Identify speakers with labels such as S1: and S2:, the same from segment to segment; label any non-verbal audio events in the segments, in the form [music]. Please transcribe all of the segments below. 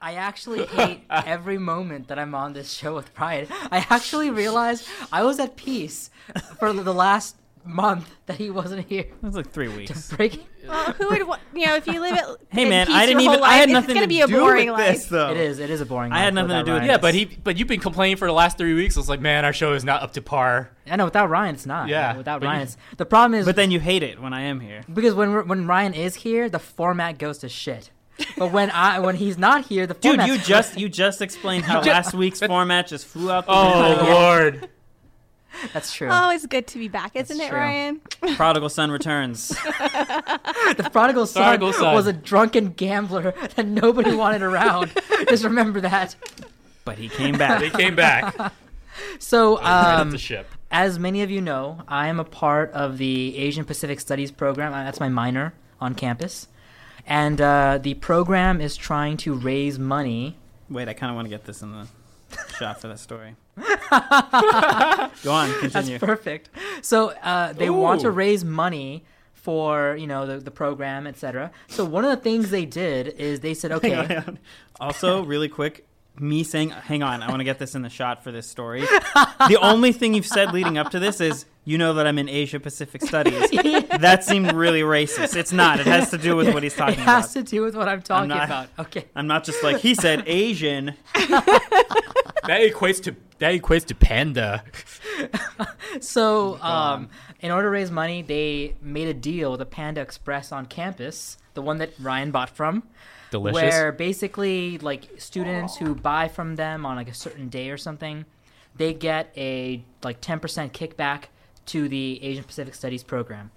S1: I actually hate every moment that I'm on this show with Brian. I actually realized I was at peace for the last month that he wasn't here.
S2: That's like three weeks.
S1: Breaking.
S3: Well, Uh, who would want, you know, if you live at
S2: Hey,
S3: in
S2: man,
S3: peace
S2: I didn't
S3: your
S2: even-
S3: whole
S2: I
S3: life,
S2: had
S3: it's
S2: nothing
S3: gonna
S2: to
S3: be a
S2: do with
S3: boring life.
S2: this, though.
S1: It is. It is a boring.
S2: I had
S1: month
S2: nothing to do
S1: without
S2: with
S1: Ryan.
S2: it.
S4: Yeah, but he, but you've been complaining for the last three weeks. It's like, man, our show is not up to par.
S1: I know without Ryan, it's not.
S4: Yeah,
S1: Yeah, without
S4: but you-
S1: Ryan, it's the problem is.
S2: But then you hate it when I am here.
S1: because when we're, when Ryan is here, the format goes to shit. But when I when he's not here, the
S2: Dude,
S1: format
S2: you just you just explained how
S4: just-
S2: last
S3: [laughs]
S2: week's format just flew out the
S4: [laughs] [laughs] Oh
S2: window.
S4: lord,
S1: [laughs] that's true.
S3: [laughs] Oh, it's good to be back, isn't
S1: That's
S3: it,
S1: true.
S3: [laughs] Ryan?
S2: Prodigal son returns.
S3: [laughs]
S1: The prodigal son,
S4: Prodigal son.
S1: was a drunken gambler [laughs] that nobody wanted
S2: [laughs]
S1: around. just remember that.
S2: But he came back.
S4: they came [laughs] back.
S1: So,
S4: right up
S1: um,
S4: the ship.
S1: as many of you know, I am a part of the Asian Pacific Studies program. Uh, That's my minor on campus, and uh, the program is trying to raise money.
S2: Wait, I kind of want to get this in the shot for that
S3: [laughs]
S2: story. Go on,
S1: That's
S2: continue.
S1: perfect. So uh, they want to
S4: Ooh.
S1: raise money for you know the, the program, etc. So one of the things they did is they
S2: [laughs]
S1: said, okay,
S2: Hang on. also, really quick, me saying, "Hang on, I want to get this in the shot for this story." The only thing you've said leading up to this is, "You know that I'm in Asia Pacific Studies." That seemed really racist. It's not. It has to do with what he's talking
S1: it has
S2: about.
S1: to do with what I'm talking
S2: not- [laughs]
S1: about. Okay.
S2: I'm not just like he said Asian.
S4: That equates to that equates to panda.
S1: So, um, in order to raise money, they made a deal with a Panda Express on campus, the one that Ryan bought from,
S4: Delicious.
S1: where basically like students who buy from them on like a certain day or something, they get a like 10% kickback to the Asian Pacific Studies program.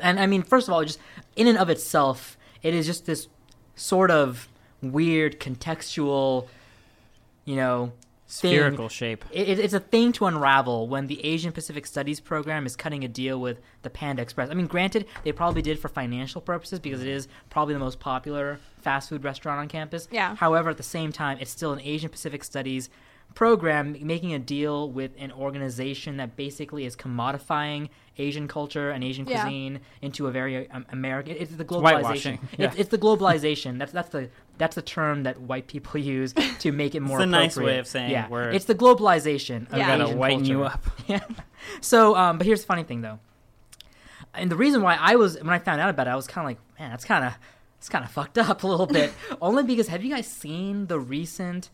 S1: And I mean, first of all, just in and of itself, it is just this sort of weird contextual, you know, thing
S2: Spherical shape.
S1: it, it- it's a thing to unravel when the Asian Pacific Studies program is cutting a deal with the Panda Express. I mean, granted, they probably did for financial purposes because it is probably the most popular fast food restaurant on campus.
S3: Yeah.
S1: However, at the same time, it's still an Asian Pacific Studies program making a deal with an organization that basically is commodifying Asian culture and Asian
S3: Yeah.
S1: cuisine into a very um, American. It's the globalization.
S2: whitewashing.
S1: It's, it's the globalization. That's that's the that's the term that white people [laughs] use to make it more.
S2: a nice way
S1: appropriate.
S2: of saying
S1: yeah.
S2: we're-
S1: It's the globalization of
S3: Yeah.
S2: Gotta
S1: Asian
S2: whiten
S1: culture.
S2: you up.
S1: Yeah. So, um, but here's the funny thing though, and the reason why I was when I found out about it, I was kind of like, man, that's kind of it's kind of fucked [laughs] up a little
S3: [laughs]
S1: bit. Only because have you guys seen the recent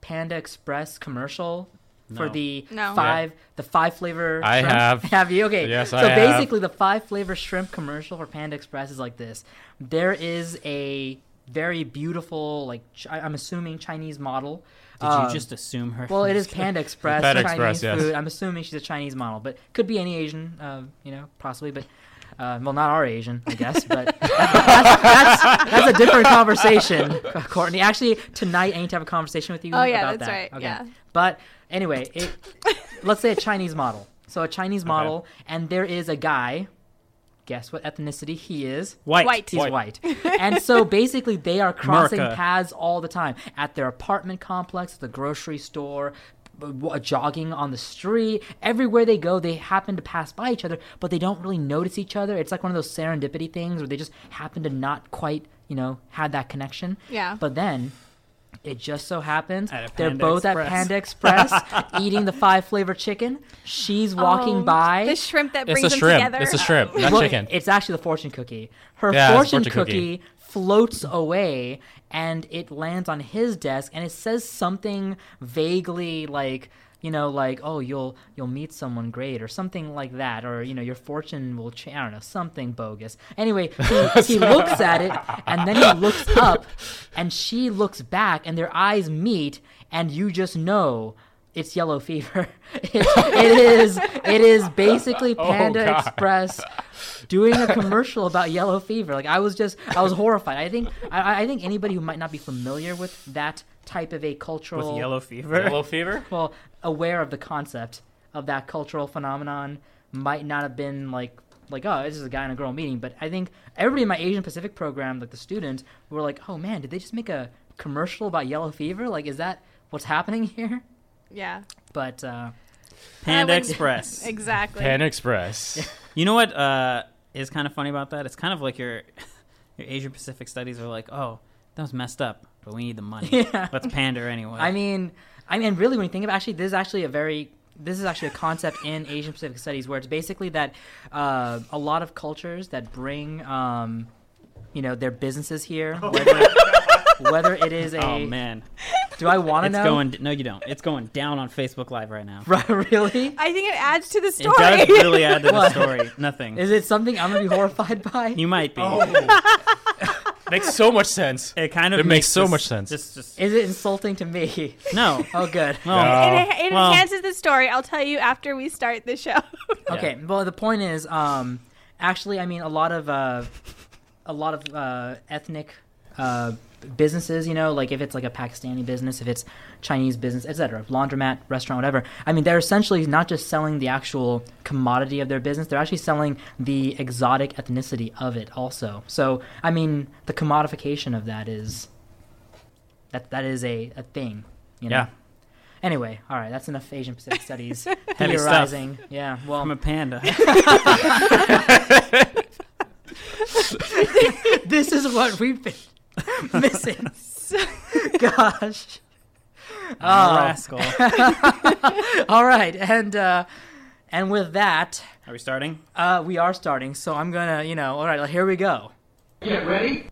S1: Panda Express commercial? For
S2: No.
S1: the
S3: No.
S1: five, the five flavor.
S4: I
S1: shrimp? [laughs]
S4: have.
S1: Have you? Okay.
S4: Yes,
S1: so
S4: I have.
S1: basically, the five flavor shrimp commercial for Panda Express is like this: there is a very beautiful, like ch- I- I'm assuming Chinese model.
S2: Did
S1: um,
S2: you just assume her?
S1: well, it is Panda Express,
S4: Panda
S1: Chinese
S4: Express, yes.
S1: food. I'm assuming she's a Chinese model, but could be any Asian, uh, you know, possibly. But uh, well, not our Asian, I guess. But [laughs] that's, that's, that's a different conversation, [laughs] Courtney. Actually, tonight I need to have a conversation with you.
S3: Oh, yeah,
S1: about
S3: that's
S1: that.
S3: right,
S1: Okay.
S3: yeah.
S1: But anyway, it, let's say a Chinese model. So a Chinese model, and there is a guy. Guess what ethnicity he is?
S2: white.
S3: White.
S1: He's white. and so basically, they are crossing
S2: Merca.
S1: paths all the time at their apartment complex, the grocery store, b- w- uh, jogging on the street. Everywhere they go, they happen to pass by each other, but they don't really notice each other. It's like one of those serendipity things where they just happen to not quite, you know, have that connection.
S3: Yeah.
S1: But then. It just so happens
S2: At a
S1: they're
S2: Panda
S1: both at
S2: Express.
S1: Panda Express eating the five flavor chicken. She's walking
S3: Um,
S1: by.
S3: the shrimp that
S4: It's
S3: brings
S4: a
S3: them
S4: shrimp.
S3: together.
S4: It's a shrimp, not
S1: Well,
S4: chicken.
S1: It's actually the fortune cookie. Her
S4: Yeah, it's a
S1: fortune,
S4: fortune
S1: cookie,
S4: cookie.
S1: floats away and it lands on his desk and it says something vaguely like you know like oh you'll you'll meet someone great or something like that or you know your fortune will change i don't know something bogus anyway he, he looks at it and then he looks up and she looks back and their eyes meet and you just know it's yellow fever [laughs] it, it is it is basically panda
S4: God.
S1: express doing a commercial about yellow fever. Like I was just, I was horrified. I think, I, I think anybody who might not be familiar with that type of a cultural,
S2: With yellow fever.
S4: Yellow fever.
S1: well, aware of the concept of that cultural phenomenon might not have been like, like oh, this is a guy and a girl meeting. But I think everybody in my Asian Pacific program, like the students, were like, oh man, did they just make a commercial about yellow fever? Like, is that what's happening here?
S3: Oh, Yeah,
S1: But uh,
S2: Panda
S3: I would- [laughs]
S2: Express.
S3: exactly.
S4: Panda Express.
S2: You know what [laughs] uh, is kind of funny about that? It's kind of like your your Asia Pacific studies are like, oh, that was messed up, but we need the money.
S1: [laughs] Yeah.
S2: Let's pander anyway.
S1: I mean, I mean, really, when you think of actually, this is actually a very this is actually a concept in Asian Pacific studies where it's basically that uh, a lot of cultures that bring, um, you know, their businesses here, whether, whether it is a.
S2: oh man,
S1: Do I want to
S2: it's
S1: know?
S2: going. No, you don't. It's going down on Facebook Live right now.
S1: [laughs] Right, really?
S3: I think it adds to the
S2: It
S3: story. [laughs]
S2: does really add to the
S1: What?
S2: story. Nothing.
S1: Is Oh. it something I'm gonna be horrified by?
S2: you might be.
S4: [laughs] Makes so much sense.
S2: It kind of
S4: Oh. It makes so
S2: this-
S4: much sense.
S2: This, just
S1: Is it insulting to me?
S2: [laughs]
S1: [laughs]
S2: no.
S1: Oh, good.
S2: Well,
S4: Yeah.
S3: It, it
S2: Well-
S3: enhances the story. I'll tell you after we start the show.
S1: [laughs] Okay. Well, the point is, um, actually, I mean, a lot of uh, a lot of uh, ethnic uh, businesses, you know, like if it's like a Pakistani business, if it's Chinese business, etc., laundromat, restaurant, whatever. I mean, they're essentially not just selling the actual commodity of their business; they're actually selling the exotic ethnicity of it, also. So, I mean, the commodification of that is that that is a, a thing. You know?
S2: Yeah.
S1: Anyway, all right, that's enough Asian Pacific studies.
S2: [laughs] Heavy stuff.
S1: theorizing. Yeah. Well,
S2: I'm
S1: [laughs]
S2: a panda.
S1: this is what we've
S3: [laughs]
S1: been missing. Gosh. Oh. [laughs]
S2: I'm a rascal.
S1: All right, and uh, and with that,
S2: Are we starting?
S1: uh, we are starting. So I'm gonna, you know, all right, here we go.
S5: Get ready.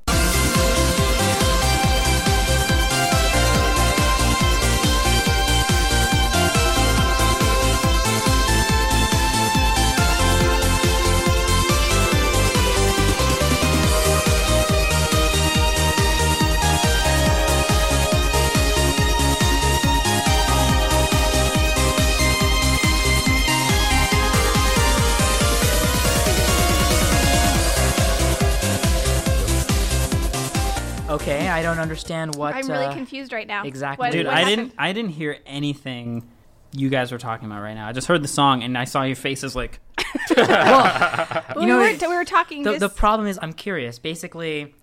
S1: Okay, I don't understand what.
S3: I'm really
S1: uh,
S3: confused right now.
S1: exactly.
S3: What-
S2: Dude,
S3: what
S2: I
S3: happened?
S2: didn't I didn't hear anything you guys were talking about right now. I just heard the song and I saw your faces like
S3: Well,
S1: you know,
S3: we, weren't, we were talking.
S1: The,
S3: this,
S1: the problem is, I'm curious. Basically,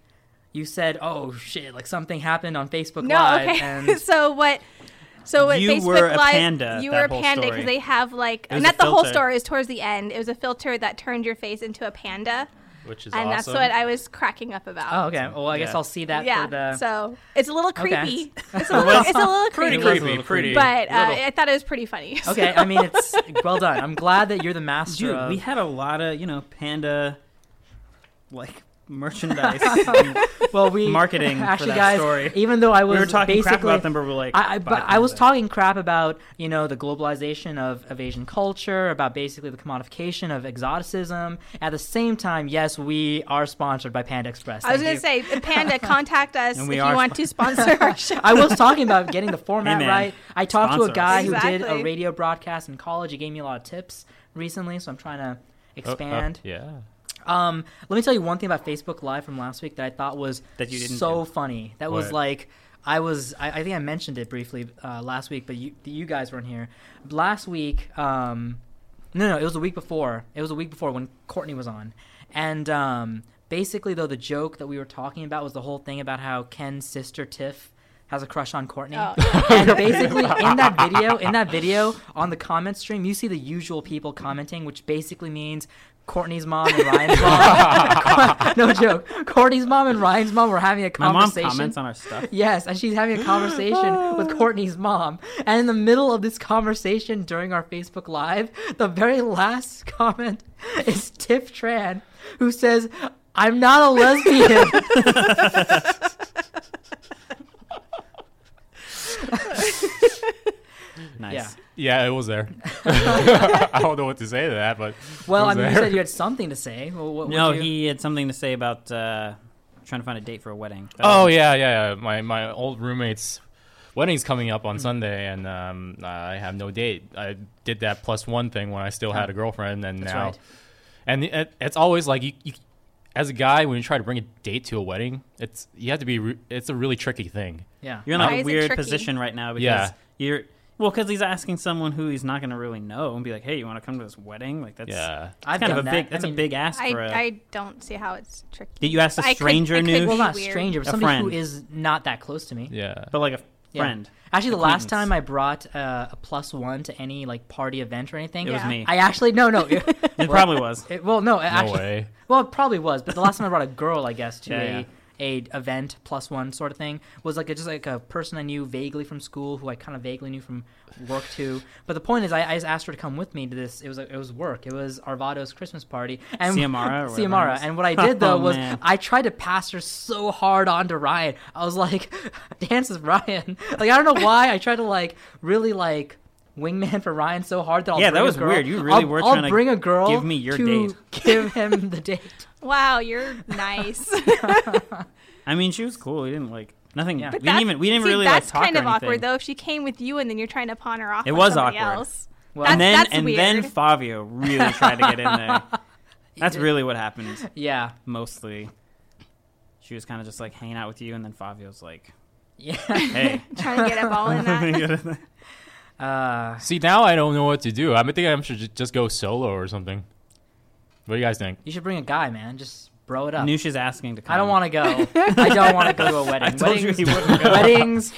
S1: you said, "Oh shit!" Like something happened on Facebook
S3: no,
S1: Live,
S3: okay.
S1: and
S3: [laughs] so what? So what?
S2: You
S3: Facebook
S2: were a
S3: Live,
S2: panda,
S3: You
S2: that
S3: were a
S2: whole
S3: panda
S2: story.
S3: because they have like
S2: It was
S3: not
S2: a
S3: the whole
S2: filter.
S3: story. Is towards the end. It was a filter that turned your face into a panda,
S4: Which is
S3: and that's
S4: awesome.
S3: what I was cracking up about.
S1: oh, okay. Well, I guess
S2: Yeah.
S1: I'll see that
S3: yeah.
S1: for the.
S3: So it's a little
S1: Okay.
S3: creepy. [laughs] It's a little, it's a little
S1: It was
S3: creepy,
S4: pretty
S1: a
S4: creepy,
S1: little creepy.
S4: pretty.
S3: but uh,
S4: little.
S3: I thought it was pretty funny. [laughs]
S1: [laughs]
S3: So-
S1: okay, I mean, it's well done. I'm glad that you're the master.
S2: Dude,
S1: of,
S2: we had a lot of, you know, panda like
S1: [laughs]
S2: merchandise and
S1: well, we
S2: marketing for
S1: actually,
S2: that
S1: guys.
S2: story.
S1: Even though I was
S2: we were talking
S1: basically,
S2: crap about them, but we're like
S1: I, I,
S2: buy
S1: but I was
S2: panda.
S1: talking crap about you know the globalization of, of Asian culture, about basically the commodification of exoticism. At the same time, yes, we are sponsored by Panda Express.
S3: I was
S1: Thank
S3: going to say, Panda, contact us
S2: And
S3: if
S2: we
S3: you
S2: are
S3: want to sponsor our
S1: [laughs]
S3: show.
S1: you. I was talking about getting
S3: [laughs]
S1: the format
S2: man,
S1: right. I talked to
S2: sponsor
S1: a
S2: us.
S1: guy who did a
S3: Exactly.
S1: radio broadcast in college. He gave me a lot of tips recently, so I'm trying to
S2: Uh,
S1: expand.
S4: Oh, uh, yeah.
S1: Um, let me tell you one thing about Facebook Live from last week that I thought was
S2: That you didn't
S1: so
S2: do.
S1: funny. That was
S4: What?
S1: like I was. I, I think I mentioned it briefly uh, last week, but you you guys weren't here. Last week, um, no, no, it was the week before. It was the week before when Courtney was on, and um, basically though the joke that we were talking about was the whole thing about how Ken's sister Tiff has a crush on Courtney.
S3: Oh.
S1: [laughs] And basically, in that video, in that video on the comment stream, you see the usual people commenting, which basically means Courtney's mom and Ryan's mom. [laughs] no joke. Courtney's mom and Ryan's mom were having a
S2: My mom
S1: conversation.
S2: comments on
S1: [laughs]
S2: our stuff.
S1: Yes, and she's having a conversation
S2: [laughs]
S1: with Courtney's mom. And in the middle of this conversation during our Facebook Live, the very last [laughs] comment is Tiff Tran, who says, I'm not a
S2: [laughs]
S1: lesbian.
S2: Nice.
S1: yeah.
S4: Yeah, it
S3: [laughs]
S4: was there. [laughs] I don't know what to say to that, but
S1: Well,
S4: it
S1: I
S4: was
S1: mean, you
S4: there.
S1: said you had something to say. Well, what,
S2: No,
S1: would you...
S2: he had something to say about uh, trying to find a date for a wedding. Um, That
S4: Oh
S2: was-
S4: yeah, yeah, yeah. My my old roommate's wedding's coming up
S2: Mm.
S4: on Sunday, and um, I have no date. I did that plus one thing when I
S2: Oh.
S4: still had a girlfriend, and
S1: That's
S4: now,
S1: right.
S4: and it, it's always like you, you, as a guy, when you try to bring a date to a wedding, it's you have to be. Re- it's a really tricky thing.
S1: Yeah.
S2: You're in
S3: Why
S2: like a
S3: is it
S2: weird
S3: tricky?
S2: position right now because
S4: Yeah.
S2: you're well because he's asking someone who he's not going to really know and be like, hey, you want to come to this wedding? Like that's
S4: Yeah,
S1: I've
S2: kind of a
S1: done that.
S2: big
S1: I
S2: that's
S1: mean,
S2: a big ask
S3: I,
S2: for a
S3: I don't see how it's tricky.
S2: Did you ask a
S3: I could-
S2: stranger
S3: I could-
S2: new?
S1: Well, not
S3: Weird.
S1: stranger, but
S2: A
S1: somebody
S2: friend.
S1: who is not that close to me.
S4: yeah.
S2: but like a
S1: Yeah.
S2: friend.
S1: Actually, the last
S2: Acquaintance.
S1: time I brought uh, a plus one to any like party event or anything,
S2: It was
S3: Yeah.
S2: me.
S1: I actually no no. It,
S2: it probably was.
S1: it- well, no, it
S4: no
S1: actually,
S4: way.
S1: well, it probably was, but the last time I brought a girl, I guess, to
S2: Yeah,
S1: a
S2: yeah.
S1: a event plus one sort of thing was like a, just like a person I knew vaguely from school who I kind of vaguely knew from work too. But the point is, I, I just asked her to come with me to this. It was it was work. It was Arvado's Christmas party and
S2: Ciamara or whatever it
S1: Ciamara.
S2: was.
S1: And what I did though
S2: [laughs] Oh,
S1: was
S2: man.
S1: I tried to pass her so hard on to Ryan. I was like, [laughs] dance with Ryan. Like I don't know why I tried to like really like wingman for Ryan so hard that I'll
S2: Yeah,
S1: bring
S2: that
S1: a
S2: was
S1: girl-
S2: weird. You really
S1: I'll,
S2: were
S1: I'll
S2: trying to
S1: bring a girl.
S2: give me your
S1: to
S2: date.
S1: [laughs] Give him the date.
S3: Wow, you're nice.
S2: I mean, she was cool. We didn't like nothing.
S1: Yeah.
S2: We
S1: But
S2: didn't even we didn't
S3: see,
S2: really like
S3: that's
S2: talk
S3: kind
S2: or
S3: of
S2: anything.
S3: awkward though. If she came with you and then you're trying to pawn her off,
S2: It
S3: on
S2: was
S3: somebody
S2: awkward.
S3: Else.
S1: Well,
S3: That's-
S2: and then
S3: that's
S2: and
S3: weird.
S2: then Fabio really tried to get in there. That's really what happened.
S1: yeah, [laughs]
S2: Mostly, she was kind of just like hanging out with you, and then Fabio's like,
S1: yeah.
S2: [laughs] "Hey,
S3: [laughs] Trying to get a ball
S2: [laughs]
S3: in that.
S1: Uh,
S4: See, now I don't know what to do. I think I should ju- just go solo or something. What do you
S2: [laughs]
S4: guys think?
S1: you should bring a guy, man. Just bro it up.
S2: Nusha's asking to come."
S1: I don't want to [laughs] go. [laughs] I don't want to go to a wedding.
S2: I told you
S1: weddings,
S2: he wouldn't go.
S1: weddings.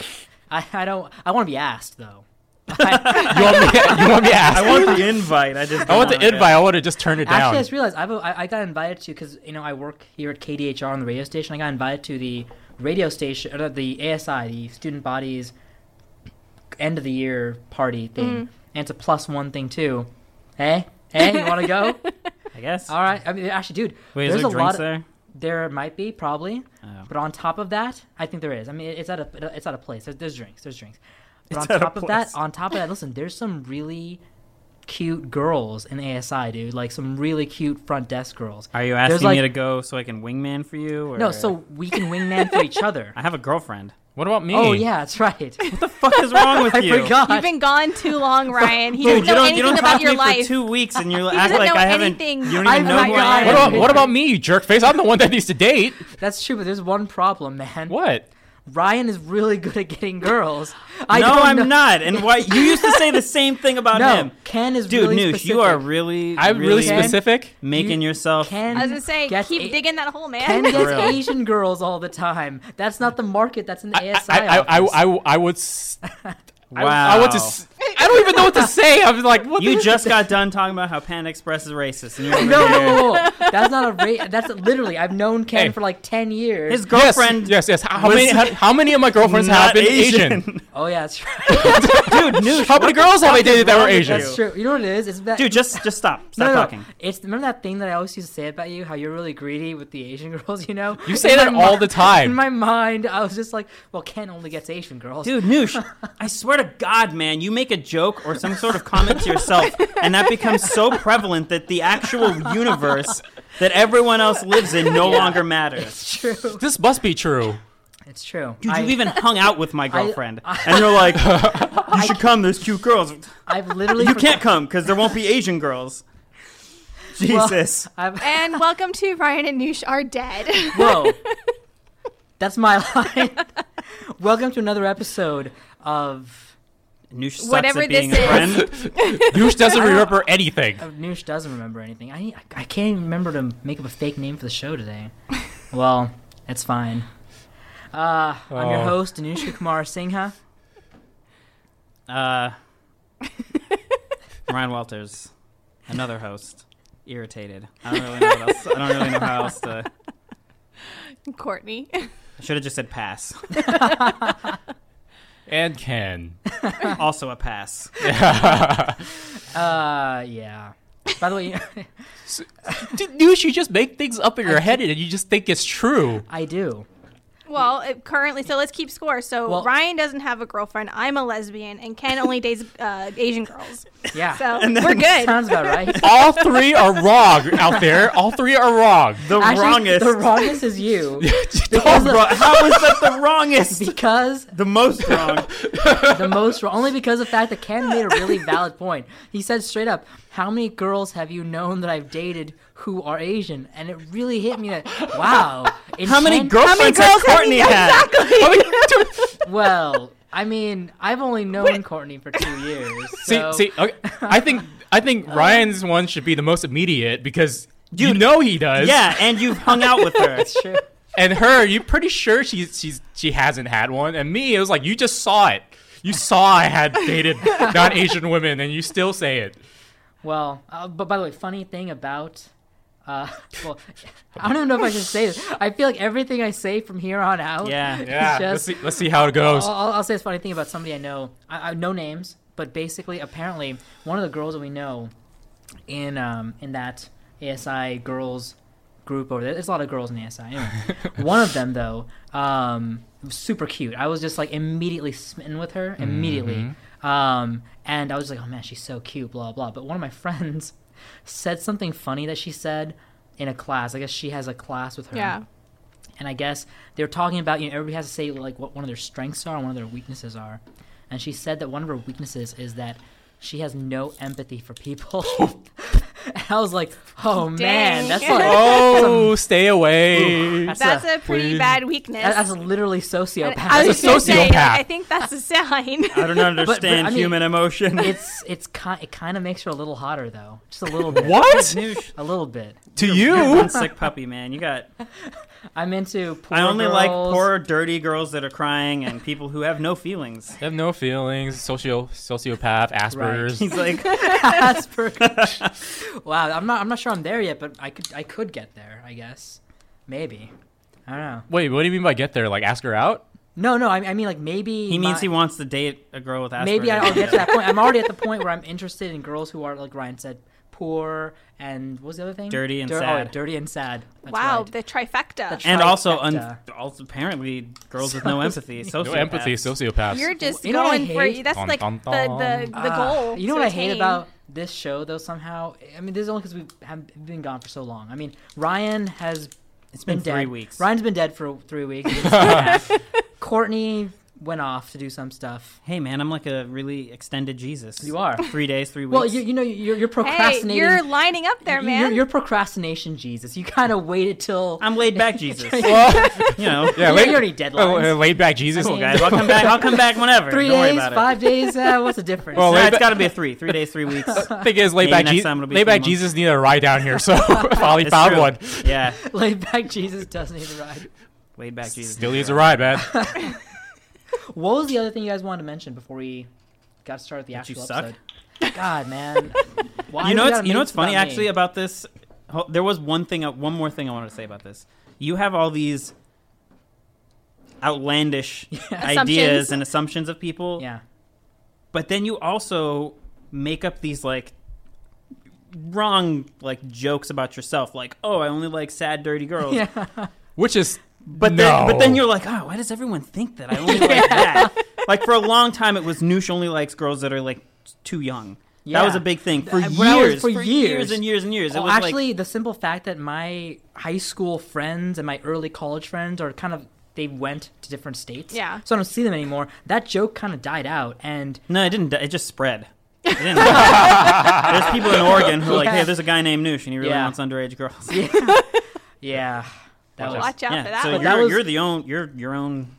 S1: I, I don't. I want to be asked [laughs] though. I,
S4: You want me, you want me to ask?
S2: I want the invite. I just.
S4: I want
S2: don't
S4: the
S2: wanna go.
S4: invite. I would have just turned it
S1: actually, I
S4: down.
S1: just realized I've, I I got invited to because you know I work here at KDHR on the radio station. I got invited to the radio station or the ASI, the student bodies end of the year party thing, and it's a plus one thing too. Hey, hey, you want to go?
S2: I guess.
S1: All right. I mean, actually, dude,
S2: Wait,
S1: there's
S2: is there
S1: a
S2: drinks
S1: lot. Of,
S2: there?
S1: there might be probably,
S2: Oh.
S1: but on top of that, I think there is. I mean, it's at a it's at a place. There's, there's drinks. There's drinks. But
S2: It's
S1: on
S2: at a
S1: top of that,
S2: place.
S1: on top of that, listen, there's some really cute girls in ASI, dude. Like some really cute front desk girls.
S2: Are you
S1: There's
S2: asking
S1: like-
S2: me to go so I can wingman for you? Or...
S1: No, so we can wingman for each
S2: [laughs]
S1: other.
S2: I have a girlfriend.
S4: What about me?
S1: Oh yeah, that's right.
S2: What the fuck is wrong [laughs] with
S1: [laughs] I
S2: you?
S1: forgot.
S3: You've been gone
S2: [laughs]
S3: too long, Ryan. He
S2: Dude, you
S3: doesn't know
S2: don't, you
S3: anything
S2: don't
S3: about
S2: talk to
S3: your
S2: me for
S3: life.
S2: two
S1: [laughs]
S2: weeks, and you act
S3: doesn't
S2: like
S3: know
S2: I haven't.
S3: anything
S2: You don't
S1: I
S2: even know
S1: forgot.
S2: who I
S4: [laughs] What about,
S2: am. [laughs]
S4: what about me, you jerk face? I'm the one that needs to date.
S1: That's true, but there's one problem, man.
S4: What?
S1: Ryan is really good at
S2: [laughs]
S1: getting girls. I
S2: no,
S1: don't
S2: I'm
S1: know-
S2: not. And why you used to
S1: [laughs]
S2: say the same thing about
S1: No,
S2: him,
S1: Ken is
S2: dude?
S1: really
S2: Noosh,
S1: specific.
S2: you are really,
S4: I'm really,
S1: Ken?
S4: specific.
S2: making
S1: You-
S2: yourself.
S1: Ken
S3: I was gonna say,
S1: gets
S3: keep
S1: a-
S3: digging that hole,
S1: Ken
S3: man.
S1: gets
S2: Real.
S1: Asian girls all the time. That's not the market. That's in the
S4: I,
S1: ASI
S4: I, I,
S1: office.
S4: I, I, I
S1: [laughs]
S4: would. s-
S2: Wow,
S4: I would- I, would just. I don't even know what to say. I'm like, what?
S2: you
S4: the-
S2: just got done talking about how Panda Express is racist, and you're
S1: [laughs]
S2: over
S1: no,
S2: here.
S1: no, no, no. that's not a rate. That's literally. I've known Ken
S4: Hey.
S1: for like ten years.
S2: His girlfriend,
S4: Yes, yes. yes. How, how
S2: was [laughs]
S4: many? How, how many of my girlfriends
S2: not
S4: have been Asian?
S1: oh yeah, that's [laughs] right.
S2: [laughs] dude.
S4: [laughs]
S2: Noosh,
S4: How many girls have I dated that were Asian?
S1: that's true. You know what it is? It's that
S2: dude. Just, just stop. Stop
S1: no, no, no.
S2: talking.
S1: It's remember that thing that I always used to say about you, how you're really greedy with the Asian [laughs] girls. You know,
S4: You say
S1: In
S4: that
S1: my
S4: all
S1: mi-
S4: the time.
S1: In my mind, I was just like, well, Ken only gets Asian girls.
S2: Dude, Noosh, I swear to God, man, you make a joke or some sort of comment to yourself, and that becomes so prevalent that the actual universe that everyone else lives in no longer matters.
S1: it's true.
S4: This must be true.
S1: It's true.
S2: Dude,
S1: I,
S2: you even hung out with my girlfriend, and you're like, [laughs] you should come, there's cute girls.
S1: I've literally
S2: You
S1: forgot-
S2: can't come because there won't be Asian girls.
S1: Well,
S2: Jesus.
S1: I've,
S3: [laughs] And welcome to Ryan and Noosh
S2: [laughs]
S3: are dead. [laughs]
S1: Whoa. That's my line. Welcome to another episode of,
S2: Noosh sucks
S3: whatever
S2: at being
S3: this
S2: a
S3: is. [laughs]
S2: friend.
S4: Yush
S1: [laughs]
S4: doesn't remember anything.
S1: of oh, Noosh doesn't remember anything. I, I can't even remember to make up a fake name for the show today. Well, it's fine. Uh, I'm your
S4: Oh.
S1: host, Anusha Kumar Singha.
S2: Uh, Ryan Walters, another host, irritated. I don't really know what else. I don't really know how else to.
S3: Courtney. [laughs]
S2: I should have just said pass.
S1: [laughs]
S2: [laughs]
S1: [laughs]
S4: And Ken. [laughs]
S2: also a pass.
S1: Uh, yeah. By the way, [laughs]
S4: Dude, Noosh, you just make things up in your head and you just think it's true.
S1: I do.
S3: Well, it, currently, so let's keep score. So
S1: Well-
S3: Ryan doesn't have a girlfriend. I'm a lesbian, and Ken
S2: [laughs]
S3: only dates uh, Asian girls.
S1: Yeah.
S3: So we're good.
S1: Sounds about right.
S4: All three are wrong out there. All three are wrong.
S2: [laughs] The
S1: Actually,
S2: wrongest.
S1: The wrongest is you.
S2: Oh, [laughs] bro, how is that the
S1: [laughs]
S2: wrongest?
S1: Because
S2: The most wrong.
S1: the most wrong, only because of the fact that Ken made a really valid point. He said straight up, "How many girls have you known that I've dated who are Asian?" And it really hit me that wow, in
S2: How many
S1: 10
S2: girlfriends has Courtney had?
S1: [laughs]
S4: I mean, dude,
S1: Well, I mean, I've only known Courtney for two years.
S4: see,
S1: so-
S4: see, okay, I think I think Ryan's one should be the most immediate because you know he does.
S2: Yeah, and you've hung out with her.
S1: it's true.
S4: And her, you're pretty sure she's she's she hasn't had one. And me, it was like you just saw it. You saw I had
S1: [laughs]
S4: dated non-Asian women, and you still say it.
S1: Well, uh, but by the way, funny thing about Uh, [laughs] well, I don't even know if I should say this. I feel like everything I say from here on out.
S2: Yeah.
S1: [laughs] is
S4: Yeah, let's
S1: just-
S4: see, let's see how it goes.
S1: [laughs] I'll, I'll- I'll say this funny thing about somebody I know. I, I no names, but basically, apparently, one of the girls that we know in um, in that ASI girls group over there. There's a lot of girls in ASI. Anyway, one of them though, um, was super cute. I was just like immediately smitten with her immediately, um, and I was like, oh man, she's so cute, blah blah. But one of my [laughs] friends said something funny that she said in a class. I guess she has a class with her
S3: Yeah.
S1: and I guess they were talking about you know everybody has to say like what one of their strengths are and one of their weaknesses are, and she said that one of her weaknesses is that she has no empathy for people. [laughs] and I was like, oh man,
S3: Dang.
S1: that's
S3: [laughs]
S1: like
S4: oh, stay away.
S1: that's,
S3: That's
S1: a,
S3: a pretty
S4: Please.
S3: bad weakness.
S1: that- that's literally
S3: And
S1: sociopath.
S3: I was
S4: That's a
S3: gonna say,
S4: sociopath.
S3: I think that's a
S2: [laughs]
S3: sign.
S2: I don't understand
S1: I mean-
S2: human
S1: [laughs]
S2: emotion. [laughs]
S1: it's it's kind it kind of makes her a little hotter though, just a little bit,
S4: What?
S2: Noosh,
S1: a little bit. [laughs]
S4: to
S2: you're
S4: you?
S2: one sick puppy, man. You got.
S1: I'm into poor
S2: I only like
S1: girls. [laughs]
S2: poor, dirty girls that are crying and people who have no feelings. [laughs]
S4: I have no feelings. Socio sociopath, Asperger's.
S2: He's like,
S1: Asperger. wow, I'm not I'm not sure I'm there yet, but I could I could get there, I guess. Maybe. I don't know.
S4: Wait, what do you mean by get there? Like ask her out?
S1: No, no, I, I mean like maybe [laughs]
S2: he means
S1: my-
S2: he wants to date a girl with Asperger's.
S1: maybe I'll get to that point. I'm already at the point where I'm interested in girls who are like Ryan said, poor and what was the other thing?
S2: Dirty and
S1: Dir- oh,
S2: sad.
S1: dirty and sad. That's
S3: wow,
S1: right.
S3: the trifecta.
S1: That's
S2: And also, un-
S1: Trifecta.
S2: also, apparently,
S1: [laughs]
S2: girls with no empathy,
S4: No empathy,
S2: sociopaths.
S4: sociopaths. [laughs]
S3: You're just
S1: You know what I
S3: going for
S1: hate?
S3: that's
S4: Dun,
S3: like
S4: dun,
S3: the the, the
S1: Ah,
S3: goal.
S1: You know
S3: to
S1: what I hate
S3: attain.
S1: about this show though? Somehow, I mean, this is only because we have been gone for so long. I mean, Ryan has
S2: It's
S1: been,
S2: been three
S1: dead.
S2: weeks.
S1: Ryan's been dead for three weeks. [laughs] He's been back. Courtney went off to do some stuff.
S2: Hey, man, I'm like a really extended Jesus.
S1: You are.
S2: Three days, three
S1: [laughs]
S2: weeks.
S1: Well, you, you know, you're, you're
S3: Hey,
S1: procrastinating.
S3: you're lining up there,
S1: You're-
S3: man.
S1: You're, procrastination Jesus. You kind of waited till.
S2: I'm
S1: [laughs]
S2: laid back Jesus.
S4: Well,
S2: you know. [laughs]
S4: yeah,
S1: You're
S4: late,
S1: already [laughs]
S4: [laughs]
S1: deadlines.
S4: Oh, uh, laid back Jesus.
S1: I
S2: Cool,
S1: mean-
S2: guys. I'll come back. I'll come back whenever.
S1: Three
S2: Don't
S1: days,
S2: worry about
S1: five days. Uh, what's the difference?
S2: it.
S4: Well,
S1: [laughs]
S2: Nah,
S4: laid
S2: it's
S4: back-
S2: got to be a three. Three days, three weeks.
S4: [laughs] Thing is, laid
S2: Maybe
S4: back,
S2: next
S4: Je-
S2: time it'll be
S4: laid
S2: three
S4: back
S2: months.
S4: Jesus needed a ride down
S1: [laughs]
S4: here, so [laughs] finally
S2: It's
S4: found
S2: true.
S4: one.
S2: [laughs] Yeah,
S1: laid back Jesus does need a ride.
S2: laid back Jesus.
S4: Still needs a ride, man.
S1: What was the other thing you guys wanted to mention before we got started with the
S2: That you
S1: actual
S2: suck?
S1: episode? God, man. Why
S2: [laughs] You
S1: do
S2: know,
S1: we
S2: it's,
S1: gotta
S2: you know
S1: make
S2: what's
S1: this about
S2: funny
S1: me?
S2: actually about this. Ho- There was one thing, uh, one more thing I wanted to say about this. You have all these
S1: [laughs]
S2: outlandish ideas
S3: Assumptions.
S2: and assumptions of people,
S1: Yeah.
S2: but then you also make up these like wrong like jokes about yourself, like "Oh, I only like sad, dirty
S1: [laughs]
S2: girls."
S1: Yeah.
S4: [laughs] Which is
S2: But
S4: no.
S2: then, but then you're like, oh, why does everyone think that I only like that? Like for a long time, it was Noosh only likes girls that are like too young.
S1: Yeah.
S2: That was a big thing for
S1: Uh,
S2: years,
S1: when I was- for years.
S2: and years and years. It
S1: Well,
S2: was like-
S1: actually, the simple fact that my high school friends and my early college friends are kind of they went to different states.
S3: Yeah.
S1: So I don't see them anymore. That joke kind of died out, and
S2: no, it didn't. die. It just spread. It
S1: [laughs]
S2: didn't die. there's people in Oregon who are like,
S1: Yeah.
S2: hey, there's a guy named Noosh, and he really
S1: Yeah.
S2: wants underage girls.
S1: yeah, yeah, that was.
S3: Watch out for that.
S2: so
S1: But
S2: you're,
S1: that was-
S2: you're the own, you're your own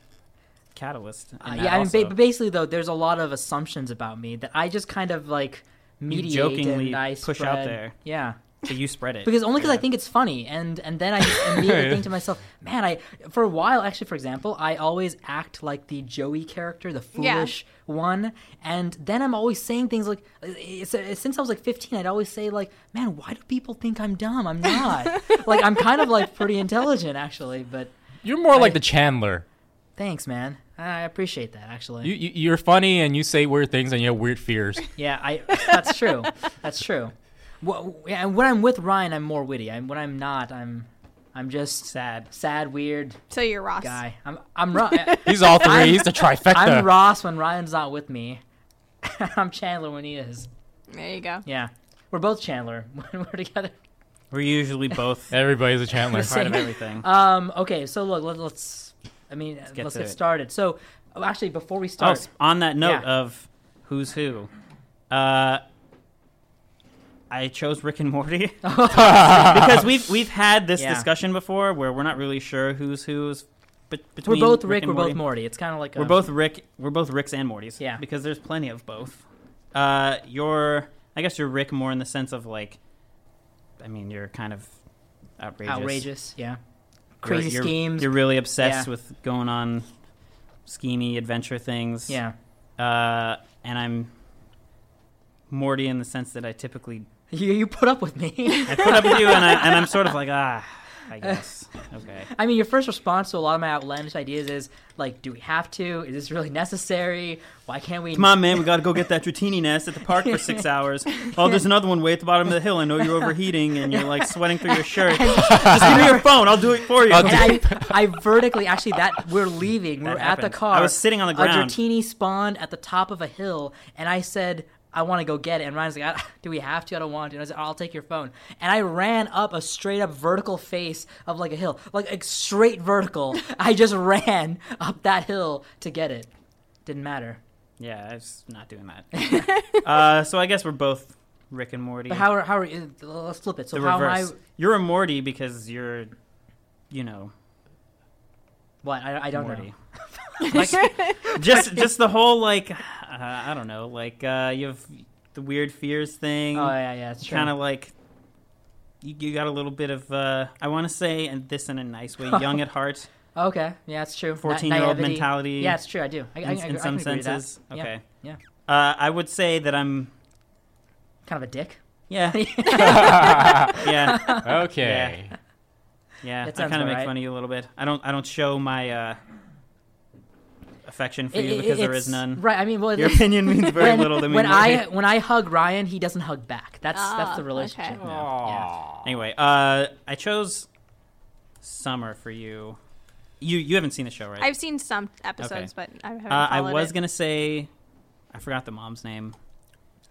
S2: catalyst. in
S1: Uh,
S2: that
S1: yeah, I mean,
S2: also.
S1: ba- basically though, there's a lot of assumptions about me that I just kind of like mediate
S2: jokingly
S1: and I
S2: push out
S1: spread-
S2: there.
S1: Yeah,
S2: so you spread it
S1: because only because I
S2: Yeah.
S1: think it's funny, and and then I just immediately think to myself, man, I for a while actually, for example, I always act like the Joey character, the
S3: Yeah.
S1: foolish one, and then I'm always saying things like, eh, it's, it's, since I was like 15, I'd always say like, man, why do people think I'm dumb? I'm not. like I'm kind of like pretty intelligent actually, but
S4: You're more
S1: I-
S4: like the Chandler.
S1: thanks, man. I appreciate that actually.
S4: You, you you're funny and you say weird things and you have weird fears.
S1: Yeah, I. That's true. that's true. Wh- And when I'm with Ryan, I'm more witty. And when I'm not, I'm, I'm just
S2: sad.
S1: sad, weird
S3: so you're Ross.
S1: guy. I'm, I'm,
S2: [laughs]
S1: Ro-
S4: He's all
S1: I'm-
S4: three. He's the trifecta.
S1: I'm Ross when Ryan's not with me. [laughs] I'm Chandler when he is.
S3: There you go.
S1: Yeah, we're both Chandler [laughs] when we're together.
S2: We're usually
S1: [laughs]
S2: both
S4: Everybody's a Chandler.
S1: The
S2: part
S1: same.
S2: of everything.
S1: Um. Okay. So look, let, let's. I mean, let's
S2: get
S1: get,
S2: to it.
S1: started. So, oh, actually, before we
S2: Oh,
S1: start,
S2: s- on that note
S1: Yeah.
S2: of who's who, uh, I chose Rick
S1: [laughs]
S2: and Morty because we've we've had this
S1: Yeah.
S2: discussion before where we're not really sure who's who's bet
S1: we're
S2: between
S1: both Rick.
S2: and
S1: we're
S2: Morty.
S1: both Morty. It's kind of like a,
S2: We're both Rick. We're both Ricks and Mortys.
S1: Yeah.
S2: because there's plenty of both. Uh, you're I guess you're Rick more in the sense of like, I mean you're kind of outrageous,
S1: outrageous. Yeah,
S2: You're-
S1: crazy
S2: you're-
S1: schemes.
S2: You're really obsessed
S1: Yeah.
S2: with going on schemy adventure things.
S1: yeah.
S2: Uh, and I'm Morty in the sense that I typically
S1: You, you put up with me. [laughs]
S2: I put up with you, and, I, and I'm sort of like, ah, I guess. Okay.
S1: I mean, your first response to a lot of my outlandish ideas is like, do we have to? Is this really necessary? Why can't we?
S2: Come on, man, we gotta go get that Dratini nest at the park
S1: [laughs]
S2: for six hours. Oh, there's another one way at the bottom of the hill. I know you're overheating and you're like sweating through
S1: [laughs]
S2: your shirt. Just give me your phone. I'll do it for you.
S4: I'll do
S2: [laughs]
S1: And I, I vertically, actually, that we're leaving.
S2: That
S1: we're at
S2: happened.
S1: the car.
S2: I was sitting on the
S1: A
S2: ground.
S1: Dratini spawned at the top of a hill, and I said, "I want to go get it." And Ryan's like, I, "Do we have to? I don't want to." And I said, "I'll take your phone." And I ran up a straight up vertical face of like a hill, like a straight
S2: [laughs]
S1: vertical. I just ran up that hill to get it. Didn't matter.
S2: Yeah, I'm just not doing that.
S1: [laughs]
S2: uh, so I guess we're both Rick and Morty.
S1: But how are how are you? Let's flip it. So
S2: the
S1: how
S2: reverse.
S1: am I?
S2: You're a Morty because you're, you know,
S1: What I, I don't
S2: Morty.
S1: [laughs] know.
S2: just just the whole like, uh, I don't know, like uh, you have the weird fears thing.
S1: Oh yeah, yeah, it's true.
S2: kind of like you, you got a little bit of uh, I want to say and this in a
S1: [laughs]
S2: nice way, young at heart,
S1: okay, yeah, it's true. Na-
S2: fourteen year old
S1: naivety.
S2: mentality.
S1: Yeah, it's true. I do. I, I,
S2: in,
S1: I,
S2: in
S1: I
S2: some
S1: can agree to that.
S2: senses.
S1: Yeah.
S2: Okay.
S1: yeah.
S2: Uh, I would say that I'm.
S1: Kind of a dick. [laughs]
S2: Yeah, [laughs] yeah,
S4: [laughs] okay.
S2: yeah. I
S1: That
S2: kind
S1: sounds
S2: of make
S1: alright.
S2: fun of you a little bit. I don't. I don't show my uh, affection for
S1: It-
S2: you
S1: it-
S2: because there is
S1: it's-
S2: none.
S1: Right. I mean, well,
S2: Your
S1: it's- [laughs]
S2: opinion means very
S1: when,
S2: little to me.
S1: when
S2: Morty.
S1: I when I hug Ryan, he doesn't hug back. That's that's
S3: Ah,
S1: the relationship.
S3: okay.
S4: Aw.
S2: Anyway, uh, I chose summer for you. You you haven't seen the show, right?
S3: I've seen some episodes, but I haven't.
S2: Uh, I
S3: followed
S2: was
S3: it.
S2: gonna say, I forgot the mom's name.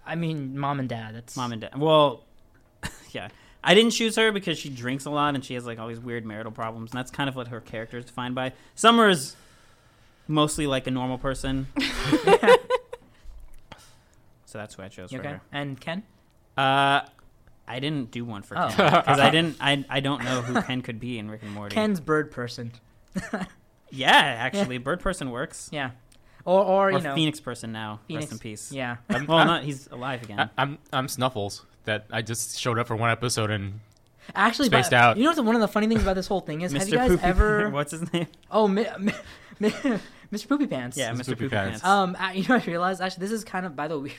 S1: I mean, mom and dad. That's
S2: Mom and dad. Well, [laughs] yeah, I didn't choose her because she drinks a lot and she has like all these weird marital problems, and that's kind of what her character is defined by. Summer is mostly like a
S1: [laughs]
S2: normal person, so that's who I chose
S1: You
S2: for
S1: okay.
S2: her.
S1: And Ken.
S2: Uh, I didn't do one for
S1: Oh.
S2: Ken
S1: [laughs]
S2: because I didn't. I I don't know who Ken could be in Rick and Morty.
S1: Ken's bird person.
S2: yeah, actually, Bird Person works.
S1: Yeah. Or or
S2: Or,
S1: you know
S2: Phoenix Person now.
S1: Phoenix.
S2: Rest in peace.
S1: Yeah. Uh,
S2: Well, not he's alive again.
S4: I, I'm I'm Snuffles. That I just showed up for one episode and
S1: Actually, but,
S4: Spaced out.
S1: You know what's one of the funny things about this whole thing is? have you
S2: Mr.
S1: guys
S2: Poopy
S1: ever?
S2: [laughs] What's his name?
S1: Oh, mi- [laughs] mi- mi- Mr. Poopy Pants.
S2: Yeah,
S4: Mr.
S2: Mr.
S4: Poopy
S2: Poopy
S4: Pants.
S1: [laughs]
S2: Pants.
S1: Um, I, you know, I realized actually this is kind of by the way, [laughs] we,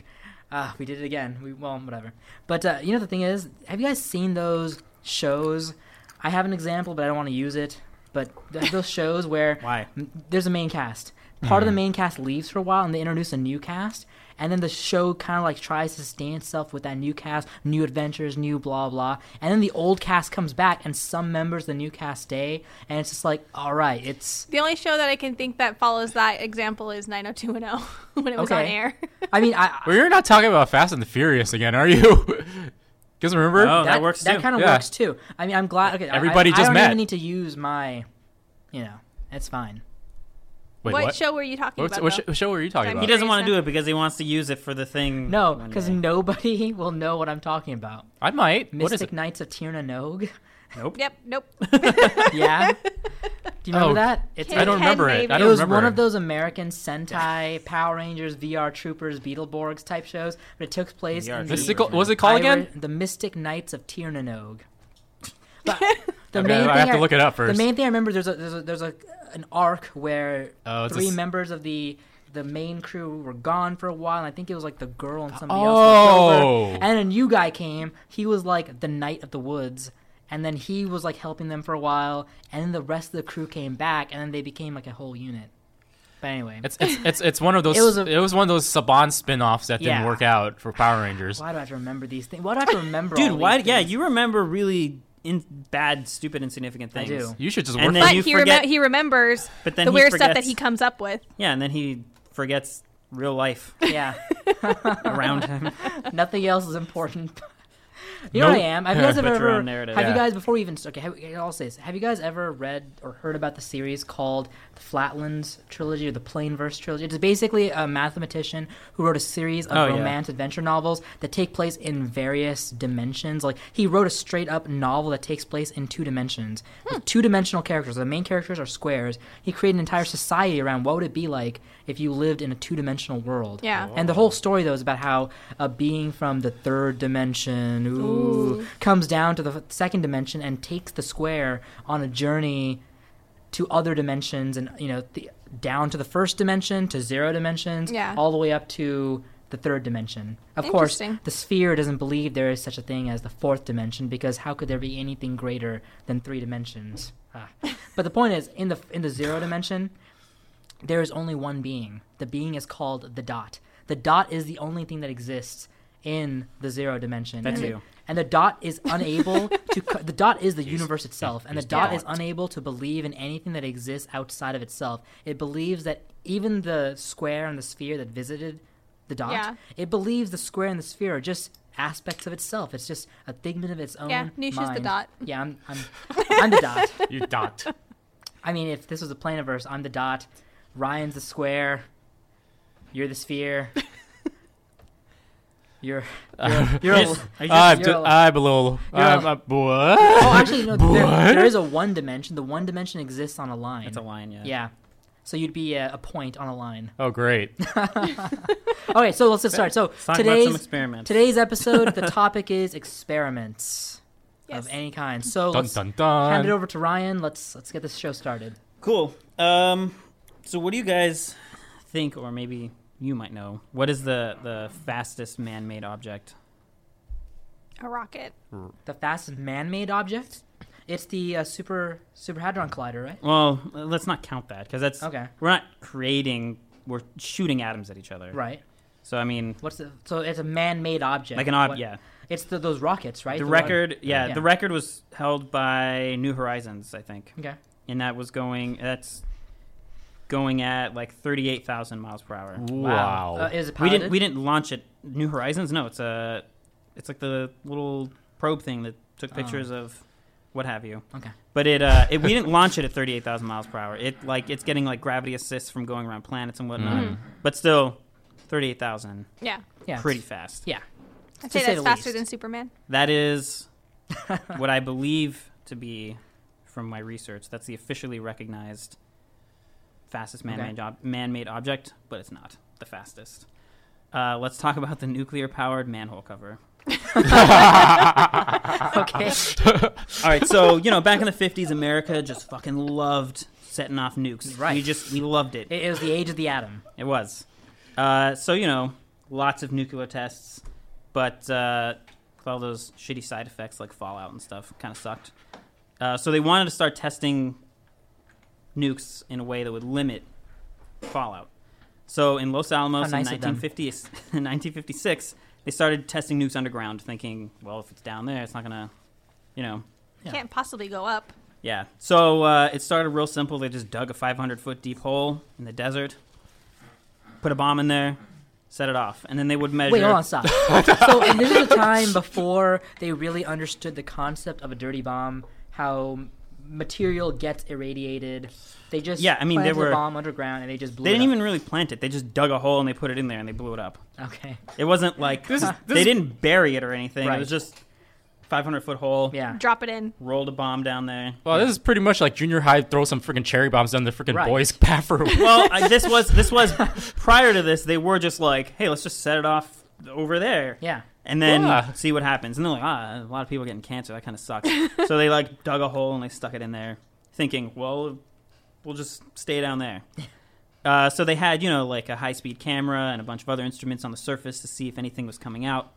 S1: uh, we did it again. We well, whatever. But uh, you know, the thing is, have you guys seen those shows? I have an example, but I don't want to use it. But th- those shows where
S2: Why?
S1: m- there's a main cast, part of the main cast leaves for a while, and they introduce a new cast, and then the show kind of like tries to sustain itself with that new cast, new adventures, new blah blah, and then the old cast comes back, and some members of the new cast stay, and it's just like, all right, it's
S3: The only show that I can think that follows that example is 90210 [laughs] when it was on
S1: Okay.
S3: air.
S1: I mean, I,
S4: Well, you're not talking about Fast and the Furious again, are you? [laughs] Because remember,
S2: Oh, that works
S1: That
S2: too.
S1: kind of
S4: Yeah.
S1: works too. I mean, I'm glad. Okay, I-
S4: Everybody
S1: I, I
S4: just
S1: don't
S4: met.
S1: even need to use my, you know, it's fine.
S3: [laughs]
S4: wait,
S3: what,
S4: what?
S3: show were you talking
S4: What's-
S3: about?
S4: what sh-
S3: though?
S4: show were you talking
S3: Time
S4: about?
S2: He doesn't want to do it because he wants to use it for the thing.
S1: No,
S2: one
S1: because
S2: day.
S1: nobody [laughs] will know what I'm talking about.
S4: I might. what is
S1: Mystic
S4: it?
S1: Knights of Tirna
S4: [laughs]
S1: Nog.
S2: nope.
S3: Yep, nope.
S1: [laughs] yeah. Do you remember
S4: Oh,
S1: that? It's
S4: I don't
S3: Ken,
S4: remember it.
S3: maybe.
S4: I
S1: it
S4: don't
S1: was
S4: remember.
S1: one of those American Sentai, Power Rangers, VR Troopers, Beetleborgs type shows, but it took place
S2: VR
S1: in the
S4: Mystical. What was it called again?
S1: Irish- The Mystic Knights of
S4: [laughs]
S1: Tiernanog. But the
S4: Okay,
S1: main
S4: I
S1: thing
S4: have to look it up first.
S1: The main thing I remember is there's a there's a, there's a an arc where
S4: Oh,
S1: three
S4: it's a s-
S1: members of the the main crew were gone for a while. And I think it was like the girl and somebody
S4: Oh.
S1: else. Left over. And a new guy came. He was like the knight of the woods. And then he was like helping them for a while, and then the rest of the crew came back, and then they became like a whole unit. But anyway,
S4: It's, it's it's it's one of
S1: [laughs]
S4: those.
S1: It
S4: It
S1: was
S4: was,
S1: a-
S4: one of those Saban spin-offs that
S1: Yeah.
S4: didn't work out for Power Rangers.
S1: why do I have to remember these things? Why do I have to remember?
S2: Dude,
S1: all
S2: why?
S1: these
S2: Yeah,
S1: things?
S2: you remember really in bad, stupid, insignificant
S1: I
S2: things.
S1: do.
S4: You should just
S2: And
S4: work.
S2: then
S4: for-
S3: But
S2: you
S3: he,
S2: forget-
S3: remem-
S1: [laughs]
S3: he remembers
S2: But then
S3: the
S2: he
S3: weird
S2: forgets,
S3: stuff that he comes up with.
S1: Oh,
S2: Yeah, and then he forgets real life
S1: [laughs] Yeah,
S2: around him.
S1: nothing else is important. [laughs] you know what I
S4: Nope.
S1: am. Have you guys
S4: Put
S1: ever?
S2: your own
S1: ever-
S2: narrative.
S1: Have you
S4: Yeah.
S1: guys before we even? Okay, have, I'll say this. Have you guys ever read or heard about the series called the Flatlands Trilogy or the Plainverse Trilogy? It's basically a mathematician who wrote a series of
S2: Oh, yeah.
S1: romance adventure novels that take place in various dimensions. Like he wrote a straight up novel that takes place in two dimensions, with two dimensional characters. The main characters are squares. He created an entire society around what would it be like if you lived in a two dimensional world.
S3: Yeah.
S1: And the whole story though is about how a being from the third dimension ooh, comes down to the f- second dimension and takes the square on a journey to other dimensions and you know the, down to the first dimension to zero dimensions
S3: Yeah.
S1: all the way up to the third dimension. Of course,
S3: Interesting.
S1: the sphere doesn't believe there is such a thing as the fourth dimension because how could there be anything greater than three dimensions?
S3: [laughs]
S1: Ah. but the point is, in the in the zero dimension, there is only one being. The being is called the dot. The dot is the only thing that exists in the zero dimension.
S2: That's
S1: and
S2: you.
S1: And the dot
S2: [laughs]
S1: is unable to. Co- the dot is the universe itself, and the
S4: he's
S1: dot
S4: dot.
S1: is unable to believe in anything that exists outside of itself. It believes that even the square and the sphere that visited the dot,
S3: Yeah.
S1: it believes the square and the sphere are just aspects of itself. It's just a figment of its own.
S3: Yeah, Nisha's the
S1: mind.
S3: dot.
S1: Yeah, I'm,
S3: [laughs]
S1: I'm, I'm the dot.
S4: You dot.
S1: [laughs]
S4: [laughs]
S1: I mean, if this was a planiverse, I'm the dot, Ryan's the square, you're the
S2: [laughs]
S1: sphere. You're, [laughs] you're, you're a,
S2: Yes. I just-
S4: I,
S1: you're
S4: d-
S1: a-
S4: I below.
S1: you're
S4: I'm
S1: a-
S4: a boy.
S1: oh, actually, no. There,
S4: What?
S1: there is a one dimension. The one dimension exists on a line.
S2: That's a line, yeah.
S1: Yeah, so you'd be a, a point on a line.
S4: Oh, great.
S1: Okay, so let's just start. So
S2: Let's talk about some
S1: today's
S2: experiments.
S1: today's episode,
S2: [laughs]
S1: the topic is experiments
S3: Yes.
S1: of any kind. So
S4: Dun
S1: let's
S4: dun
S1: hand it
S4: dun.
S1: over to Ryan. Let's let's get this show started.
S2: Cool. Um, so what do you guys think, or maybe you might know, what is the, the fastest man-made object?
S3: A rocket.
S1: The fastest man-made object. It's the uh, super super hadron collider, right?
S2: Well, let's not count that because that's
S1: Okay.
S2: We're not creating; we're shooting atoms at each other.
S1: Right.
S2: So I mean,
S1: What's the, so it's a man-made object.
S2: like an ob,
S1: What-
S2: yeah.
S1: It's the, those rockets, right?
S2: The
S1: rock-
S2: record, yeah,
S1: Yeah.
S2: the record was held by New Horizons, I think,
S1: Okay.
S2: and that was going. That's going at like thirty-eight thousand miles per hour.
S4: Wow.
S1: Uh, is it
S2: We
S1: piloted?
S2: didn't. We didn't launch it. New Horizons. No, it's a. It's like the little probe thing that took pictures of, what have you.
S1: Oh. Okay.
S2: But it. Uh, it we didn't launch it at thirty-eight thousand miles per hour. It like it's getting like gravity assists from going around planets and whatnot.
S1: Mm-hmm.
S4: Mm.
S2: But still, thirty-eight thousand.
S3: Yeah.
S1: Yeah.
S2: Pretty fast.
S1: [laughs] Yeah.
S3: I'd
S1: To
S3: say
S1: say
S3: that's
S1: the
S3: faster
S1: least.
S3: than Superman.
S1: [laughs]
S2: That is what I believe to be, from my research, that's the officially recognized fastest
S1: Okay.
S2: man-made, ob- man-made object, but it's not the fastest. Uh, let's talk about the nuclear-powered manhole cover. [laughs]
S1: okay.
S2: All right, so you know, back in the '50s, America just fucking loved setting off nukes.
S1: Right.
S2: we just we loved it.
S1: it, it was the age of the atom.
S2: It was. Uh, so you know, lots of nuclear tests, but uh, with all those shitty side effects like fallout and stuff kind of sucked. Uh, so they wanted to start testing nukes in a way that would limit fallout. So in Los Alamos
S1: How nice
S2: in,
S1: of them.
S2: 1950, [laughs] in 1956, they started testing nukes underground, thinking, well, if it's down there, it's not gonna, you know,
S1: Yeah.
S3: Can't possibly go up.
S2: yeah. So uh, it started real simple. They just dug a 500 foot deep hole in the desert, put a bomb in there, set it off, and then they would measure.
S1: Wait, hold on, stop.
S2: [laughs]
S1: so and this is a time before they really understood the concept of a dirty bomb, how material gets irradiated. They just
S2: Yeah, I mean, they
S1: planted
S2: were-
S1: the bomb underground and they just blew.
S2: They
S1: it
S2: didn't
S1: up.
S2: even really plant it. They just dug a hole and they put it in there and they blew it up.
S1: Okay.
S2: It wasn't like
S4: This is-
S2: they
S4: this-
S2: didn't bury it or anything.
S1: Right.
S2: It was just 500 foot hole.
S1: Yeah.
S3: Drop it in.
S2: Rolled a bomb down there.
S4: Well, this is pretty much like junior high. Throw some freaking cherry bombs down the freaking
S1: Right.
S4: boys' [laughs] bathroom.
S2: well, I, this was
S1: [laughs]
S2: this was prior to this. They were just like, hey, let's just set it off over there.
S1: Yeah.
S2: and then
S4: Yeah.
S2: see what happens. And they're like, ah, a lot of people getting cancer. That kind
S1: [laughs]
S2: of sucks. so they like dug a hole and they stuck it in there, thinking, well, we'll just stay
S1: [laughs]
S2: down there. Uh, so they had, you know, like a high speed camera and a bunch of other instruments on the surface to see if anything was coming out.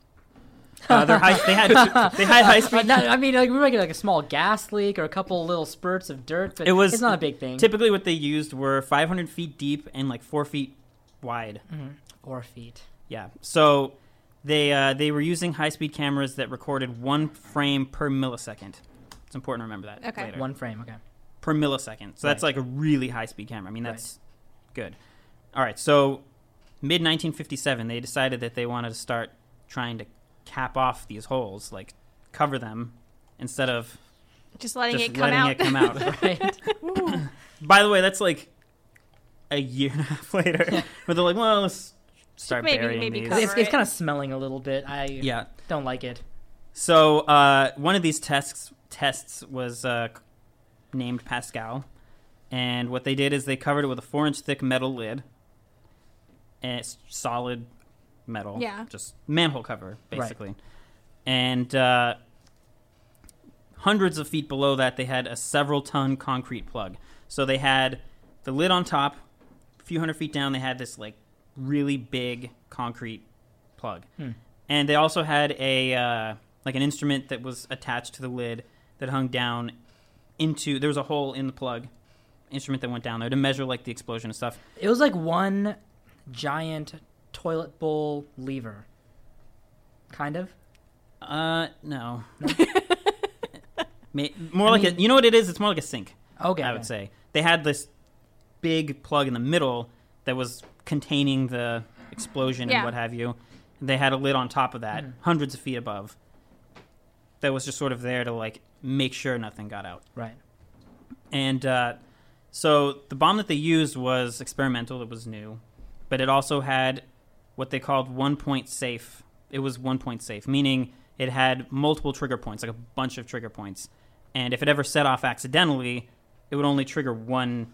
S2: Uh, their high,
S1: [laughs]
S2: they had they had high
S1: Uh,
S2: speed.
S1: no, I mean, like we were making like a small gas leak or a couple little spurts of dirt, but
S2: It was
S1: it's not a big thing.
S2: Typically, what they used were 500 feet deep and like four feet wide.
S1: Four feet.
S2: Yeah. So they uh, they were using high speed cameras that recorded one frame per millisecond. It's important to remember that.
S3: Okay.
S2: Later.
S1: One frame. Okay. [laughs]
S2: per millisecond. So that's like a really high speed camera. I mean,
S1: Right.
S2: that's good. All right. So mid 1957, they decided that they wanted to start trying to cap off these holes, like cover them instead of
S3: Just letting
S2: just
S3: it come
S2: letting
S3: out.
S2: it come out. [laughs]
S1: Right.
S2: By the way, that's like a year and a half [laughs] later. But they're like, well, let's start
S3: Maybe-
S2: burying
S3: maybe
S2: these.
S3: cover
S1: it's, it's
S3: it.
S1: kind of smelling a little bit. I
S2: Yeah.
S1: don't like it.
S2: So uh, one of these tests tests was uh, named Pascal, and what they did is they covered it with a four inch thick metal lid, and it's solid metal,
S3: Yeah.
S2: just manhole cover
S1: Right.
S2: basically, and uh, hundreds of feet below that they had a several ton concrete plug. So they had the lid on top, a few hundred feet down they had this like really big concrete plug. And they also had a uh, like an instrument that was attached to the lid that hung down into there was a hole in the plug instrument that went down there to measure like the explosion and stuff.
S1: It was like one giant toilet bowl lever. Kind of.
S2: Uh, no. Ma- more like a, you know what it is? It's more like a sink.
S1: Okay.
S2: I would say they had this big plug in the middle that was containing the explosion
S3: Yeah.
S2: and what have you. They had a lid on top of that, hundreds of feet above. That was just sort of there to like make sure nothing got out.
S1: Right.
S2: And uh, so the bomb that they used was experimental, it was new, but it also had what they called one point safe. It was one point safe, meaning it had multiple trigger points, like a bunch of trigger points. And if it ever set off accidentally, it would only trigger one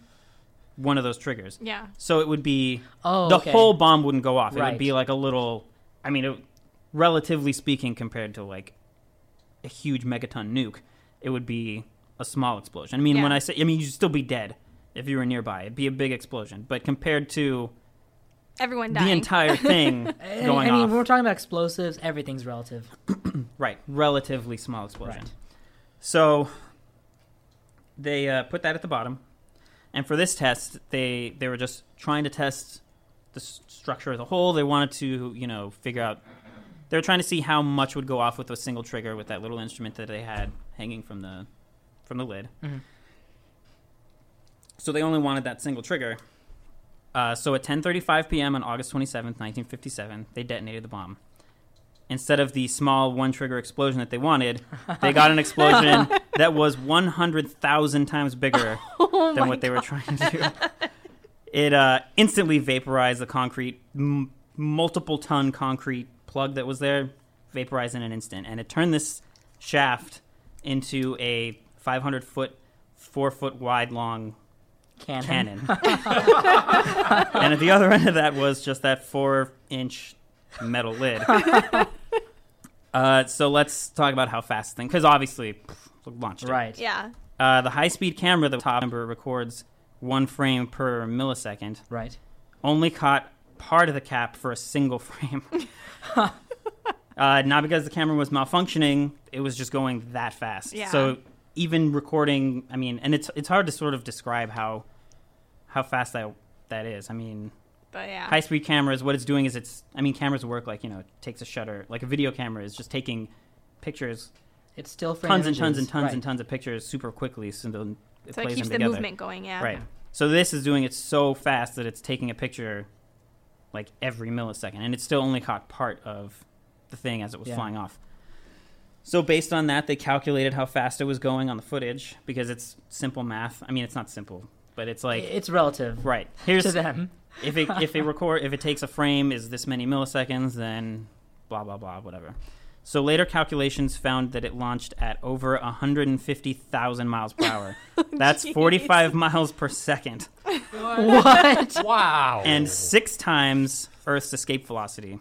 S2: one of those triggers.
S3: [laughs] Yeah.
S2: So it would be
S1: Oh,
S2: the
S1: okay.
S2: whole bomb wouldn't go off. It
S1: Right.
S2: would be like a little I mean, it, relatively speaking compared to like a huge megaton nuke, it would be a small explosion. I mean, when
S3: Yeah.
S2: I say I mean, you'd still be dead if you were nearby. It'd be a big explosion, but compared to
S3: Everyone dying.
S2: the
S1: [laughs]
S2: entire thing
S1: I-
S2: going
S1: I mean,
S2: off,
S1: when we're talking about explosives, everything's relative.
S2: right, relatively small explosion.
S1: Right.
S2: So they uh, put that at the bottom, and for this test, they they were just trying to test the s- structure as a whole. They wanted to, you know, figure out. They were trying to see how much would go off with a single trigger with that little instrument that they had hanging from the from the lid.
S1: Mhm.
S2: So they only wanted that single trigger. Uh, so at 10:35 p.m. on August 27th, 1957, they detonated the bomb. Instead of the small one-trigger explosion that they wanted, they got an
S3: [laughs]
S2: explosion that was 100,000 times bigger
S3: oh
S2: than
S3: my
S2: what they were trying to do. It uh, instantly vaporized the concrete, m- multiple ton concrete plug that was there, vaporized in an instant. And it turned this shaft into a 500 foot, four foot wide long
S1: Cannon.
S2: cannon. and at the other end of that was just that four inch metal lid. uh, so let's talk about how fast the thing, because obviously, pff, launched it.
S1: Right.
S3: Yeah.
S2: Uh, the high speed camera, the top number records one frame per millisecond,
S1: Right.
S2: only caught part of the cap for a single [laughs]
S3: [laughs]
S2: frame. uh, not because the camera was malfunctioning, it was just going that fast.
S3: Yeah.
S2: So even recording, I mean, and it's it's hard to sort of describe how how fast that that is. I mean,
S3: But yeah.
S2: high speed cameras, what it's doing is it's, I mean, cameras work like, you know, it takes a shutter, like a video camera is just taking pictures,
S1: It's still frame
S2: tons and tons and
S1: images.
S2: tons
S1: right.
S2: and tons of pictures super quickly. So then it
S3: so
S2: plays
S3: it keeps
S2: them
S3: the
S2: together.
S3: movement going. Yeah.
S2: Right. So this is doing it so fast that it's taking a picture like every millisecond, and it still only caught part of the thing as it was
S1: Yeah.
S2: flying off. So based on that, they calculated how fast it was going on the footage because it's simple math. I mean, it's not simple, but it's like
S1: It's relative
S2: right here's
S1: to them.
S2: [laughs]
S1: [laughs]
S2: if it if it record if it takes a frame is this many milliseconds, then blah blah blah whatever. So later calculations found that it launched at over 150,000 miles per hour. That's
S3: Jeez.
S2: 45 miles per second
S1: What?
S4: [laughs] Wow.
S1: [laughs]
S2: and six times Earth's escape velocity.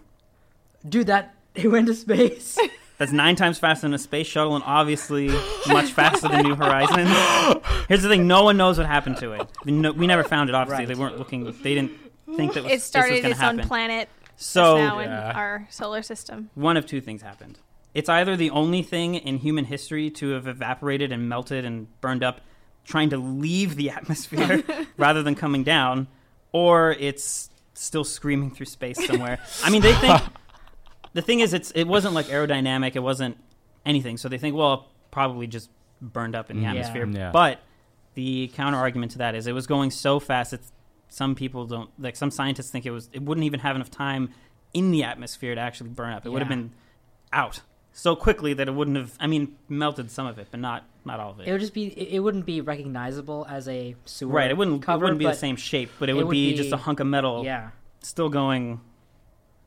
S1: Dude, that [laughs] it went to
S2: [laughs]
S1: space.
S2: That's nine times faster than a space shuttle, and obviously much faster than New Horizons. Here's the thing: no one knows what happened to it. We, no, we never found it. Obviously,
S1: Right.
S2: they weren't looking. They didn't think that was,
S3: It started
S2: this was going
S3: its
S2: to happen. Oh,
S3: own planet.
S2: so
S3: it's now
S4: Yeah.
S3: in our solar system.
S2: one of two things happened. It's either the only thing in human history to have evaporated and melted and burned up trying to leave the [laughs] atmosphere rather than coming down, or it's still screaming through space somewhere. I mean, they think the thing is it's it wasn't like aerodynamic, it wasn't anything. So they think, well, probably just burned up in the
S4: Mm.
S1: Yeah.
S2: atmosphere.
S4: Yeah.
S2: But the counter argument to that is it was going so fast that some people don't like some scientists think it was it wouldn't even have enough time in the atmosphere to actually burn up. It would have
S1: Yeah.
S2: been out so quickly that it wouldn't have I mean melted some of it, but not not all of it.
S1: It would just be. It, it wouldn't be recognizable as a sewer.
S2: right, it wouldn't
S1: Cover,
S2: it wouldn't be the
S1: but-
S2: same shape, but it,
S1: it
S2: would,
S1: would
S2: be,
S1: be-
S2: just a hunk of metal
S1: Yeah.
S2: still going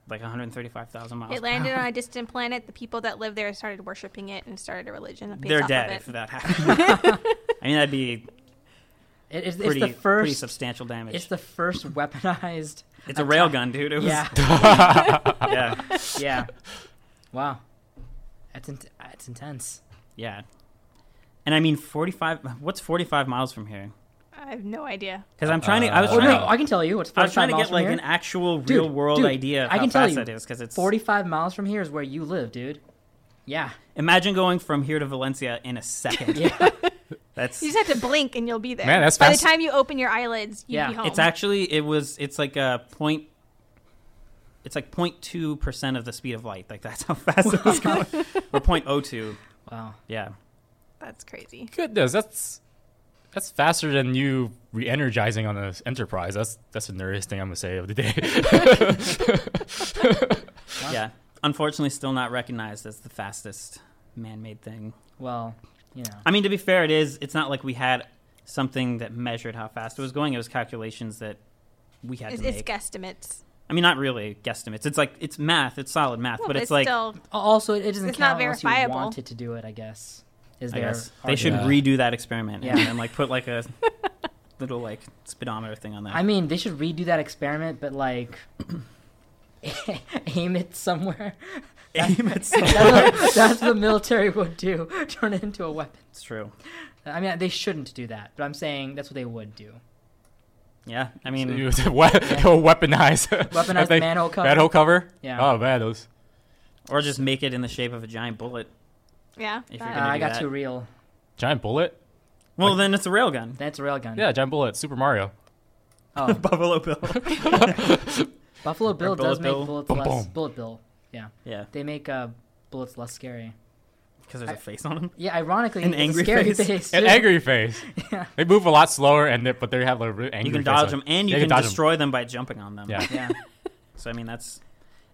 S2: like 135,000 miles.
S3: It landed on a distant planet. The people that lived there started worshiping it and started a religion. based
S2: They're
S3: off
S2: dead if
S3: Of it. [laughs]
S2: that happened. I mean that'd be
S1: It, it's,
S2: pretty
S1: it's the
S2: pretty
S1: first.
S2: substantial damage.
S1: It's the first [laughs] weaponized.
S2: It's a railgun, dude. It was,
S1: Yeah. [laughs]
S2: yeah. [laughs] yeah,
S1: yeah. Wow. That's in, that's intense.
S2: And I mean, forty-five. What's forty-five miles from here?
S3: I have no idea.
S2: Because I'm trying to. I was
S4: Uh,
S1: Oh
S2: trying
S1: no,
S2: to.
S1: I can tell you. It's
S2: I
S1: 45
S2: was trying to
S1: miles
S2: get
S1: from
S2: like
S1: here.
S2: an actual
S1: Dude,
S2: real world
S1: dude,
S2: idea of
S1: I
S2: how
S1: can tell
S2: fast
S1: you,
S2: that is. Because it's
S1: 45 miles from here is where you live, dude. Yeah.
S2: Imagine going from here to Valencia in a
S1: [laughs]
S2: second.
S1: Yeah.
S2: That's
S3: You just have to blink and you'll be there.
S4: Man, that's
S3: By
S4: fast.
S3: the time you open your eyelids, you'll
S1: Yeah,
S3: be home.
S2: it's actually it was it's like a point. It's like 02 percent of the speed of light. Like that's how [laughs] fast it
S1: [laughs]
S2: was going. or 0.02.
S1: wow.
S2: Yeah.
S3: That's crazy.
S4: Goodness, that's that's faster than you re-energizing on the Enterprise. That's that's the nerdiest thing I'm gonna say of the day.
S2: Yeah. Unfortunately, still not recognized as the fastest man-made thing.
S1: Well, you know.
S2: I mean, to be fair, it is. It's not like we had something that measured how fast it was going. It was calculations that we had
S3: It's,
S2: to
S3: it's
S2: make.
S3: guesstimates.
S2: I mean, not really guesstimates. It's like it's math. It's solid math,
S3: Well,
S2: but it's, like
S3: still,
S1: Also, it, it doesn't
S3: It's
S1: count
S3: not
S1: unless you
S3: verifiable.
S1: wanted to do it. I guess. Is
S2: I
S1: there?
S2: guess they should
S1: argument.
S2: redo that experiment
S1: Yeah.
S2: and, then, like put like a [laughs] little like speedometer thing on that.
S1: I mean, they should redo that experiment, but like, [laughs] aim it [laughs] somewhere.
S2: [laughs] Aim at some-
S1: That's what, that's what the military would do. [laughs] Turn it into a weapon.
S2: it's true.
S1: I mean, they shouldn't do that, but I'm saying that's what they would do.
S2: Yeah, I
S4: [laughs] You-
S2: mean,
S4: you
S1: Weaponize
S4: weaponize If they-
S1: the manhole cover.
S4: manhole cover.
S1: Yeah.
S4: Oh man, those.
S2: or just make it in the shape of a giant bullet.
S3: yeah.
S2: If you're
S1: Uh,
S3: that-
S2: gonna-
S1: I
S2: do
S1: got
S2: that.
S1: too real.
S4: Giant bullet?
S2: Well, then it's a railgun.
S1: That's a railgun.
S4: Yeah, giant bullet. Super Mario.
S2: [laughs]
S1: Oh, [laughs]
S2: Buffalo Bill.
S1: Buffalo Bill
S2: Bullet
S1: does make
S2: Bill.
S1: bullets
S4: Boom,
S1: less.
S4: boom.
S1: Bullet Bill. Yeah.
S2: yeah,
S1: They make uh, bullets less scary.
S2: because there's a
S1: I-
S2: face on him.
S1: Yeah, ironically,
S2: An
S1: it's a
S2: angry
S1: scary [laughs]
S2: face.
S1: face.
S4: An
S1: yeah.
S4: angry face.
S1: [laughs] Yeah.
S4: They move a lot slower, and they, but they have like really angry.
S2: You can
S4: face
S2: dodge
S4: on-
S2: them, and you
S4: Yeah,
S2: can,
S4: dodge 'em.
S2: destroy them by jumping on them.
S4: Yeah.
S1: Yeah.
S2: So I mean, that's.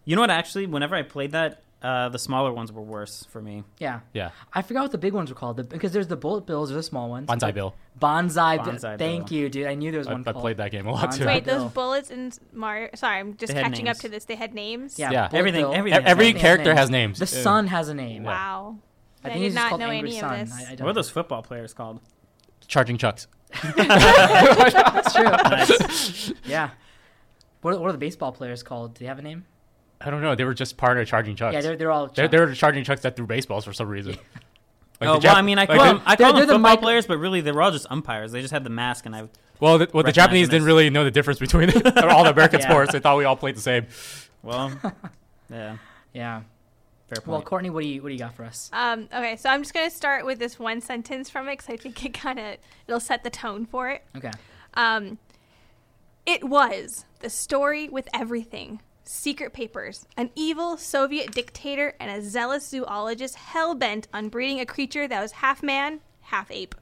S2: You know what? Actually, whenever I played that, uh, the smaller ones were worse for me.
S1: Yeah.
S4: Yeah.
S1: I forgot what the big ones were called the, because there's the bullet bills or the small ones.
S4: Bonsai Bill.
S1: Bonsai. Bi-
S2: Bonsai
S1: Thank
S2: Bill.
S1: you, dude. I knew there was
S4: I,
S1: one
S4: I
S1: called.
S4: played that game a lot
S1: Bonsai
S4: too.
S1: Bill.
S3: Wait,
S1: No.
S3: those bullets in Mario. Sorry, I'm just
S2: They had
S3: catching
S2: names.
S3: up to this. They had names.
S1: Yeah.
S4: Yeah.
S1: Bullet
S2: Everything-
S1: Bill.
S2: everything.
S4: E- Every
S1: Everything has
S4: character
S1: names.
S4: has names.
S1: The
S4: Yeah.
S1: sun has a name.
S3: Wow.
S1: I
S3: I,
S1: think
S3: did
S1: it's
S3: not
S1: called
S3: know
S1: Angry
S3: any
S1: Sun.
S3: of this.
S1: I, I don't
S2: What are those football players called?
S4: Charging Chucks.
S1: That's true.
S2: Nice.
S1: yeah. What are, what are the baseball players called? Do they have a name?
S4: I don't know. They were just part of Charging Chucks.
S1: Yeah, they're they're all.
S4: They're, they're the charging trucks that threw baseballs for some reason. [laughs] Like
S2: oh,
S4: the
S2: well,
S4: Jap-
S2: I mean, I
S4: like
S2: call
S4: the-
S2: them, I
S1: they're-
S2: call them
S1: they're the
S2: football
S1: Michael-
S2: players, but really they were all just umpires. They just had the mask, and I
S4: well, the, well, the
S2: Recognize
S4: Japanese
S2: them
S4: didn't
S2: as-
S4: really know the difference between [laughs] all the American
S1: Yeah.
S4: sports. They thought we all played the same.
S1: [laughs]
S2: well, yeah,
S1: yeah.
S2: fair point.
S1: Well, Courtney, what do you what do you got for us?
S3: Um, okay, so I'm just gonna start with this one sentence from it because I think it kind of it'll set the tone for it.
S1: Okay.
S3: Um, it was the story with everything. Secret papers. An evil Soviet dictator and a zealous zoologist hell bent on breeding a creature that was half man, half ape.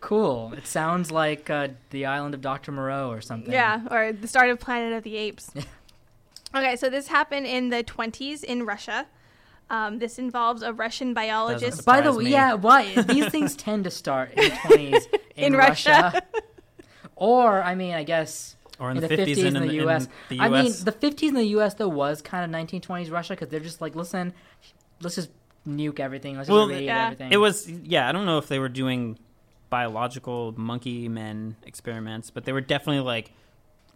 S1: Cool. It sounds like uh, the island of Doctor Moreau or something.
S3: Yeah, or the start of Planet of
S1: [laughs]
S3: the Apes. okay, so this happened in the 20s in Russia. Um, this involves a Russian biologist.
S2: surprise
S1: By the way,
S2: me.
S1: yeah, why [laughs] these things tend to start in the twenties in,
S3: [laughs] In
S1: Russia.
S3: Russia.
S1: or I mean, I guess
S2: or
S1: in, the fifties in, the US.
S2: the
S1: I mean,
S2: US.
S1: the fifties in the US though was kind of nineteen twenties Russia because they're just like, listen, let's just nuke everything, let's just
S2: Well,
S1: raid
S3: yeah.
S1: everything.
S2: It was yeah. I don't know if they were doing biological monkey men experiments, but they were definitely like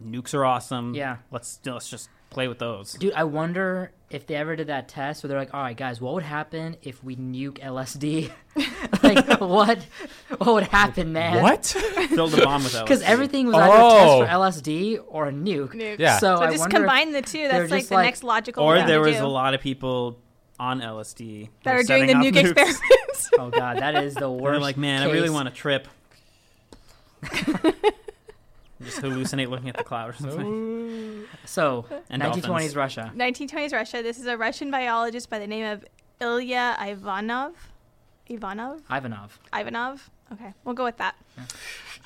S2: nukes are awesome.
S1: Yeah.
S2: let's let's just play with those.
S1: Dude, I wonder if they ever did that test where they're like, "All right, guys, what would happen if we nuke LSD? [laughs]
S3: [laughs]
S1: like, what, what would happen, man?
S4: What?
S2: Fill the bomb with those.
S1: Because everything was either a
S4: Oh.
S1: test for LSD or a nuke.
S3: Nuke.
S4: Yeah.
S1: So,
S3: So
S1: Oh, I
S3: just
S1: wonder. if-
S3: combine the two.
S1: they're
S3: That's like
S1: just
S3: the
S1: like-
S3: next logical.
S2: or
S3: thing
S2: there
S3: to
S2: was
S3: do.
S2: a lot of people on LSD
S3: that
S2: were
S3: are doing the
S2: setting [laughs]
S3: nuke
S2: off nukes.
S3: [laughs] experiments.
S1: oh god, that is the
S2: [laughs] They're
S1: worst.
S2: like, man, I really
S1: case.
S2: want a trip. just hallucinate looking at the cloud or
S4: [laughs]
S2: something.
S1: So,
S2: [laughs] And
S1: 1920s
S2: dolphins.
S1: Russia.
S3: 1920s Russia. This is a Russian biologist by the name of Ilya Ivanov. Ivanov.
S1: Ivanov.
S3: Ivanov. Okay, we'll go with that.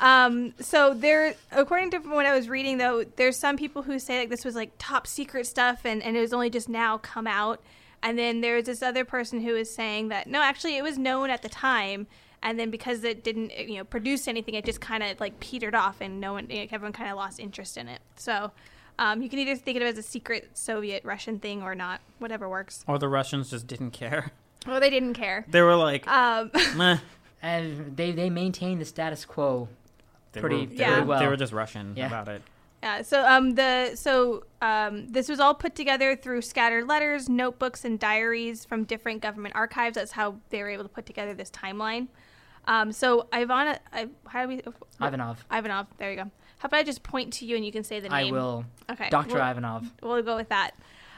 S3: Um, so there, according to what I was reading, though, there's some people who say like this was like top secret stuff, and and it was only just now come out. And then there's this other person who is saying that no, actually, it was known at the time, and then because it didn't, eh, you know, produce anything, it just kind of like petered off, and no one, like, everyone kind of lost interest in it. So. Um, you can either think of it as a secret Soviet Russian thing or not, whatever works.
S2: Or the Russians just didn't care.
S3: Well, they didn't care.
S2: They were like,
S3: Um,
S2: meh.
S1: And they they maintain the status quo.
S2: They
S1: Pretty-
S2: were, they
S3: Yeah.
S2: were,
S1: well.
S2: They were just Russian
S1: Yeah.
S2: about it.
S3: Yeah. So um the so um this was all put together through scattered letters, notebooks, and diaries from different government archives. That's how they were able to put together this timeline. Um, so Ivana, I, how do we? oh,
S1: Ivanov.
S3: Ivanov. There you go. How about I just point to you and you can say the
S1: I
S3: name?
S1: will.
S3: Okay.
S1: Doctor
S3: we'll,
S1: Ivanov,
S3: We'll go with that.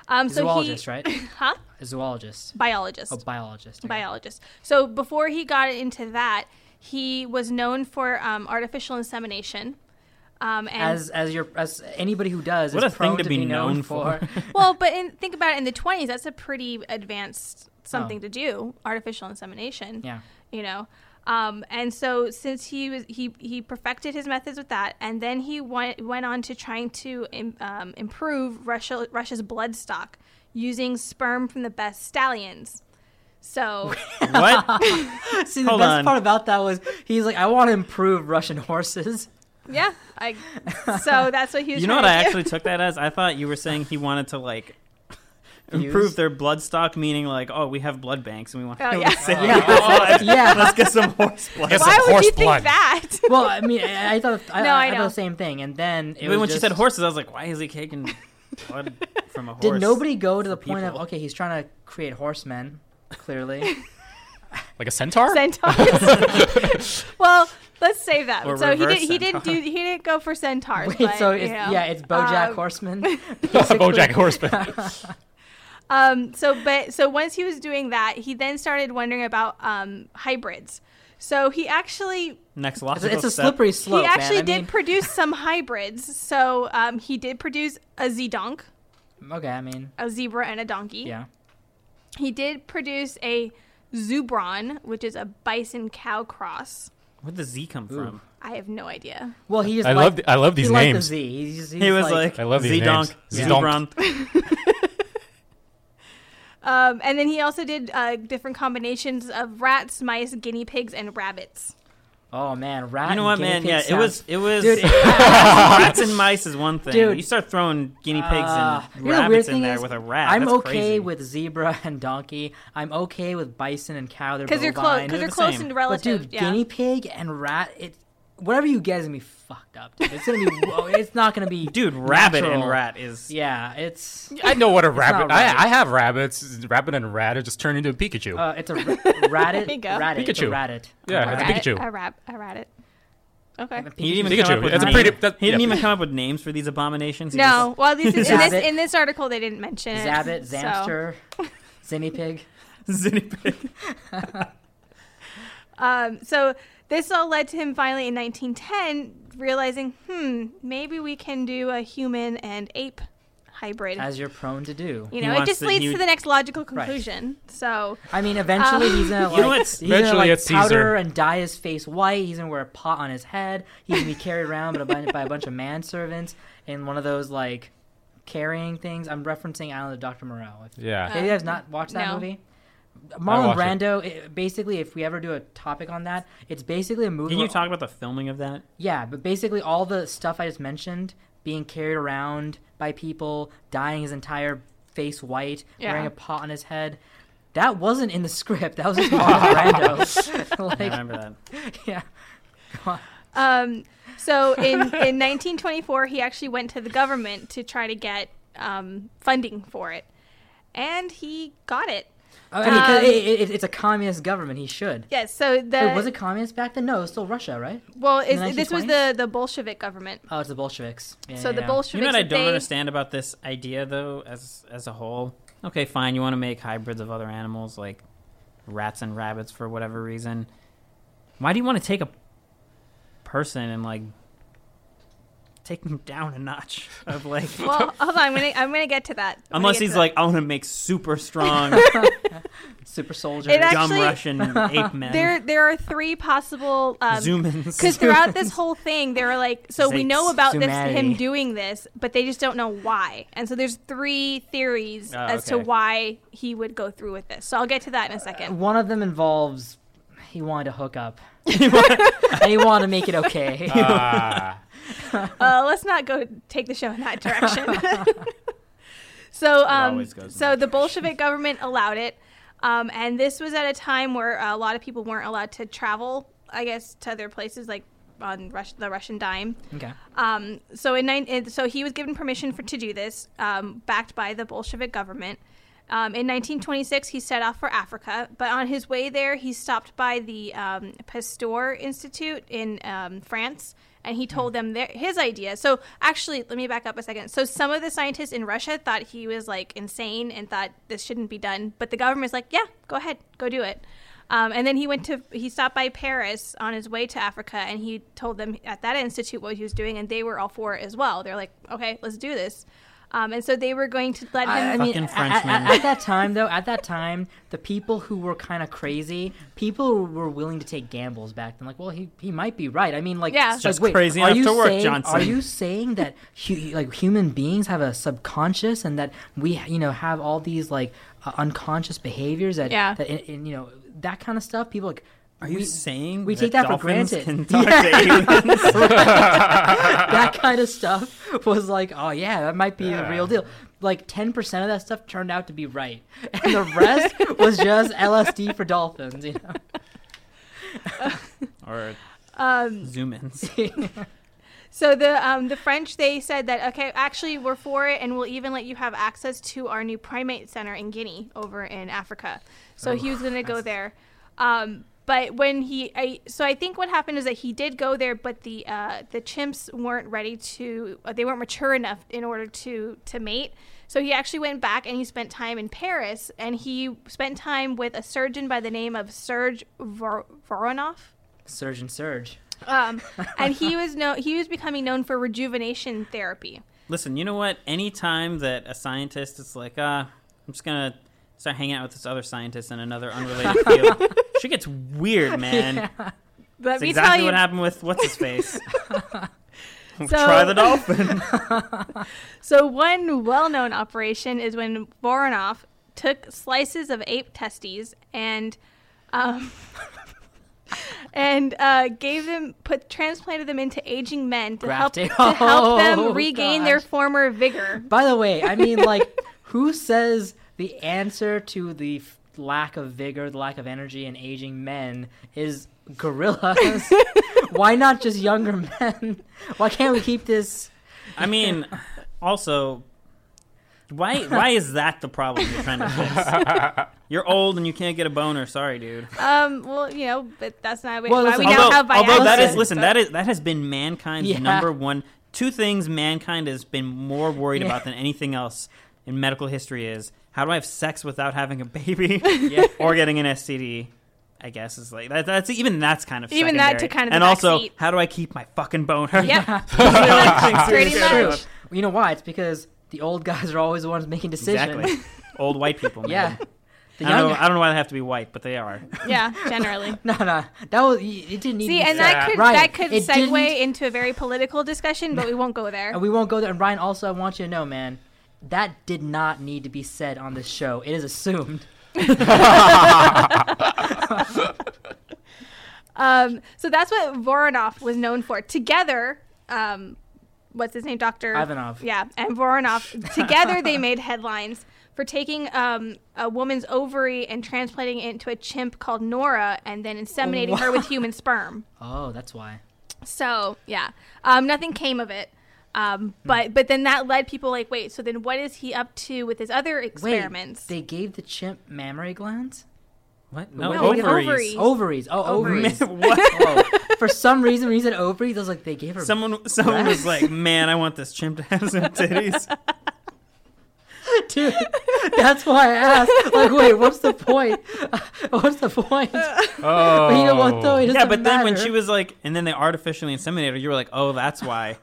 S3: Um, so
S1: Zoologist,
S3: he, [laughs]
S1: right? Oh,
S3: huh?
S1: a zoologist,
S3: Biologist.
S1: a biologist. okay.
S3: biologist. So before he got into that, he was known for um, artificial insemination. Um, and
S1: As as your as anybody who does
S2: What
S1: is
S2: a
S1: prone
S2: thing to
S1: to
S2: be
S1: known,
S2: known
S1: for.
S2: for.
S3: well, but in, think about it. In the twenties, that's a pretty advanced something
S1: Oh.
S3: to do. Artificial insemination.
S1: [laughs]
S2: [laughs]
S1: yeah.
S3: you know um, and so since he was he he perfected his methods with that and then he went went on to trying to im, um, improve russia russia's blood stock using sperm from the best stallions
S2: [laughs]
S3: so
S2: What?
S1: See, the
S2: Hold
S1: best
S2: on.
S1: part about that was he's like, I want to improve Russian [laughs] horses.
S3: yeah i so that's what he was
S2: you know what I
S3: trying to [laughs]
S2: actually took that as? I thought you were saying he wanted to like improve
S1: Use?
S2: their blood stock, meaning like, oh, we have blood banks and we want
S3: Oh,
S2: to be
S3: yeah.
S2: able to save.
S1: Yeah. yeah.
S2: [laughs] Let's get some horse blood. But
S3: do.
S4: Yes, It's
S3: why
S4: a
S3: would
S4: horse
S3: you think
S4: blood.
S3: that
S1: Well, I mean, I, I thought I,
S3: No, I
S1: I thought
S3: know.
S1: the same thing, and then it
S2: when
S1: was
S2: she
S1: just-
S2: said horses, I was like, why is he taking blood
S1: [laughs]
S2: from a horse?
S1: did nobody go to the
S2: for
S1: point of
S2: people.
S1: okay, he's trying to create horsemen,
S2: [laughs]
S1: centaurs. clearly.
S4: Like a centaur?
S2: [laughs]
S4: [laughs]
S3: centaurs well let's save that
S2: Or
S3: so he did
S2: reverse
S3: he didn't do
S2: centaur.
S3: he didn't go for centaurs
S1: Wait,
S3: but,
S1: so
S3: you
S1: it's,
S3: know,
S1: yeah, it's BoJack
S2: [laughs]
S3: um,
S1: Horseman.
S4: Bojack Horseman.
S3: Um, so, but so once he was doing that, he then started wondering about um, hybrids. So he actually
S2: Next
S1: It's,
S2: logical
S1: a- it's a
S2: step.
S1: slippery slope.
S3: he actually
S1: man. I
S3: did
S1: mean- [laughs]
S3: produce some hybrids. So um, he did produce a zedonk,
S1: okay, I mean,
S3: a zebra and a donkey.
S1: yeah.
S3: He did produce a zubron, which is a bison cow cross.
S2: Where'd the Z come from?
S3: I have no idea.
S1: Well, he just
S4: I
S1: liked-
S4: love th- I love
S1: he
S4: these
S1: liked the
S4: names.
S1: Z. He's just-
S2: he
S1: he's
S2: was like,
S4: I love these
S2: Z-donk,
S4: names.
S2: Z-donk.
S3: Um, and then he also did uh, different combinations of rats, mice, guinea pigs, and rabbits.
S1: oh man, rat.
S2: You know
S1: and
S2: what,
S1: guinea
S2: man?
S1: pig
S2: Yeah, it
S1: sounds-
S2: was it was
S1: Dude,
S2: [laughs] rats and mice is one thing.
S1: Dude.
S2: you start throwing guinea pigs
S1: Uh, you know the
S2: and
S1: weird
S2: rabbits in
S1: thing
S2: there
S1: is,
S2: with a rat.
S1: I'm
S2: That's
S1: okay
S2: crazy.
S1: with zebra [laughs] and donkey. I'm okay with bison and cow. They're
S3: Because
S1: bovine.
S3: you're close. Because
S2: they're
S3: you're
S2: the
S3: close
S2: same.
S3: and
S1: but
S3: relative.
S1: dude,
S3: yeah.
S1: guinea pig and rat. It whatever you get is gonna be fucked up. Dude. It's gonna be. [laughs] whoa, it's not gonna be.
S2: dude. Rabbit
S1: natural.
S2: and rat is
S1: Yeah, it's
S4: I know what a rabbit.
S1: not rabbit.
S4: I, I have rabbits. Rabbit and rat it just turned into a Pikachu.
S1: uh,
S3: [laughs]
S1: it's a ra- ratted.
S3: There you go.
S1: Ratted. It's a
S4: Pikachu.
S1: ratted.
S4: yeah, it's a
S3: Rabbit-
S4: Pikachu.
S3: A rab, a rabbit. Okay.
S2: He didn't even
S4: Pikachu.
S2: come up with
S4: It's a
S2: names.
S4: pretty- that-
S2: He didn't
S4: yeah.
S2: even come up with names for these abominations. He
S3: No, well, these, in this
S1: Zabbit.
S3: in this article they didn't mention it.
S1: Zabbit,
S3: so-
S1: Zamster, Zinny
S3: [laughs]
S1: Pig.
S2: just- [laughs] Zinni pig.
S3: Um, so this all led to him finally in 1910 realizing, hmm, maybe we can do a human and ape hybrid.
S1: as you're prone to do.
S3: you
S2: He
S3: know, it
S2: wants
S3: just
S2: the
S3: leads
S2: huge-
S3: to the next logical conclusion. So
S1: I mean, eventually
S3: Um,
S1: he's gonna like,
S2: You know what's-
S1: he's gonna,
S4: Eventually
S1: like
S4: it's
S1: powder
S4: Caesar.
S1: and dye his face white. He's gonna wear a pot on his head. He's gonna be carried around by a, bunch, by a bunch of manservants in one of those like carrying things. I'm referencing Island of Dr. Moreau. If, [laughs]
S4: yeah.
S1: have you guys not watched that
S3: Uh, no.
S1: movie?
S4: I
S1: Marlon
S4: watched
S1: Brando. It, basically, if we ever do a topic on that, it's basically a movie.
S2: Didn't you
S1: where-
S2: talk about the filming of that?
S1: yeah, but basically all the stuff I just mentioned being carried around by people, dyeing his entire face white,
S3: Yeah.
S1: wearing a pot on his head. That wasn't in the [laughs] script. That was
S3: [laughs]
S1: just Marlon Brando. [laughs]
S2: I
S1: like,
S2: remember that.
S1: yeah.
S3: Um, so
S2: [laughs]
S3: in, in 1924, he actually went to the government to try to get um, funding for it, and he got it.
S1: I mean, 'cause it, it, it's a communist government. He should.
S3: Yes. So um, the
S1: Wait, was it communist back then? No, it was still Russia, right?
S3: well,
S1: in
S3: is, this was
S1: 1920s?
S3: the the Bolshevik government.
S1: Oh, it's the Bolsheviks. Yeah,
S3: So
S1: yeah,
S3: the
S1: yeah.
S3: Bolsheviks.
S2: You know what I don't
S3: they-
S2: understand about this idea though, as as a whole. Okay, fine. You want to make hybrids of other animals like rats and rabbits for whatever reason. Why do you want to take a person and like take them down a notch [laughs] of like?
S3: Well, hold on. I'm gonna I'm gonna get to that. I'm gonna
S2: Unless
S3: get
S2: he's
S3: to that.
S2: like, I want to make super strong,
S1: super soldier.
S3: It
S2: dumb
S3: Actually-
S2: Russian ape men.
S3: there there are three possible um
S2: Zoomins.
S3: because throughout this whole thing they were like so we know
S2: Zakes.
S3: about this
S1: Zumati.
S3: him doing this but they just don't know why and so there's three theories
S2: Oh,
S3: as to
S2: okay.
S3: why he would go through with this so i'll get to that in a second
S1: One of them involves he wanted to hook
S3: [laughs]
S1: up, [laughs] and he wanted to make it okay.
S4: Ah.
S3: uh, let's not go take the show in
S2: [laughs]
S3: that direction so um
S2: always goes in
S3: so the bolshevik government allowed it um, and this was at a time where a lot of people weren't allowed to travel i guess to other places like on Rus- the russian dime
S1: [laughs] Okay.
S3: Um, so in nine, so he was given permission for to do this, um, backed by the Bolshevik government, Um, in 1926, he set off for Africa, but on his way there, he stopped by the um, Pasteur Institute in um, France, and he told them their, his idea. So, actually, let me back up a second. So, some of the scientists in Russia thought he was like insane and thought this shouldn't be done, but the government's like, yeah, go ahead, go do it. Um, and then he went to he stopped by Paris on his way to Africa, and he told them at that institute what he was doing, and they were all for it as well. They're like, okay, let's do this. Um, and so they were going to let him.
S1: I, I mean,
S2: Fucking
S1: at-
S2: Frenchman.
S1: at, at that time, though, at that time, the people who were kind of crazy, people who were willing to take gambles back then. Like, well, he, he might be right. I mean, like,
S3: Yeah.
S1: like,
S2: Just
S1: wait,
S2: crazy
S1: are
S2: enough
S1: you
S2: to work,
S1: saying,
S2: Johnson.
S1: Are you saying that hu- like human beings have a subconscious and that we you know have all these like uh, unconscious behaviors that
S3: Yeah.
S1: that in, in, you know that kind of stuff? People like.
S2: [laughs] Are you
S1: we-
S2: saying
S1: we
S2: that
S1: take that for
S2: dolphins
S1: granted.
S2: Can talk to aliens?
S1: [laughs]
S2: [laughs]
S1: that kind of stuff was like, oh yeah, that might be the
S4: Yeah.
S1: real deal. Like ten percent of that stuff turned out to be right, [laughs] and the rest was just LSD for dolphins. You know,
S2: or
S3: um,
S2: zoom ins?
S3: so the um, the French they said that okay, actually we're for it, and we'll even let you have access to our new primate center in Guinea over in Africa. So he was going to go there. Um, but when he, I, so I think what happened is that he did go there, but the uh, the chimps weren't ready to, uh, they weren't mature enough in order to to mate. So he actually went back and he spent time in Paris, and he spent time with a surgeon by the name of Serge Vor- Voronoff.
S1: Surgeon Surge.
S3: [laughs] Um, and he was no he was becoming known for rejuvenation therapy.
S2: Listen, you know what? Any time that a scientist is like, uh, I'm just gonna start hanging out with this other scientist in another
S3: [laughs]
S2: unrelated field, she gets weird, man.
S3: Let
S2: That's
S3: me
S2: exactly
S3: tell you.
S2: what happened with what's his face.
S3: [laughs] So-
S2: Try the dolphin.
S3: So one well-known operation is when Voronoff took slices of ape testes and um, [laughs] and uh, gave them put transplanted them into aging men to
S1: Grafting.
S3: help to help
S1: Oh,
S3: them regain their
S1: gosh.
S3: former vigor.
S1: By the way, I mean, like, who says the answer to the f- lack of vigor, the lack of energy in aging men is [laughs] gorillas? Why not just younger men? Why can't we keep this?
S2: I mean, also, why why is that the problem you're trying to fix? [laughs] You're old and you can't get a boner. Sorry, dude.
S3: Um, well, you know, but that's not
S1: Well,
S3: why
S1: listen,
S3: we
S2: although,
S3: now have Viagra.
S2: although that is
S1: Viagra.
S2: listen
S3: but-
S2: that is that has been mankind's
S1: Yeah.
S2: number one two things mankind has been more worried
S1: Yeah.
S2: about than anything else in medical history is how do i have sex without having a baby
S3: [laughs]
S1: Yeah.
S2: or getting an std i guess is like that, that's even that's kind of
S3: Even that
S2: secondary.
S3: took kind of
S2: and
S3: the
S2: also
S3: backseat.
S2: how do i keep my fucking
S3: [laughs]
S2: boner
S1: [laughs]
S2: [laughs]
S3: Yep.
S2: Pretty
S1: It's true.
S3: much.
S1: You know why? It's because the old guys are always the ones making decisions.
S2: exactly [laughs] old white people man.
S1: [laughs] Yeah. The
S2: I don't,
S1: young
S2: know, I don't know why they have to be white but they are
S3: [laughs] yeah, generally.
S1: [laughs] No, no, that was it. Didn't need
S3: See,
S1: to be said.
S3: and
S4: Yeah.
S3: that could
S1: Right.
S3: that could
S1: It
S3: segue
S1: didn't-
S3: into a very political discussion, but we won't
S1: [laughs]
S3: go there.
S1: and we won't go there. And Ryan, also, I want you to know, man, that did not need to be said on this show. It is assumed. [laughs]
S3: Um, so that's what Voronov was known for. Together, um, what's his name, Doctor
S1: Ivanov.
S3: Yeah, and
S1: [laughs]
S3: Voronov. Together, they made headlines for taking um, a woman's ovary and transplanting it into a chimp called Nora, and then inseminating her with human sperm.
S1: Oh, that's why.
S3: So yeah, um, nothing came of it.
S1: Hmm.
S3: Um, but but then that led people like, wait, so then what is he up to with his other experiments? [laughs]
S1: Wait, they gave the chimp mammary glands,
S2: what no,
S1: No,
S2: ovaries.
S3: ovaries.
S1: ovaries. Oh, ovaries.
S3: Ovaries.
S1: [laughs]
S2: [laughs] what?
S3: [laughs]
S1: oh, for some reason, when you said ovaries, I was like, they gave her.
S2: Someone, someone was like, "Man, I want this chimp to have some titties."
S1: Dude, that's why I asked. Like, wait, what's the point? [laughs] What's the point?
S4: Oh,
S1: But you know what though? It doesn't
S2: yeah, but then when
S1: matter.
S2: she was like, and then they artificially inseminated her, you were like, oh, that's why.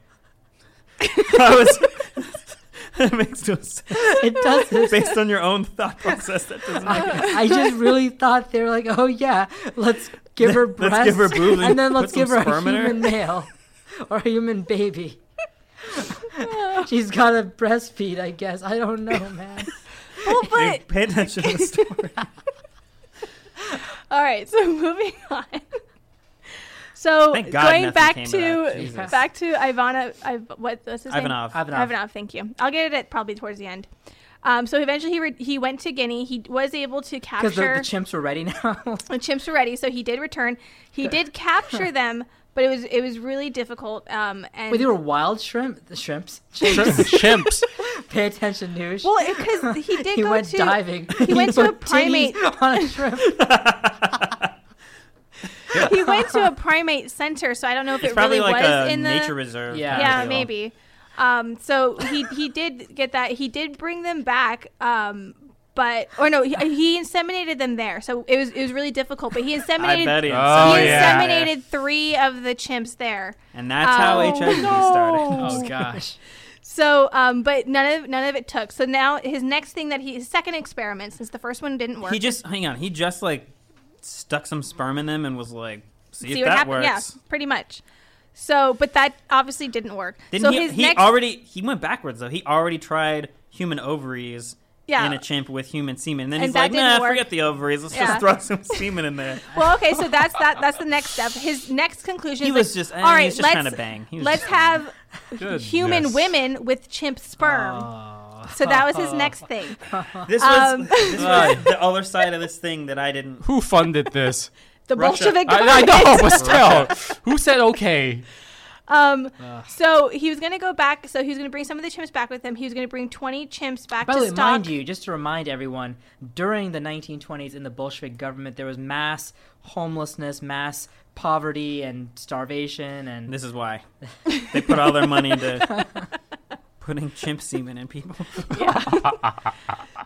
S2: [laughs] I was. [laughs] that makes no sense.
S1: [laughs] it does this.
S2: [laughs] Based on your own thought process, that doesn't make [laughs]
S1: I, I just really thought they were like, oh yeah, let's give her breasts,
S2: Let's give her boobs
S1: and then let's
S2: put
S1: give
S2: some
S1: her a
S2: sperm in
S1: human male or a human baby. She's got to breastfeed, I guess. I don't know, man.
S3: well, but
S2: Dude, pay attention
S3: [laughs]
S2: to the story.
S3: All right, so [laughs] moving on. So
S2: Thank God
S3: going
S2: nothing
S3: back
S2: came of
S3: to
S2: that. Jesus.
S3: back to Ivana, Iv- what, what's his name?
S2: Ivanov.
S1: Ivanov.
S3: Ivanov, thank you. I'll get it at probably towards the end. Um, so eventually he re- he went to Guinea. He was able to capture
S1: Because the, the chimps were ready now.
S3: the chimps were ready, so he did return.
S1: [laughs]
S3: He did capture them, but it was it was really difficult. Um, and
S1: Wait, they were wild shrimp? The shrimps?
S4: Oh. Chimps.
S1: Pay attention, Noosh.
S3: Well, because
S1: [laughs]
S3: he did
S1: he
S3: go
S1: went
S3: to
S1: diving. [laughs]
S3: he went to a
S1: put titties
S3: primate-
S1: on a shrimp.
S3: he went
S1: [laughs]
S3: to a primate center, so I don't know if
S2: It's
S3: it
S2: probably
S3: really
S2: like
S3: was
S2: a
S3: in the
S2: nature reserve.
S1: Yeah.
S2: kind of
S3: yeah
S2: deal.
S3: maybe um so he he did get that he did bring them back um but or no he, he inseminated them there so it was it was really difficult but
S2: [laughs]
S3: he
S2: I
S3: inseminated
S2: bet he
S3: he
S4: Oh,
S2: inseminated.
S4: yeah.
S3: inseminated three of the chimps there
S2: And that's how
S3: Oh,
S2: HIV
S3: no.
S2: started.
S3: [laughs]
S1: Oh gosh.
S3: so um but none of none of it took so now his next thing that he his second experiment since the first one didn't work
S2: He just hang on. He just like stuck some sperm in them and was like, "See,
S3: see
S2: if
S3: what
S2: that
S3: happened
S2: works."
S3: yeah pretty much so but that obviously didn't work
S2: Didn't
S3: so
S2: he?
S3: his
S2: He
S3: next
S2: already he went backwards though. He already tried human ovaries
S3: Yeah.
S2: in a chimp with human semen. And then
S3: And
S2: he's
S3: that
S2: like,
S3: didn't
S2: "Nah,
S3: work."
S2: forget the ovaries. Let's
S3: Yeah.
S2: just throw some semen in
S3: [laughs]
S2: there."
S3: Well, okay, so that's that. That's the next step. His next conclusion.
S2: He
S3: is
S2: was
S3: like,
S2: just- eh,
S3: all
S2: he
S3: right.
S2: was just
S3: let's
S2: trying to bang. He was
S3: let's
S2: just
S3: have
S4: Goodness.
S3: [laughs] human women with chimp sperm. So that was his next thing.
S2: This was, [laughs]
S3: Um,
S2: this was the other side of this thing that I didn't.
S4: Who funded this?
S3: The
S2: Russia.
S3: Bolshevik.
S4: I, I know,
S3: government.
S4: [laughs] but still, who said okay?
S3: Um, so he was gonna go back. So he was gonna bring some of the chimps back with him. He was gonna bring twenty chimps back
S1: By
S3: to
S1: the way,
S3: stock.
S1: mind you, just to remind everyone, during the 1920s in the Bolshevik government, there was mass homelessness, mass poverty, and starvation, and
S2: This is why they put all their money
S3: [laughs]
S2: into putting chimp semen in people.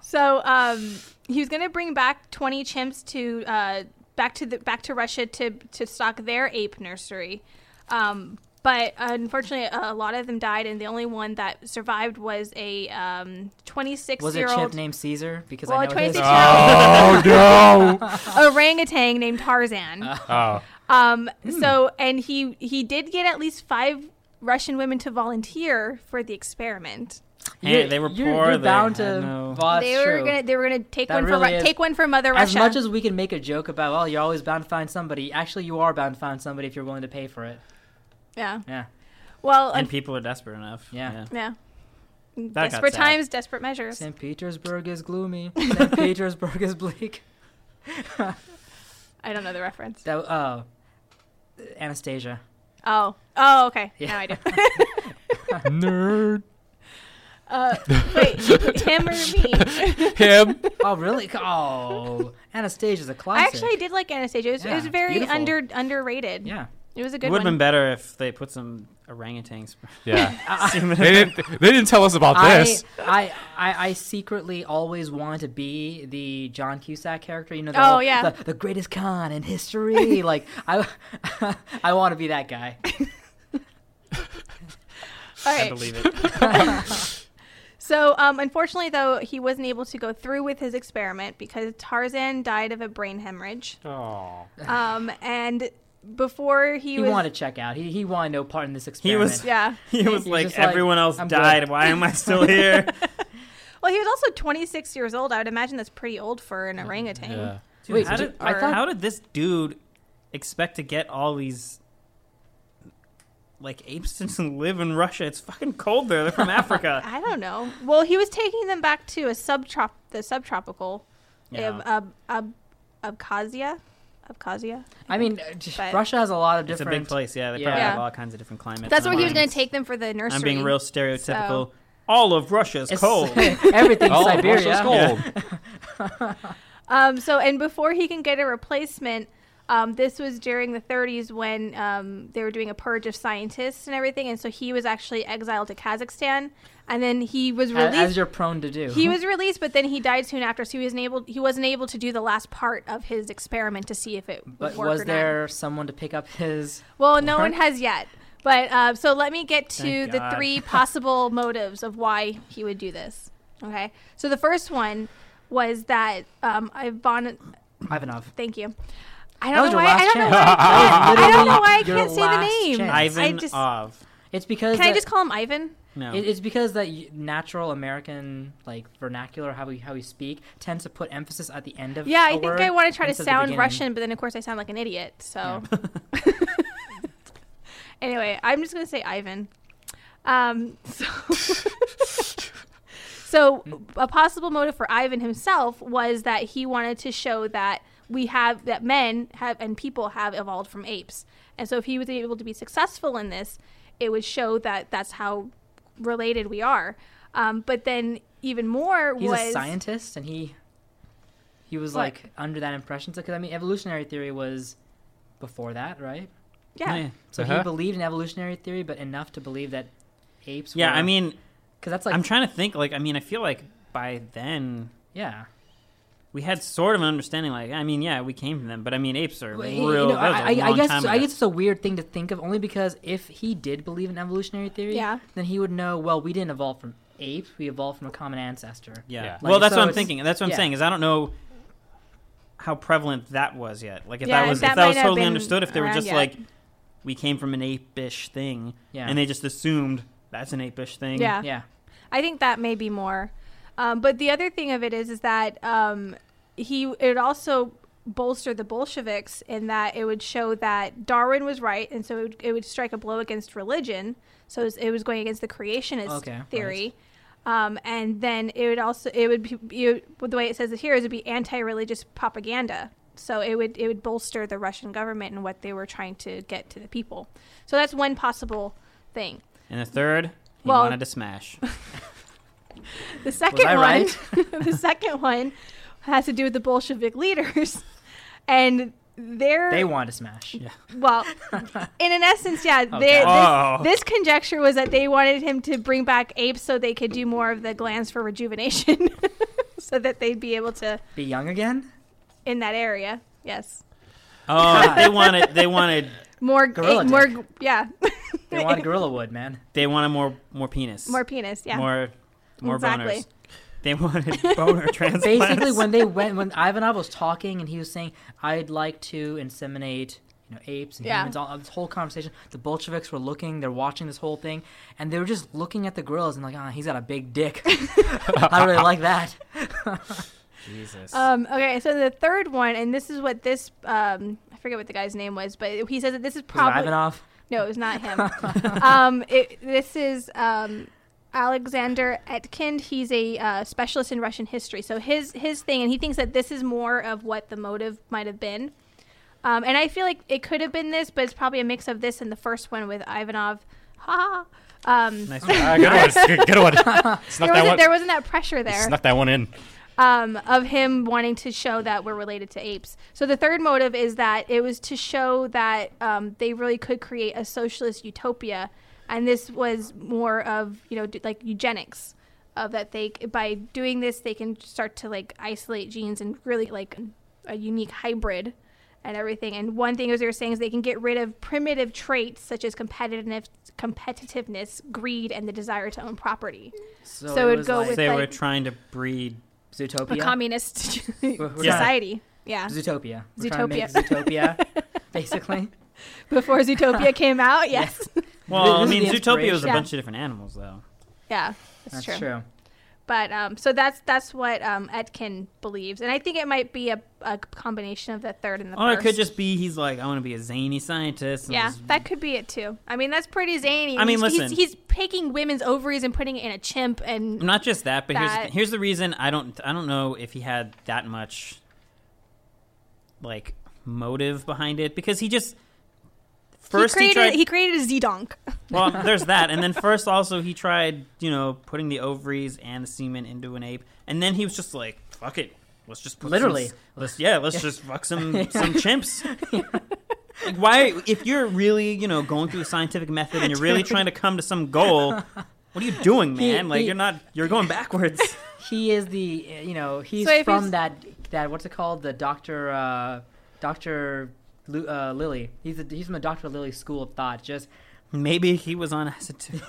S3: So um, he was going to bring back 20 chimps to uh, back to the back to Russia to to stock their ape nursery. Um, but unfortunately, a lot of them died, and the only one that survived was a um, 26
S1: was it
S3: year
S1: a chimp [laughs]
S3: old
S1: named Caesar? Because
S3: Well,
S1: I
S3: a
S1: know his.
S3: 26
S4: Oh no!
S3: orangutan named Tarzan.
S4: Oh,
S3: Um,
S1: Hmm.
S3: So, and he he did get at least five Russian women to volunteer for the experiment.
S2: Hey,
S1: You're-
S2: they were
S1: you're,
S2: poor.
S1: You're
S2: they
S1: bound to.
S2: had no-
S1: Well, that's
S3: they were
S1: true.
S3: gonna they were gonna take
S1: That
S3: one
S1: really
S3: for Ru-
S1: is-
S3: take one for Mother
S1: As
S3: Russia.
S1: much as we can make a joke about, well, you're always bound to find somebody. Actually, you are bound to find somebody if you're willing to pay for it.
S3: yeah.
S1: Yeah.
S3: Well,
S2: and people are desperate enough.
S1: Yeah.
S3: Yeah. Mm,
S2: got
S3: desperate
S2: sad.
S3: times, desperate measures.
S1: St. Petersburg is
S3: [laughs]
S1: gloomy. St. Petersburg is bleak.
S3: I don't know the reference.
S1: That oh, Anastasia.
S3: Oh. Oh, okay.
S1: Yeah. [laughs]
S3: Now I do.
S4: nerd.
S3: Uh, wait, him
S1: [laughs]
S3: or me?
S4: Him.
S1: Oh really?
S3: [laughs]
S1: Oh, Anastasia's a
S3: I
S1: classic.
S3: actually did like Anastasia. It was,
S1: Yeah,
S3: it was
S1: it's
S3: very
S1: beautiful.
S3: under underrated.
S1: Yeah.
S3: It was a
S2: It
S3: good
S2: would have been
S3: one.
S2: better if they put some orangutans. [laughs]
S4: [laughs] Yeah.
S3: Ah,
S2: semen in
S4: They didn't. They didn't tell us about
S1: I,
S4: this.
S1: I I I secretly always wanted to be the John Cusack character. You know, the
S3: Oh,
S1: whole-
S3: yeah.
S1: the, the greatest con in
S3: [laughs]
S1: history. like I [laughs] I want to be that guy.
S3: All
S2: I
S3: right.
S2: believe it.
S3: So, um, unfortunately, though, he wasn't able to go through with his experiment because Tarzan died of a brain hemorrhage.
S4: Oh.
S3: Um, and before he,
S1: He,
S3: was,
S1: wanted to check out. He he wanted no part in this
S2: He
S1: experiment.
S2: was-
S3: yeah.
S2: [laughs] He was
S1: He's
S2: like,
S1: just like,
S2: everyone else
S1: "I'm
S2: died.
S1: good."
S2: Why am I
S3: [laughs]
S2: still here?
S3: Well, he was also 26 years old. I would imagine that's pretty old for an orangutan.
S4: Yeah.
S2: Dude,
S1: Wait,
S2: how
S1: did
S2: did,
S1: you- I
S2: or
S1: thought-
S2: how did this dude expect to get all these like apes [laughs] to live in Russia? It's fucking cold
S1: [laughs]
S2: there. They're from Africa.
S3: I don't know. Well, he was taking them back to a subtrop the subtropical
S2: Yeah.
S3: um, ab, ab, Abkhazia, Abkhazia.
S1: I mean, uh,
S3: But-
S1: Russia has a lot of
S2: It's a
S1: different.
S2: big place. Yeah, they
S1: Yeah.
S2: probably have
S3: Yeah.
S2: all kinds of different climates.
S3: That's
S2: and
S3: where he was going to
S2: environments.
S3: take them for the nursery.
S2: I'm being real stereotypical. All of Russia's
S1: It's- [laughs]
S2: cold.
S1: everything's
S4: Oh,
S1: Siberia.
S4: Russia's gold. [laughs]
S3: Um, so, and before he can get a replacement, um, this was during the 30s when um, they were doing a purge of scientists and everything, and so he was actually exiled to Kazakhstan, and then he was
S1: As,
S3: released.
S1: as you're prone to do.
S3: he was released, but then he died soon after, so he wasn't able. He wasn't able to do the last part of his experiment to see if it
S1: [laughs]
S3: would
S1: But
S3: work
S1: was
S3: or not.
S1: there someone to pick up his?
S3: Well, no one
S1: What?
S3: has yet. But uh, so let me get to
S2: Thank
S3: the
S1: [laughs]
S2: God.
S3: three possible motives of why he would do this. Okay. So the first one was that um, Ivan.
S1: Ivanov.
S3: Thank you. I
S1: That
S3: don't
S1: was
S3: know
S1: your
S3: why.
S1: last
S3: I don't
S1: [laughs]
S3: know
S1: chance.
S4: Ah,
S3: why.
S1: That was
S3: I don't
S1: literally
S3: know why I
S1: your
S3: can't say the
S1: last
S3: name.
S1: chance.
S2: Ivan
S3: just-
S2: of.
S1: It's because
S3: Can I
S1: that-
S3: just call him Ivan?
S2: No.
S1: It, it's because that y- natural American like vernacular, how we how we speak, tends to put emphasis at the end of.
S3: Yeah,
S1: a
S3: I think
S1: word
S3: I want to try to
S1: instead of the
S3: sound
S1: beginning.
S3: Russian, but then of course I sound like an idiot. So [laughs] anyway, I'm just gonna say Ivan. Um, [laughs] so, so
S1: Hmm.
S3: a possible motive for Ivan himself was that he wanted to show that we have that men have and people have evolved from apes, and so if he was able to be successful in this, it would show that that's how related we are. Um, but then even more
S1: He's
S3: was
S1: a scientist, and he he was
S3: What?
S1: like under that impression. Because I mean, evolutionary theory was before that, right?
S3: yeah.
S2: yeah.
S1: So he
S4: Uh-huh.
S1: believed in evolutionary theory, but enough to believe that apes.
S2: Yeah,
S1: were,
S2: I mean,
S1: because that's like
S2: I'm trying to think. Like, I mean, I feel like by then
S1: yeah.
S2: we had sort of an understanding. Like, I mean, yeah, we came from them, but I mean, apes are
S1: Well,
S2: real.
S1: you know,
S2: that was
S1: I,
S2: a
S1: I- I
S2: long
S1: guess
S2: time
S1: I
S2: ago.
S1: guess it's a weird thing to think of, only because if he did believe in evolutionary theory,
S3: Yeah.
S1: then he would know. Well, we didn't evolve from apes; we evolved from a common ancestor.
S2: Yeah.
S4: Yeah.
S1: Like,
S2: well, that's
S1: so
S2: what I'm
S1: it's-
S2: thinking. That's what I'm
S1: yeah.
S2: saying is I don't know how prevalent that was yet. Like if
S3: Yeah,
S2: that was
S3: that
S2: if that
S3: might
S2: was
S3: have
S2: totally
S3: been
S2: understood, if they were
S3: around
S2: just
S3: yet.
S2: like we came from an ape-ish thing,
S1: Yeah.
S2: and they just assumed that's an ape-ish thing.
S3: Yeah.
S1: Yeah,
S3: I think that may be more. Um, but the other thing of it is, is that um, he it also bolstered the Bolsheviks in that it would show that Darwin was right, and so it would, it would strike a blow against religion. So it was, it was going against the creationist
S1: Okay, right.
S3: theory. Um, and then it would also it would be you, the way it says it here is it would be anti-religious propaganda. So it would it would bolster the Russian government and what they were trying to get to the people. So that's one possible thing.
S2: And the third, he
S3: Well-
S2: wanted to
S3: [laughs]
S2: smash.
S3: The second
S1: I
S3: one, [laughs]
S1: right?
S3: the second one, has to do with the Bolshevik leaders, and they're
S1: they wanted to smash.
S3: well, in an essence, yeah. They,
S1: Okay.
S3: this,
S2: Oh.
S3: this conjecture was that they wanted him to bring back apes so they could do more of the glands for rejuvenation, [laughs] so that they'd be able to
S1: Be young again?
S3: in that area. Yes,
S2: Oh, they wanted they wanted
S3: more
S1: Gorilla
S3: ape- more yeah, [laughs]
S1: They wanted gorilla wood, man.
S2: they wanted more more penis,
S3: more penis. Yeah,
S2: more more
S3: Exactly.
S2: boners. They wanted
S3: [laughs]
S2: boner transplants.
S1: Basically, when they went, when Ivanov was talking and he was saying, "I'd like to inseminate." You know, apes and
S3: Yeah.
S1: humans, all this whole conversation. The Bolsheviks were looking, they're watching this whole thing, and they were just looking at the gorillas and like, ah, he's got a big dick. [laughs] I really like that.
S2: Jesus.
S3: Um, okay, so the third one, and this is what this um, I forget what the guy's name was, but he says that this
S1: Was
S3: is
S1: it
S3: probably
S1: Ivanov.
S3: No, it was not him. um, it, this is um, Alexander Etkind. He's a uh, specialist in Russian history. So his his thing, and he thinks that this is more of what the motive might have been. Um, and I feel like it could have been this, but it's probably a mix of this and the first one with Ivanov. Ha! ha. Um,
S2: nice.
S3: [laughs]
S4: Ah, good one. It's Good, good one. Snuck
S3: there
S4: that one.
S3: wasn't there wasn't that pressure there
S4: Snuck that one in.
S3: um, of him wanting to show that we're related to apes. So the third motive is that it was to show that um, they really could create a socialist utopia, and this was more of you know d- like eugenics, of that they by doing this they can start to like isolate genes and really like a unique hybrid. And everything. And one thing, as they were saying, is they can get rid of primitive traits such as competitiveness, competitiveness, greed, and the desire to own property. So it
S1: it
S3: would
S1: was
S3: go
S1: like
S3: with-
S2: they
S3: like-
S2: were trying to breed.
S1: Zootopia.
S3: A communist [laughs]
S1: we're
S2: Yeah.
S3: society. Yeah.
S1: Zootopia. We're trying to make
S3: [laughs]
S1: Zootopia, basically.
S3: before Zootopia came out. Yes. [laughs]
S2: Well, I
S1: This is
S2: mean,
S1: the
S2: Zootopia was a
S3: inspiration.
S2: bunch of different animals, though.
S3: yeah,
S1: That's
S3: that's, true.
S1: true.
S3: But um, so that's that's what um, Etkin believes, and I think it might be a, a combination of the third and the
S2: Or
S3: first.
S2: Oh, it could just be he's like, I want to be a zany scientist. and
S3: Yeah,
S2: just-
S3: that could be it too. I mean, that's pretty zany.
S2: I mean,
S3: he's,
S2: listen.
S3: he's, he's taking women's ovaries and putting it in a chimp, and
S2: not just that, but here's the
S3: That-
S2: thing- here's the reason I don't I don't know if he had that much like motive behind it because he just first
S3: he
S2: he,
S3: created
S2: tried
S3: he created a zedonk.
S1: [laughs]
S2: well there's that and then first also he tried you know putting the ovaries and the semen into an ape and then he was just like fuck it let's just put
S1: Literally.
S2: some, let's yeah let's just
S1: [laughs]
S2: fuck some some chimps. Like, Why, if you're really, you know, going through the scientific method and you're
S1: [laughs]
S2: really trying to come to some goal, what are you doing,
S1: He-
S2: man? like,
S1: he-
S2: you're not, you're going backwards.
S1: [laughs] He is the, uh, you know, he's
S3: So if
S1: from
S3: he's-
S1: that that what's it called? The Doctor uh, Doctor Lu- uh, Lily. He's a, he's from the Doctor Lily school of thought. Just
S2: Maybe he was on acid too.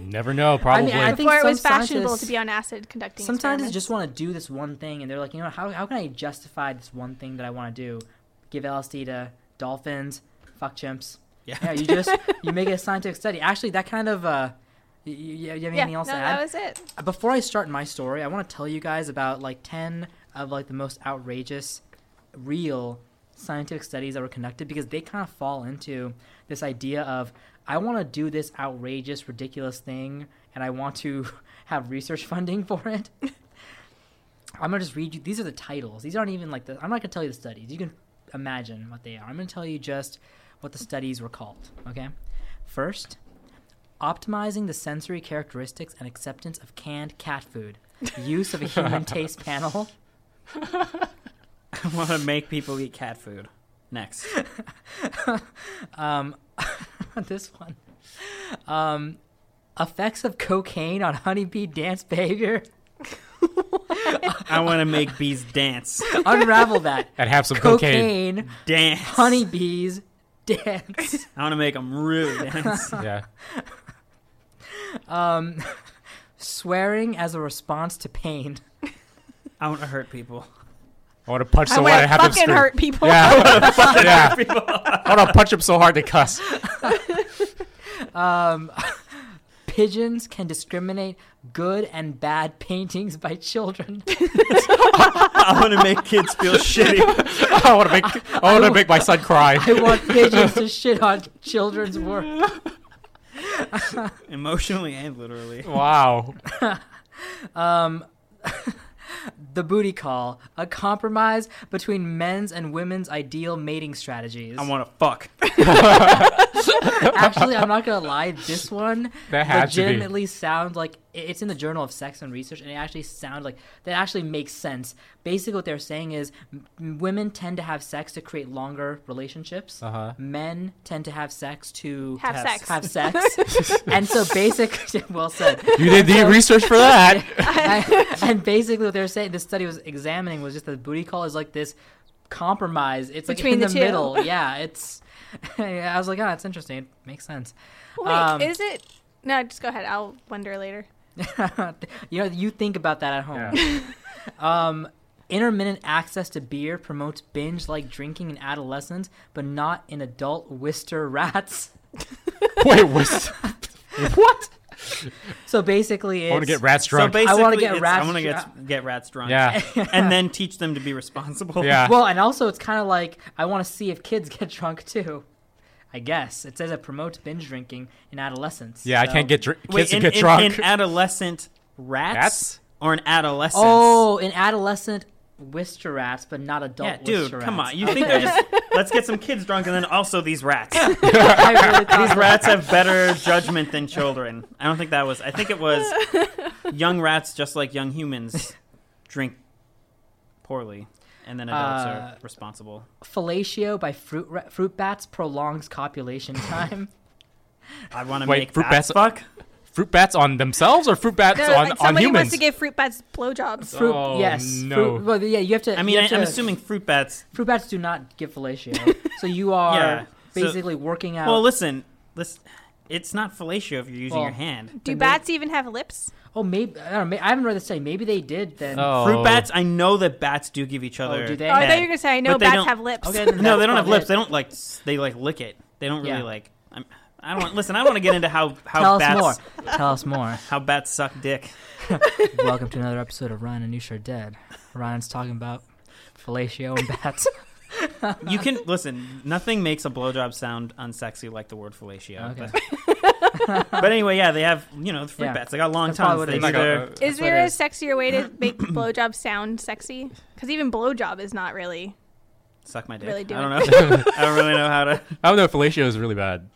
S4: Never know. Probably.
S1: I think
S3: Before it
S1: some
S3: was fashionable
S1: scientists-
S3: to be on acid conducting.
S1: some scientists
S3: experiments.
S1: just want to do this one thing, and they're like, you know, how how can I justify this one thing that I want to do? Give LSD to dolphins, fuck chimps.
S2: Yeah.
S1: you
S3: [laughs]
S1: just you make it a scientific study. Actually, that kind of uh, you, you have anything
S3: yeah,
S1: else
S3: no,
S1: to add?
S3: that was it.
S1: before I start my story, I want to tell you guys about like 10 of like the most outrageous real scientific studies that were conducted because they kind of fall into this idea of I want to do this outrageous ridiculous thing and I want to [laughs] have research funding for it. [laughs] I'm going to just read you these are the titles. These aren't even like the I'm not going to tell you the studies. You can imagine what they are. I'm going to tell you just what the studies were called, okay? First, optimizing the sensory characteristics and acceptance of canned cat food, use of a human taste panel,
S2: [laughs] I want to make people eat cat food. Next.
S1: um, [laughs] this one, um, effects of cocaine on honeybee dance behavior.
S2: I want to make bees
S1: [laughs]
S2: dance.
S1: Unravel that.
S4: And have some cocaine.
S1: Cocaine,
S2: Dance.
S1: honeybees dance.
S2: I want to make them really dance.
S4: Yeah.
S1: Um, swearing as a response to pain.
S2: I want to hurt people.
S4: I want to punch
S3: I
S4: someone
S3: want to
S4: and have them
S3: fucking
S4: scream.
S3: hurt people. [laughs]
S4: Yeah. [laughs] yeah. I want to punch him so hard they cuss. [laughs]
S1: Um, [laughs] pigeons can discriminate good and bad paintings by children.
S2: I want to make kids [laughs] feel shitty.
S4: I want to make I want to make my son cry.
S1: I want pigeons to shit on children's work.
S2: Emotionally and literally.
S4: Wow.
S1: Um, [laughs] the booty call, a compromise between men's and women's ideal mating strategies.
S2: I want to fuck.
S1: [laughs] Actually, I'm not gonna lie. This one
S4: That had to be.
S1: legitimately sounds like it- it's in the Journal of Sex and Research, and it actually sounds like that actually makes sense. Basically, what they're saying is m- women tend to have sex to create longer relationships.
S4: Uh-huh.
S1: Men tend to have sex to
S3: Have
S1: have
S3: sex.
S1: have
S3: [laughs]
S1: sex. and so, basically, [laughs] well said.
S4: You did the research for that.
S3: [laughs]
S1: and, and basically, what they're saying, this study was examining was just that booty call is like this compromise. It's like
S3: Between
S1: in
S3: the
S1: the,
S3: two. [laughs]
S1: middle. Yeah, it's. [laughs] I was like, oh, it's interesting. It makes sense. [laughs]
S3: Wait,
S1: Um,
S3: is it? No, just go ahead. I'll wonder later.
S1: you know, you think about that at home. Um, intermittent access to beer promotes binge-like drinking in adolescents, but not in adult Wister
S4: [laughs]
S1: rats. [laughs]
S4: Wait, what's what?
S1: So basically, it's,
S4: I want to get rats drunk.
S2: So basically,
S1: I wanna get
S2: it's-
S1: rats
S2: I want to get,
S1: drunk.
S2: get rats drunk.
S4: yeah.
S2: And then teach them to be responsible.
S4: Yeah.
S1: Well, and also it's kind of like I want to see if kids [laughs] get drunk too. I guess it says it promotes binge drinking in adolescents.
S4: yeah, I
S1: so-
S4: can't get dr- kids
S2: [laughs] Wait,
S4: to
S2: in,
S4: get
S2: in-
S4: drunk.
S2: in adolescent rats,
S4: Rats?
S2: or an adolescent?
S1: Oh, in adolescent Wister rats, but not adult.
S2: yeah, dude,
S1: Wister
S2: come
S1: rats.
S2: on. You think they're
S4: [laughs]
S2: just let's get some kids drunk and then also these rats?
S1: [laughs] I really
S2: [laughs]
S1: thought
S2: These
S1: that-
S2: rats have better judgment than children. I don't think that was. I think it
S4: [laughs]
S2: was young rats, just like young humans, drink poorly, and then adults
S1: Uh,
S2: are responsible.
S1: fellatio by fruit ra- fruit bats prolongs
S2: [laughs]
S1: copulation time.
S2: I want to
S4: Wait,
S2: make
S4: fruit
S2: bats,
S4: bats-
S2: fuck.
S1: Uh,
S4: fruit bats on themselves or fruit bats
S3: No,
S4: on,
S3: like
S4: on
S3: somebody wants
S4: humans?
S3: to give fruit bats blowjobs.
S1: Fruit,
S4: Oh,
S1: yes.
S4: no.
S1: Fruit, well, yeah, you have to.
S2: I
S1: you
S2: mean, I,
S1: have
S2: I'm
S1: to-
S2: assuming fruit bats.
S1: fruit bats do not give
S2: [laughs]
S1: fellatio, so you are
S2: Yeah, so-
S1: basically working out.
S2: Well, listen, listen. It's not fellatio if you're using your
S1: Well,
S2: hand.
S3: Do
S1: Then they-
S3: bats even have lips?
S1: oh, maybe I don't know. may- I haven't read the study. Maybe they did then.
S4: Oh.
S2: Fruit bats. I know that bats do give each other.
S1: do they?
S3: Oh, I
S2: head.
S3: thought you were gonna say I know
S2: But they
S3: bats
S2: don't-
S3: have lips.
S1: Okay, then
S2: [laughs]
S1: that's
S2: no, they don't have
S1: probably
S2: lips.
S1: it.
S2: They don't like. s- They like lick it. They don't really
S1: Yeah.
S2: like. I'm, I don't want. Listen, I want to get into how how
S1: Tell
S2: bats
S1: us
S2: [laughs]
S1: more. Tell us more.
S2: how bats suck dick.
S1: Welcome to another episode of Ryan and Noosh are dead. Ryan's talking about fellatio and
S2: [laughs]
S1: bats.
S2: You can listen. Nothing makes a blowjob sound unsexy like the word fellatio.
S1: Okay.
S2: But, but anyway, yeah, they have you know the fruit
S1: Yeah.
S2: bats. They got long
S1: That's probably what
S2: tongues.
S1: it
S2: They
S1: is.
S4: Like a-
S2: either
S3: Is
S1: That's what
S3: there
S1: it
S3: a
S1: is.
S3: sexier way to make blowjob sound sexy? Because even blowjob is not really.
S2: suck my dick.
S3: Really do
S2: I don't know. [laughs] I don't really know how to.
S4: I don't know. Fellatio is really bad.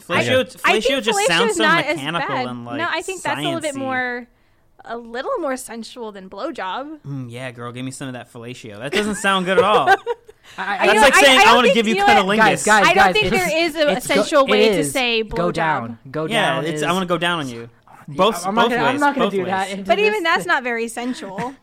S2: Fellatio,
S3: I
S2: fellatio
S3: think
S2: just
S3: fellatio
S2: sounds
S3: is
S2: so
S3: not
S2: mechanical
S3: as bad.
S2: and like.
S3: no, I think that's a little bit
S2: sciencey.
S3: more, a little more sensual than blowjob.
S2: Mm, yeah, girl, give me some of that fellatio. That
S3: [laughs]
S2: doesn't sound good at all.
S1: I,
S2: That's
S3: know,
S2: like
S3: I-
S2: saying
S3: I
S2: I,
S3: don't
S2: want to
S3: think-
S2: give you
S3: you know
S2: cunnilingus.
S3: what?
S1: guys, guys,
S3: I don't
S1: guys,
S3: think
S1: it's-
S3: there is a
S1: it's go-
S3: sensual way
S1: it
S3: to
S1: is.
S3: say
S1: Go
S3: blowjob.
S1: down. Go
S2: Yeah,
S1: down.
S2: it's,
S1: is,
S2: I want to go down on you. Both,
S1: I'm not
S2: both
S1: gonna,
S2: ways.
S1: I'm not gonna
S2: both
S1: do
S2: ways.
S1: that. into
S3: But even
S1: this
S3: that's
S1: thing.
S3: not very sensual.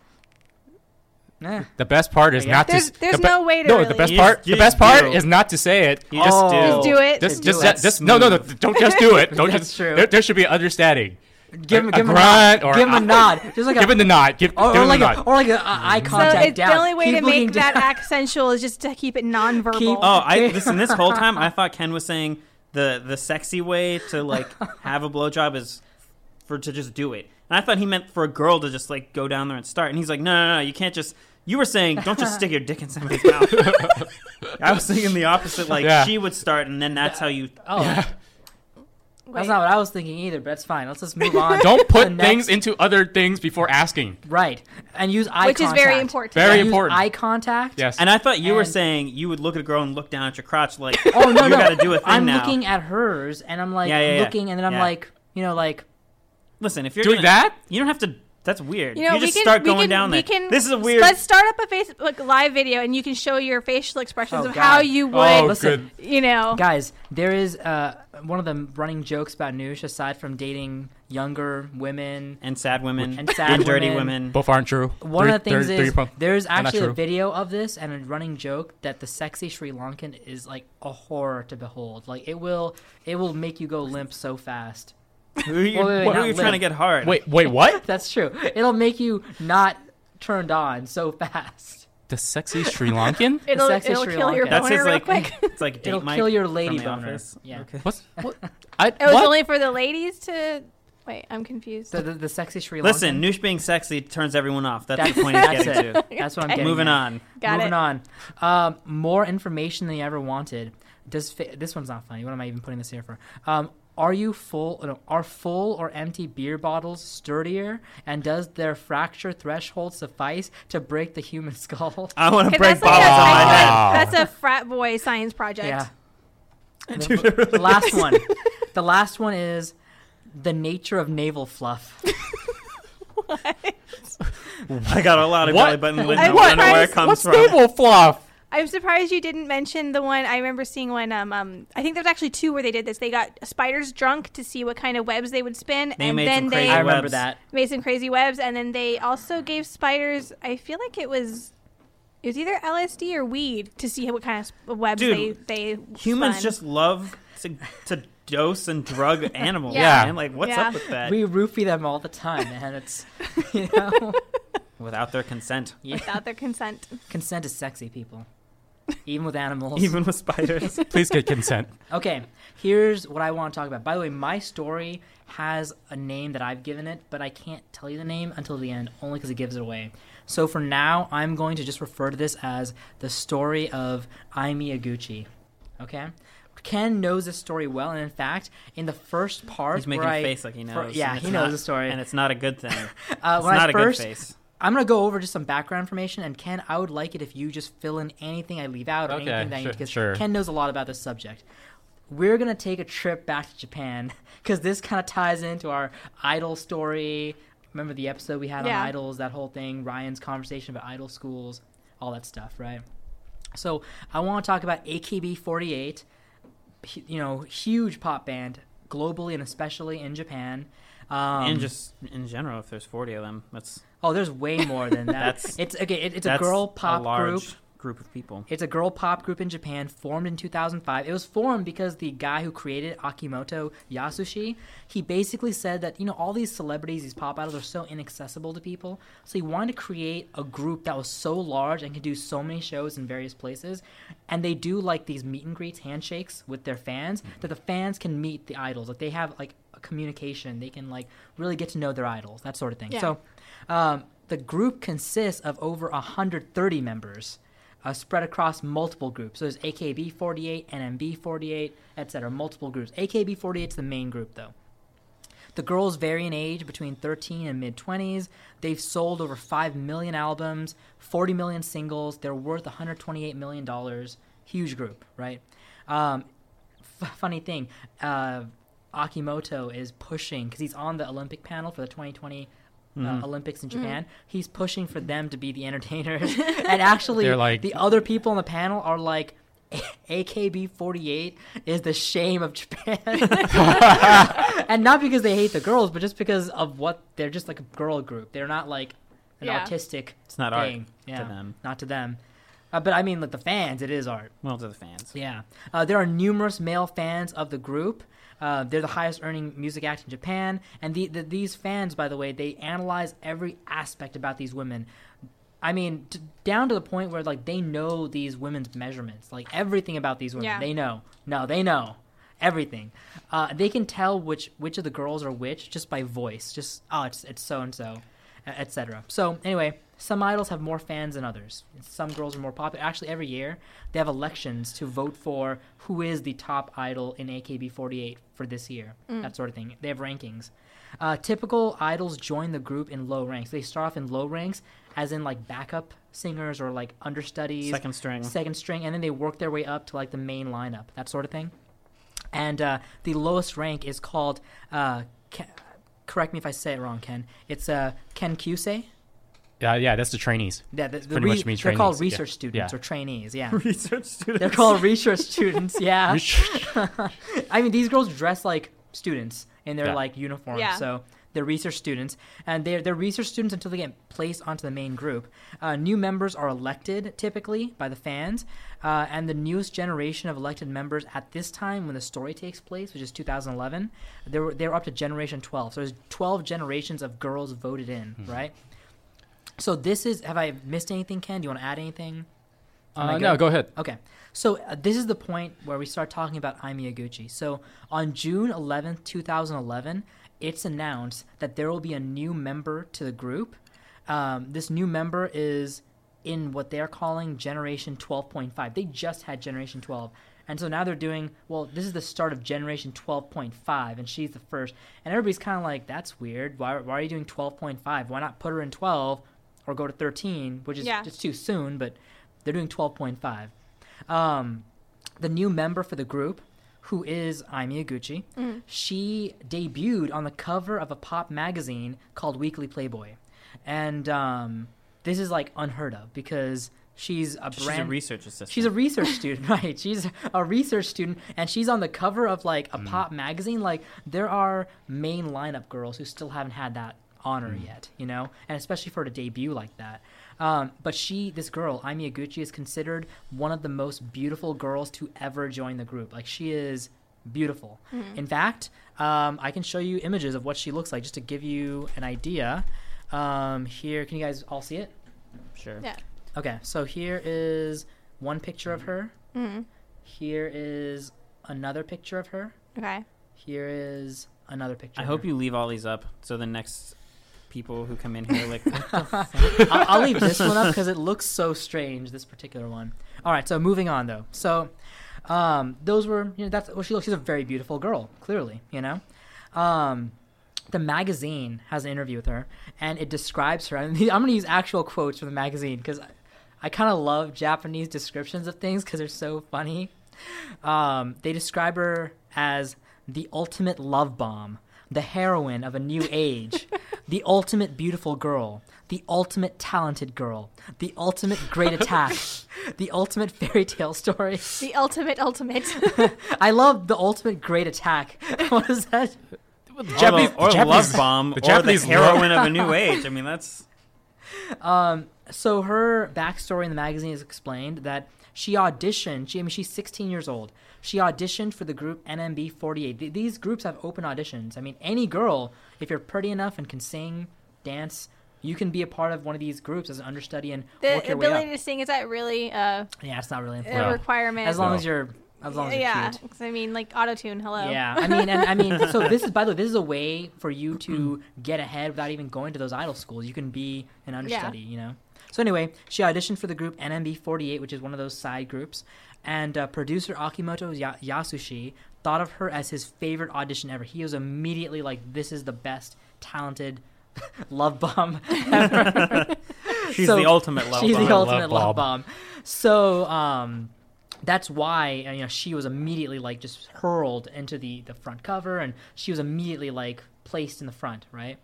S1: Nah.
S4: The best part is
S1: Yeah.
S4: not
S3: There's-
S4: to.
S3: there's
S4: the
S3: no way to
S4: No,
S3: really-
S4: the best
S2: You
S4: part.
S2: just-
S4: The
S2: you
S4: best
S2: just
S4: part
S2: do.
S4: is not to say it.
S2: You just do.
S1: Oh.
S3: Just do it.
S4: Just,
S1: do
S4: just,
S1: it.
S4: just, just no,
S1: [laughs]
S4: no, no! Don't just do it. Don't
S1: That's
S4: just.
S1: true.
S4: There, there should be understanding.
S1: Give him,
S4: a
S1: give him
S4: grunt
S1: a nod.
S4: or
S1: give him
S4: a-
S1: a nod. Just like
S4: Give
S1: a,
S4: him the nod. Give,
S1: or,
S4: give
S1: or
S4: him
S1: like
S4: the
S1: a,
S4: nod.
S1: or like a, a eye
S3: So
S1: contact
S3: it's
S1: down.
S3: the only way
S1: Keep
S3: to make
S1: looking [laughs]
S3: that
S1: down.
S3: act sensual is just to keep it nonverbal.
S1: Keep-
S2: Oh, I listen. This whole time,
S3: [laughs]
S2: I thought Ken was saying the the sexy way to like have a blowjob is for to just do it, and I thought he meant for a girl to just like go down there and start. And he's like, no, no, no, you can't just. You were saying don't just stick your dick in somebody's
S3: [laughs]
S2: mouth. I was thinking the opposite. Like
S4: Yeah.
S2: she would start, and then that's how you.
S1: Oh, That's
S3: Wait.
S1: not what I was thinking either, but it's fine. Let's
S2: [laughs]
S1: just move on. [laughs]
S4: Don't
S1: The
S4: put
S1: next-
S4: things into other things before asking.
S1: right and use eye
S3: Which is
S1: contact.
S3: very important.
S4: Very
S1: Yeah, use
S4: important.
S1: eye contact.
S4: Yes.
S2: And I thought you were
S1: And-
S2: saying you would look at a girl and look down at your crotch like,
S1: [coughs] Oh no,
S2: you
S1: no.
S2: got to do a thing
S1: I'm
S2: now.
S1: looking at hers, and I'm like
S2: Yeah, yeah, yeah.
S1: looking, and then I'm
S2: Yeah.
S1: like, you know, like
S2: Listen, if you're
S4: Doing
S2: gonna-
S4: that?
S2: you don't have to. That's weird.
S3: You know, we
S2: just
S3: can,
S2: start
S3: we
S2: going
S3: can,
S2: down
S3: we
S2: there.
S3: Can,
S2: this is a weird.
S3: Let's start up a Facebook live video, and you can show your facial expressions
S1: Oh,
S3: of how
S1: God.
S3: you would,
S4: Oh,
S1: listen.
S4: good.
S3: you know.
S1: guys. There is uh, one of the running jokes about Noosh, aside from dating younger women.
S2: and sad women
S1: And sad
S2: dirty
S1: women.
S2: women.
S4: Both aren't true.
S1: One
S4: Three-
S1: of the things
S4: three-
S1: is
S4: three pro-
S1: there's
S4: They're not
S1: actually a
S4: true.
S1: video of this and a running joke that the sexy Sri Lankan is like a horror to behold. Like it will, it will make you go limp so fast.
S2: Who are you,
S1: Wait, wait, wait,
S2: who are
S1: not
S2: you
S1: lit.
S2: trying to get hard?
S4: Wait, wait, what?
S1: That's true. It'll make you not turned on so fast.
S4: The
S1: [laughs]
S4: sexy Sri Lankan?
S3: It'll,
S1: sexy
S3: it'll
S1: Sri
S3: kill your
S1: Lanka.
S2: that's
S3: boner
S2: his
S3: real
S2: like. [laughs]
S3: quick. [laughs]
S2: It's like date
S1: It'll
S2: Mike
S1: kill your
S2: from
S1: lady
S2: The
S1: boner.
S2: Office.
S1: Yeah.
S2: Okay.
S4: What's what? I,
S3: It was
S4: what?
S3: only for the ladies to. Wait, I'm confused.
S1: The, the, the sexy Sri Lankan.
S2: Listen, Noosh being sexy turns everyone off. That's,
S1: That's-
S2: the [laughs] point he's
S1: that's
S2: getting
S1: it. That's what I'm getting.
S2: Moving
S1: at.
S2: on.
S3: Got
S1: Moving
S3: it.
S1: on. Um, more information than you ever wanted. Does fa- this one's not funny? What am I even putting this here for? Um, are you full? No, are full or empty beer bottles sturdier? And does their fracture threshold suffice to break the human [laughs] skull?
S2: I want to
S3: Okay,
S2: break
S3: that's,
S2: bottles
S3: like a,
S2: on my
S4: science-
S2: head.
S4: Wow.
S3: that's, a, that's a frat boy science project.
S1: yeah.
S2: [laughs] Dude, it really
S1: The last one. The last one is the nature of navel
S3: [laughs]
S1: fluff.
S2: I got a lot of
S4: What?
S2: belly button lint. I
S3: I'm
S2: don't know where it
S3: surprised-
S2: comes
S4: What's
S2: from.
S4: navel fluff?
S3: I'm surprised you didn't mention the one. I remember seeing one. Um, um, I think there's actually two where they did this. They got spiders drunk to see what kind of webs they would spin,
S2: They
S3: and
S2: made
S3: then
S2: some
S3: they
S2: crazy
S1: I remember
S2: webs.
S1: that.
S3: made some crazy webs, and then they also gave spiders. I feel like it was. It was either LSD or weed to see what kind of webs
S2: Dude,
S3: they they
S2: Humans
S3: spun.
S2: just love to, to dose and
S1: [laughs]
S2: drug animals.
S4: Yeah.
S2: man. like what's
S3: Yeah.
S2: up with that?
S1: We roofie them all the time, man. It's [laughs] you know.
S2: Without their consent,
S3: without their consent.
S1: Consent is sexy, people. Even with animals.
S2: even with spiders.
S4: Please get [laughs] consent.
S1: Okay, here's what I want to talk about. By the way, my story has a name that I've given it, but I can't tell you the name until the end, only because it gives it away. So for now, I'm going to just refer to this as the story of Ai Miyaguchi. Okay? Ken knows this story well, and in fact, in the first part,
S2: He's making
S1: where
S2: a
S1: I-
S2: face like he
S1: for-
S2: knows.
S1: yeah,
S2: and
S1: he
S2: it's
S1: knows
S2: not-
S1: the story.
S2: and it's not a good
S1: [laughs]
S2: thing.
S1: uh,
S2: it's
S1: when
S2: not
S1: I
S2: a
S1: first,
S2: good face.
S1: I'm gonna go over just some background information, and Ken, I would like it if you just fill in anything I leave out or
S4: Okay,
S1: anything that I need
S4: sure-
S1: because
S4: sure.
S1: Ken knows a lot about this subject. We're gonna take a trip back to Japan [laughs] because this kind of ties into our idol story. Remember the episode we had
S3: Yeah.
S1: on idols, that whole thing, Ryan's conversation about idol schools, all that stuff, right? So I want to talk about AKB48, hu- you know, huge pop band globally and especially in Japan. Um,
S2: and just in general, if there's 40 of them, that's
S1: Oh, there's way more than that.
S2: [laughs] That's-
S1: it's okay. It, it's a
S2: that's
S1: girl pop
S2: a large
S1: group.
S2: group of people.
S1: It's a girl pop group in Japan formed in 2005. It was formed because the guy who created Akimoto Yasushi, he basically said that, you know, all these celebrities, these pop idols are so inaccessible to people. So he wanted to create a group that was so large and could do so many shows in various places. And they do like these meet and greets, handshakes with their fans that the fans can meet the idols. Like they have like a communication. They can like really get to know their idols, that sort of thing.
S3: Yeah.
S1: So um, the group consists of over 130 members uh, spread across multiple groups. So there's AKB 48, NMB 48, etc. Multiple groups. AKB 48 is the main group, though. The girls vary in age between 13 and mid 20s. They've sold over 5 million albums, 40 million singles. They're worth $128 million. Huge group, right? Um, f- funny thing uh, Akimoto is pushing, because he's on the Olympic panel for the 2020 uh, Olympics in Japan. He's pushing for them to be the entertainers. and actually,
S4: They're like-
S1: the other people on the panel are like, [laughs] AKB 48 is the shame of
S2: [laughs]
S1: Japan. and not because they hate the girls, but just because of what they're just like a girl group. They're not like an
S3: Yeah.
S1: autistic.
S2: It's not art
S1: thing. yeah,
S2: to them.
S1: not to them. Uh, but I mean, like the fans, it is art.
S2: Well, to the fans.
S1: Yeah. Uh, there are numerous male fans of the group. Uh, they're the highest earning music act in Japan. And the, the, these fans, by the way, they analyze every aspect about these women. I mean, t- down to the point where like they know these women's measurements, like everything about these women.
S3: Yeah.
S1: They know. No, they know everything. Uh, they can tell which which of the girls are which just by voice. Just oh, it's it's e, so and so, etc. So anyway, some idols have more fans than others. Some girls are more popular. Actually, every year they have elections to vote for who is the top idol in AKB48 for this year. That sort of thing. They have rankings. Uh, typical idols join the group in low ranks. They start off in low ranks, as in like backup singers or like understudies,
S2: Second string.
S1: second string, and then they work their way up to like the main lineup. That sort of thing. And uh, the lowest rank is called. Uh, Ke- correct me if I say it wrong, Ken. It's uh, Ken Kusei.
S4: Yeah, yeah, that's the trainees.
S1: Yeah, the, the
S4: pretty
S1: re-
S4: much means
S1: they're called
S4: trainees, yeah.
S1: research students
S4: Yeah.
S1: or trainees. Yeah,
S2: [laughs] Research students.
S1: they're called research students.
S4: [laughs]
S1: Yeah, [laughs] I mean these girls dress like students in their
S4: Yeah.
S1: like uniforms,
S3: Yeah.
S1: so they're research students, and they're they're research students until they get placed onto the main group. Uh, new members are elected typically by the fans, uh, and the newest generation of elected members at this time when the story takes place, which is 2011, they were they were up to generation 12. So there's 12 generations of girls voted in, right? So this is. Have I missed anything, Ken? Do you want to add anything? Am I
S4: [laughs] Uh,
S1: good?
S4: no, go ahead.
S1: Okay. So uh, this is the point where we start talking about Ai Miyaguchi. So on June 11th, 2011, it's announced that there will be a new member to the group. Um, this new member is in what they're calling Generation 12.5. They just had Generation 12. And so now they're doing, well, this is the start of Generation 12.5, and she's the first. And everybody's kind of like, that's weird. Why, why are you doing 12.5? Why not put her in 12 or go to 13, which is
S3: Yeah.
S1: just too soon, but they're doing 12.5 um, the new member for the group, who is Ai Miyaguchi, she debuted on the cover of a pop magazine called Weekly Playboy, and um, this is like unheard of because she's a
S2: She's
S1: brand.
S2: a research assistant.
S1: She's a research student, [laughs] right? She's a research student, and she's on the cover of like a pop magazine. Like there are main lineup girls who still haven't had that honor yet, you know, and especially for her to debut like that. Um, but she, this girl, Ai Miyaguchi, is considered one of the most beautiful girls to ever join the group. Like she is beautiful. In fact, um, I can show you images of what she looks like just to give you an idea. Um, here, can you guys all see it?
S2: sure.
S3: Yeah.
S1: Okay, so here is one picture of her.
S3: Mhm.
S1: Here is another picture of her.
S3: Okay.
S1: Here is another picture.
S2: I
S1: of
S2: hope
S1: her.
S2: you leave all these up so the next people who come in here like
S1: [laughs] I'll, I'll leave this one
S2: [laughs]
S1: up because it looks so strange. This particular one. All right, so moving on though. So, um, those were you know that's well she looks. She's a very beautiful girl. Clearly, you know. Um, the magazine has an interview with her, and it describes her. [laughs] And I'm going to use actual quotes from the magazine because I, I kind of love Japanese descriptions of things because they're so funny. Um, they describe her as the ultimate love bomb, the heroine of a new age, the ultimate beautiful girl, the ultimate talented girl, the ultimate great attack, the ultimate fairy tale story.
S3: The ultimate ultimate. [laughs]
S1: I love the ultimate great attack. [laughs] what is that?
S4: Japanese-
S2: or, the, or the
S4: Japanese-
S2: love bomb
S4: the
S2: or
S4: Japanese
S2: the heroine of a new age. I mean, that's
S1: so her backstory in the magazine is explained that she auditioned. She, I mean, she's 16 years old. She auditioned for the group NMB48. Th- these groups have open auditions. I mean, any girl, if you're pretty enough and can sing, dance, you can be a part of one of these groups as an understudy and
S3: The
S1: work your way
S3: ability
S1: up.
S3: to sing is that really uh,
S1: Yeah, it's not really
S3: a
S1: important.
S4: No.
S3: requirement?
S1: As long
S4: No.
S1: as you're, as long as you're
S3: yeah.
S1: cute.
S3: 'cause I mean, like auto tune. Hello.
S1: Yeah, I mean, and I mean, so this is by the way, this is a way for you to get ahead without even going to those idol schools. You can be an understudy, you know. So anyway, she auditioned for the group NMB48, which is one of those side groups, and uh, producer Akimoto ya- Yasushi thought of her as his favorite audition ever. He was immediately like, "This is the best talented [laughs] love bomb ever."
S2: she's
S1: So-
S2: the ultimate love
S1: She's
S2: bomb.
S1: the
S4: Love
S1: ultimate love
S4: bomb.
S1: bomb. So um, that's why uh, you know she was immediately like just hurled into the the front cover, and she was immediately like placed in the front. Right.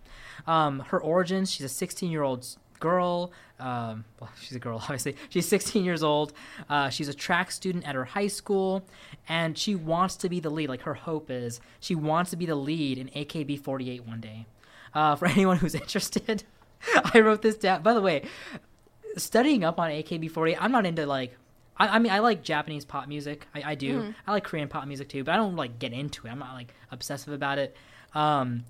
S1: Um, her origins. She's a 16 year old girl. Um, well, [laughs] she's a girl, obviously. She's 16 years old. Uh, she's a track student at her high school, and she wants to be the lead. Like her hope is she wants to be the lead in AKB48 one day. Uh, for [laughs] anyone who's interested, [laughs] I wrote this down. By the way, studying up on AKB48, I'm not into like. I, I mean, I like Japanese pop music. I, I do. I like Korean pop music too, but I don't like get into it. I'm not like obsessive about it. Um,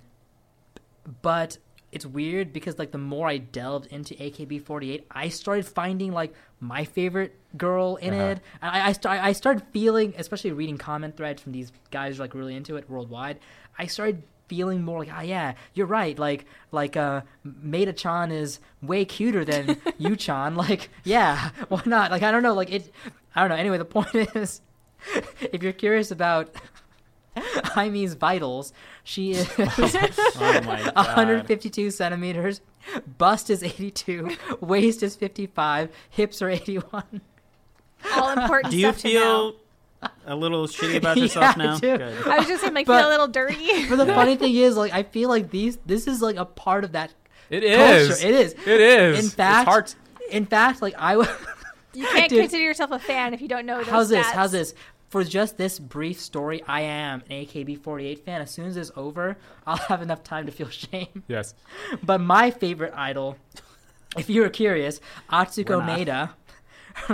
S1: but it's weird because like the more I delved into AKB48, I started finding like my favorite girl in
S4: Uh-huh.
S1: it. And I I, st- I started feeling, especially reading comment threads from these guys who are like really into it worldwide. I started feeling more like, ah, yeah, you're right. Like, like, uh, Maida Chan is way cuter than Yu Chan. Like, yeah, [laughs] why not? Like, I don't know. Like, it, I don't know. Anyway, the point [laughs] is, if you're curious about [laughs] Jaime's vitals, she [laughs] is
S2: Oh my god.
S1: 152 centimeters, bust is 82, waist is 55, hips are [laughs] 81.
S3: [laughs] All important
S2: Do you
S3: stuff to know.
S2: feel a little shitty about
S1: Yeah,
S2: yourself
S1: I
S2: now?
S1: do.
S2: Good.
S3: I was just saying, like,
S1: [laughs] But-
S3: feel a little dirty.
S1: [laughs] But the funny thing is, like, I feel like these, this is like a part of that
S4: It
S1: culture.
S4: is.
S1: It is.
S4: It is.
S1: In fact,
S4: it's hard.
S1: in fact, like I w- [laughs]
S3: You can't
S1: Dude.
S3: consider yourself a fan if you don't know Oh, those
S1: how's this?
S3: stats.
S1: How's this? For just this brief story, I am an AKB48 fan. As soon as it's over, I'll have enough time to feel [laughs] shame.
S4: Yes.
S1: But my favorite idol, if you were curious,
S2: We're
S1: Atsuko
S2: not.
S1: Maida. [laughs]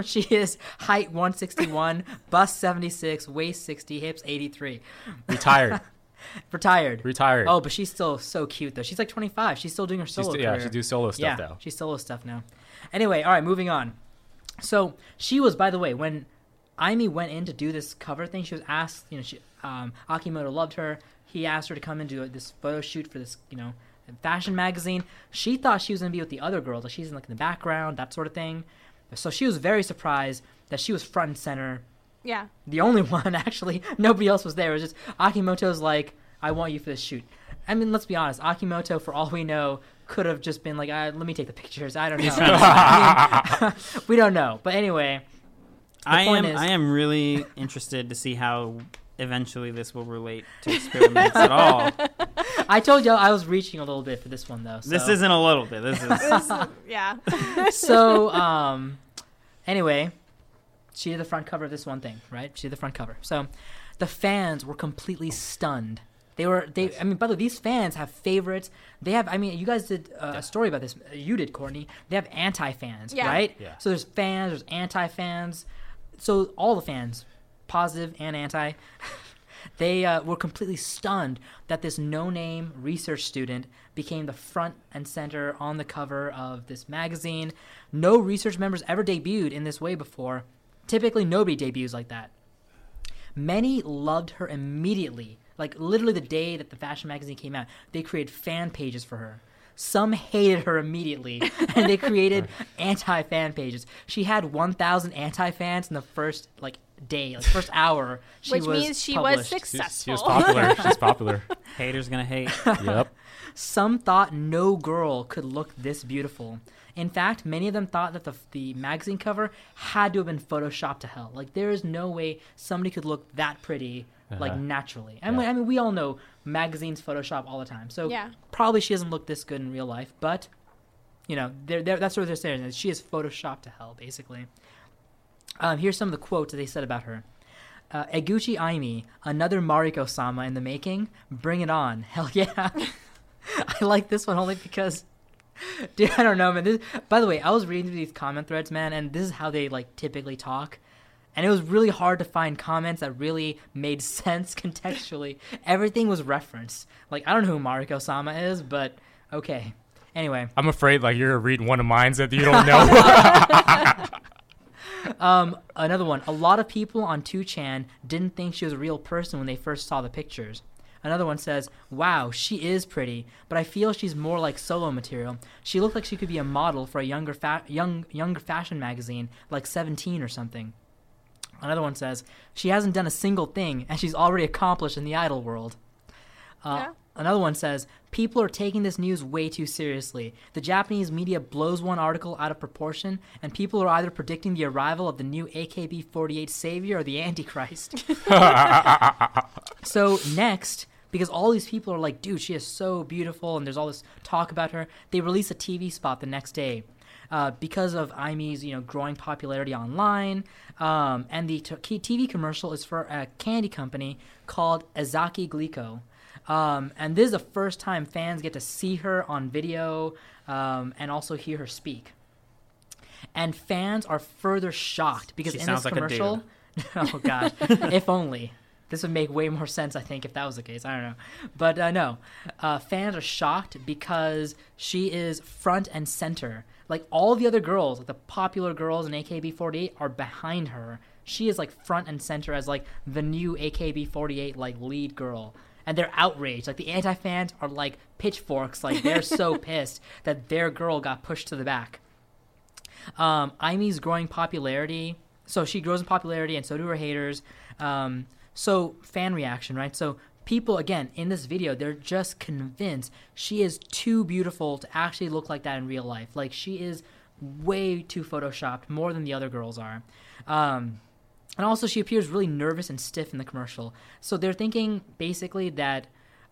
S1: She is height
S4: [laughs]
S1: 161, bust 76, waist 60, hips 83.
S4: [laughs] Retired.
S1: Retired.
S4: Retired.
S1: Oh, but she's still so cute though. She's like 25. She's still doing her
S4: She's
S1: solo
S4: st- yeah,
S1: career.
S4: she do solo stuff
S1: yeah,
S4: though.
S1: She's solo stuff now. Anyway, all right, moving on. So she was, by the way, when Aimee went in to do this cover thing, she was asked, you know, she, um, Akimoto loved her. He asked her to come and do this photo shoot for this, you know, fashion magazine. She thought she was going to be with the other girls, like she's in like in the background, that sort of thing. So she was very surprised that she was front and center
S3: Yeah.
S1: the only [laughs] one actually. Nobody else was there. It was just Akimoto's like, I want you for this shoot. I mean, let's be honest. Akimoto, for all we know, could have just been like, uh, let me take the pictures. I don't know. [laughs] I mean, [laughs] we don't know. But anyway,
S2: I
S1: point
S2: am.
S1: is-
S2: I am really interested to see how eventually this will relate to experiments at all.
S1: I told you I was reaching a little bit for this one, though. So.
S2: This isn't a little bit. This is.
S3: This is- yeah.
S1: so um anyway she did the front cover of this one thing right she did the front cover so the fans were completely stunned they were they i mean by the way these fans have favorites they have i mean you guys did uh, a story about this you did courtney they have anti-fans
S3: Yeah.
S1: right
S4: Yeah.
S1: so there's fans there's anti-fans so all the fans positive and anti [laughs] they uh, were completely stunned that this no-name research student became the front and center on the cover of this magazine. No research members ever debuted in this way before. Typically, nobody debuts like that. Many loved her immediately, like literally the day that the fashion magazine came out. They created fan pages for her. Some hated her
S3: [laughs]
S1: immediately, and they created anti fan pages. She had 1,000 anti fans in the first like day, like first hour. [laughs] She
S3: Which
S1: was
S3: means she was
S1: published.
S3: successful.
S4: She's, she was popular. She's popular.
S2: [laughs] Haters gonna hate.
S4: Yep.
S1: Some thought no girl could look this beautiful. In fact, many of them thought that the, the magazine cover had to have been photoshopped to hell. Like, there is no way somebody could look that pretty, like,
S4: Uh-huh.
S1: naturally. I,
S4: Yeah.
S1: mean, I mean, we all know magazines Photoshop all the time. So,
S3: Yeah.
S1: probably she doesn't look this good in real life, but, you know, they're, they're, that's what they're saying. Is she is photoshopped to hell, basically. Um, here's some of the quotes that they said about her. Uh, Eguchi Aimi, another Mariko-sama in the making. Bring it on. [laughs] Hell yeah. I like this one only because, [laughs] dude, I don't know, man. This, by the way, I was reading through these comment threads, man, and this is how they like typically talk. And it was really hard to find comments that really made [laughs] sense contextually. Everything was referenced. Like I don't know who Mariko Sama is, but okay. Anyway,
S4: I'm afraid like you're gonna read one of mine that you [laughs] don't know.
S1: um, another one. A lot of people on 2chan didn't think she was a real person when they first saw the pictures. Another one says, Wow, she is pretty, but I feel she's more like solo material. She looked like she could be a model for a younger, fa- young, younger fashion magazine, like 17 or something. Another one says, She hasn't done a single thing, and she's already accomplished in the idol world. Uh,
S3: Yeah.
S1: Another one says, People are taking this news way too seriously. The Japanese media blows one article out of proportion, and people are either predicting the arrival of the new AKB 48 savior or the Antichrist. so, next, because all these people are like, dude, she is so beautiful, and there's all this talk about her, they release a TV spot the next day. Uh, because of Aimee's, you know, growing popularity online, um, and the t- key TV commercial is for a candy company called Azaki Glico. Um, and this is the first time fans get to see her on video um, and also hear her speak. And fans are further shocked because
S2: She
S1: in
S2: sounds
S1: this
S2: like a
S1: commercial,
S2: [laughs]
S1: [laughs]
S2: dude.
S1: oh god, if only this would make way more sense. I think if that was the case, I don't know, but uh, no, uh, fans are shocked because she is front and center. Like all the other girls, like the popular girls in AKB48, are behind her. She is like front and center as like the new AKB48 like lead girl. and they're outraged. Like the anti fans are like pitchforks. Like they're
S2: [laughs]
S1: so pissed that their girl got pushed to the back. Um, Aimee's growing popularity. So she grows in popularity, and so do her haters. Um, so fan reaction, right? So people, again, in this video, they're just convinced she is too beautiful to actually look like that in real life. Like she is way too photoshopped, more than the other girls are. Um, and also, she appears really nervous and stiff in the commercial. So they're thinking basically that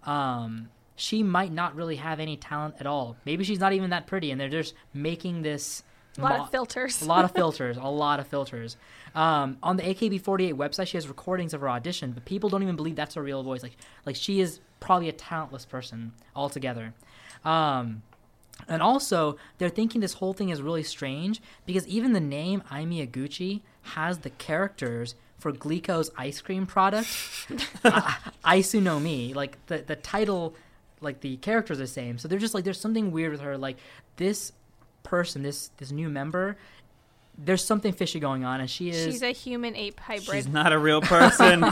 S1: um, she might not really have any talent at all. Maybe she's not even that pretty, and they're just making this
S3: [laughs] A lot
S1: mo-
S3: of filters.
S1: a lot of filters. A lot of filters. Um, on the AKB48 website, she has recordings of her audition, but people don't even believe that's her real voice. Like, like she is probably a talentless person altogether. Um, and also, they're thinking this whole thing is really strange because even the name Ai Miyaguchi has the characters for Glico's ice cream product, Aisu no Mi. Like the the title, like the characters are the same. So they're just like there's something weird with her. Like this person, this this new member, there's something fishy going on, and she is
S3: She's a human ape hybrid.
S2: She's not a real person.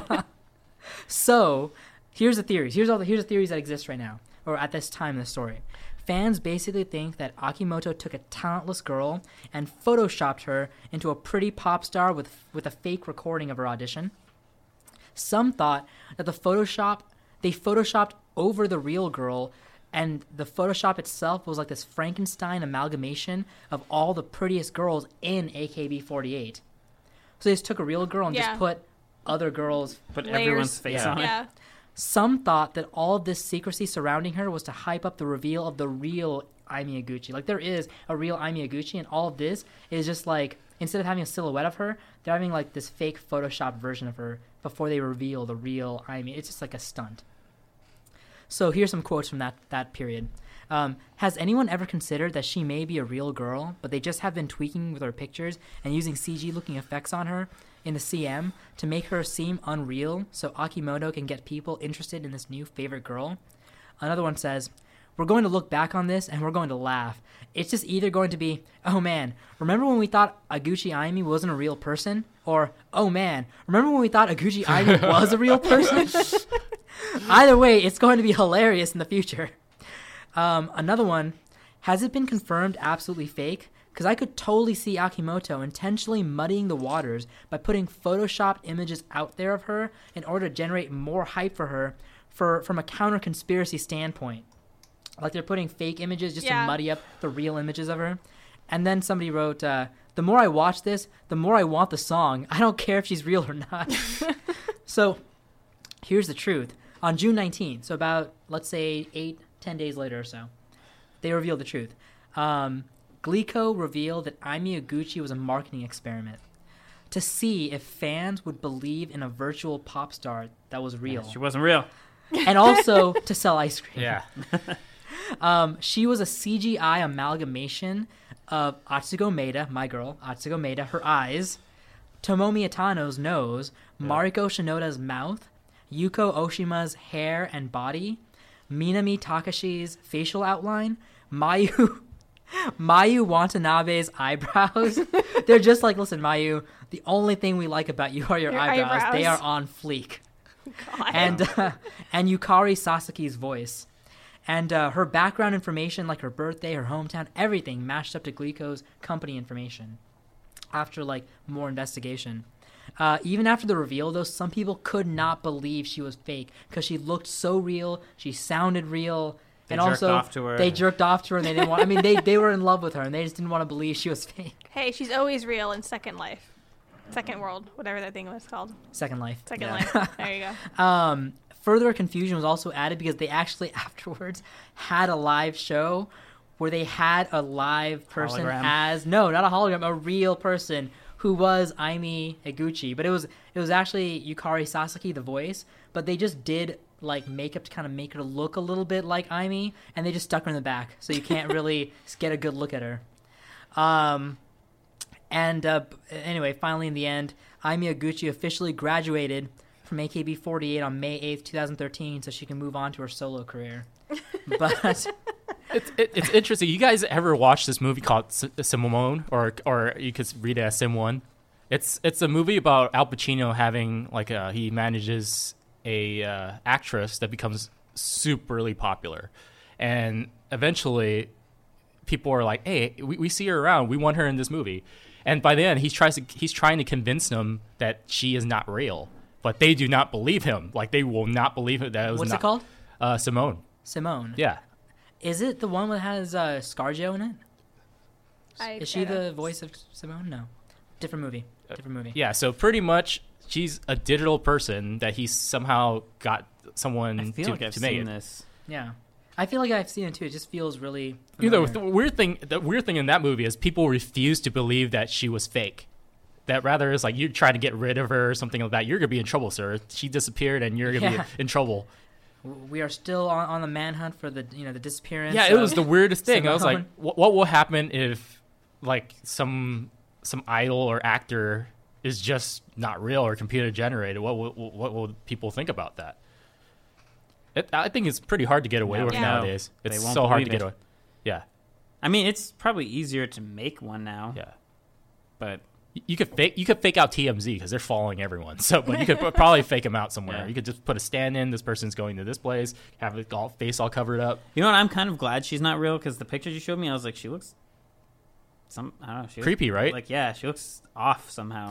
S1: So, here's the theories. Here's all the here's the theories that exist right now, or at this time in the story. Fans basically think that Akimoto took a talentless girl and photoshopped her into a pretty pop star with with a fake recording of her audition. Some thought that the Photoshop they photoshopped over the real girl and the Photoshop itself was like this Frankenstein amalgamation of all the prettiest girls in AKB48. So they just took a real girl and
S3: Yeah.
S1: just put other girls
S2: Put
S3: Layers.
S2: everyone's face
S4: Yeah.
S2: on it.
S3: yeah.
S1: some thought that all of this secrecy surrounding her was to hype up the reveal of the real Ai Miyaguchi. Like there is a real Ai Miyaguchi, and all of this is just like instead of having a silhouette of her, they're having like this fake Photoshop version of her before they reveal the real Ai Mi. It's just like a stunt. So here's some quotes from that that period. Um, Has anyone ever considered that she may be a real girl, but they just have been tweaking with her pictures and using CG looking effects on her in the CM to make her seem unreal so Akimoto can get people interested in this new favorite girl? Another one says, We're going to look back on this and we're going to laugh. It's just either going to be, oh man, remember when we thought Aguchi Aimi wasn't a real person? Or, oh man, remember when we thought Aguchi Aimi was a real person? Either way, it's going to be hilarious in the future. Um, another one. Has it been confirmed absolutely fake? Because I could totally see Akimoto intentionally muddying the waters by putting photoshopped images out there of her in order to generate more hype for her for, from a counter conspiracy standpoint. Like they're putting fake images just
S3: Yeah.
S1: to muddy up the real images of her. And then somebody wrote, uh, The more I watch this, the more I want the song. I don't care if she's real or not. so here's the truth on june 19th so about let's say eight ten days later or so they revealed the truth um, glico revealed that Ai Gucci was a marketing experiment to see if fans would believe in a virtual pop star that was real
S2: She wasn't real.
S1: and also to sell ice cream
S4: Yeah.
S1: um, she was a CGI amalgamation of Atsugo Maeda, my girl, Atsugo Maeda, her eyes, Tomomi Itano's nose, Mariko Shinoda's mouth, Yuko Oshima's hair and body, Minami Takashi's facial outline, Mayu. [laughs] Mayu Watanabe's
S3: [laughs]
S1: eyebrows. They're just like, listen, Mayu, the only thing we like about you are your,
S3: Your
S1: eyebrows. They are
S3: eyebrows."
S1: on fleek
S3: [laughs] God.
S1: and [laughs] uh, and Yukari Sasaki's voice. And uh, her background information, like her birthday, her hometown, everything matched up to Glico's company information. After like more investigation, uh, even after the reveal, though, some people could not believe she was fake because she looked so real, she sounded real,
S2: They
S1: and
S2: jerked
S1: also
S2: off to her.
S1: they jerked off to her and they didn't want. I mean, they they were in love with her and they just didn't want to believe she was [laughs] fake.
S3: hey, she's always real in Second Life. Second World, whatever that thing was called.
S1: Second Life.
S3: Second
S2: Yeah.
S3: Life. There you
S1: [laughs]
S3: go.
S1: Um, further confusion was also added because they actually [laughs] afterwards had a live show where they had a live person
S2: Hologram.
S1: as no, not a hologram, a real person who was Aimi Eguchi, but it was it was actually Yukari Sasaki, the voice, but they just did like makeup to kind of make her look a little bit like Aimi, and they just stuck her in the back, so you can't really get a good look at her. Um, and uh, b- anyway, finally in the end, Ai Miyaguchi officially graduated from AKB48 on May 8th, 2013, so she can move on to her solo career.
S4: [laughs]
S1: But
S4: It's, it, it's interesting. You guys ever watch this movie called S- Simone, or or you could read it as Sim One? It's it's a movie about Al Pacino having like a, he uh, manages a uh, actress that becomes superly popular, and eventually, people are like, "Hey, we, we see her around. We want her in this movie." And by then, he tries to he's trying to convince them that she is not real, but they do not believe him. Like they will not believe it. That it was
S1: What's it
S4: not-
S1: called?
S4: Uh, Simone.
S1: Simone.
S4: Yeah.
S1: Is it the one that has uh, ScarJo in it?
S3: I,
S1: Is
S3: I
S1: she
S3: don't-
S1: the voice of Simone? No, different movie. Different movie.
S4: Yeah, so pretty much she's a digital person that he somehow got someone
S2: I feel
S4: to,
S2: like I've
S4: to make
S2: seen
S4: it.
S2: this.
S1: Yeah. I feel like I've seen it too. It just feels really.
S4: You know, the
S1: familiar.
S4: weird thing the weird thing in that movie is people refuse to believe that she was fake. That rather is like you're trying to get rid of her or something like that. You're gonna be in trouble, sir. She disappeared, and you're gonna
S1: Yeah.
S4: be in trouble.
S1: we are still on, on the manhunt for the you know the disappearance.
S4: yeah, it was
S1: of-
S4: the weirdest thing. I was like,
S1: Simone.
S4: what, what will happen if like some some idol or actor is just not real or computer generated? What will, what will people think about that? It, I think it's pretty hard to get away
S2: No.
S4: with
S3: Yeah.
S4: nowadays.
S2: They
S4: It's
S2: won't
S4: so hard to
S2: believe
S4: get
S2: it.
S4: away. Yeah,
S2: I mean, it's probably easier to make one now,
S4: yeah.
S2: but
S4: You- You could fake you could fake out TMZ because they're following everyone. [laughs] So, but
S2: [laughs]
S4: you could pro- probably fake them out somewhere.
S2: Yeah.
S4: You could just put a stand in. This person's going to this place. Have it all face all covered up.
S2: you know what? I'm kind of glad she's not real because the pictures you showed me, I was like, she looks some. I don't know. She looks-
S4: Creepy, right?
S2: Like, yeah, she looks off
S1: [laughs]
S2: somehow.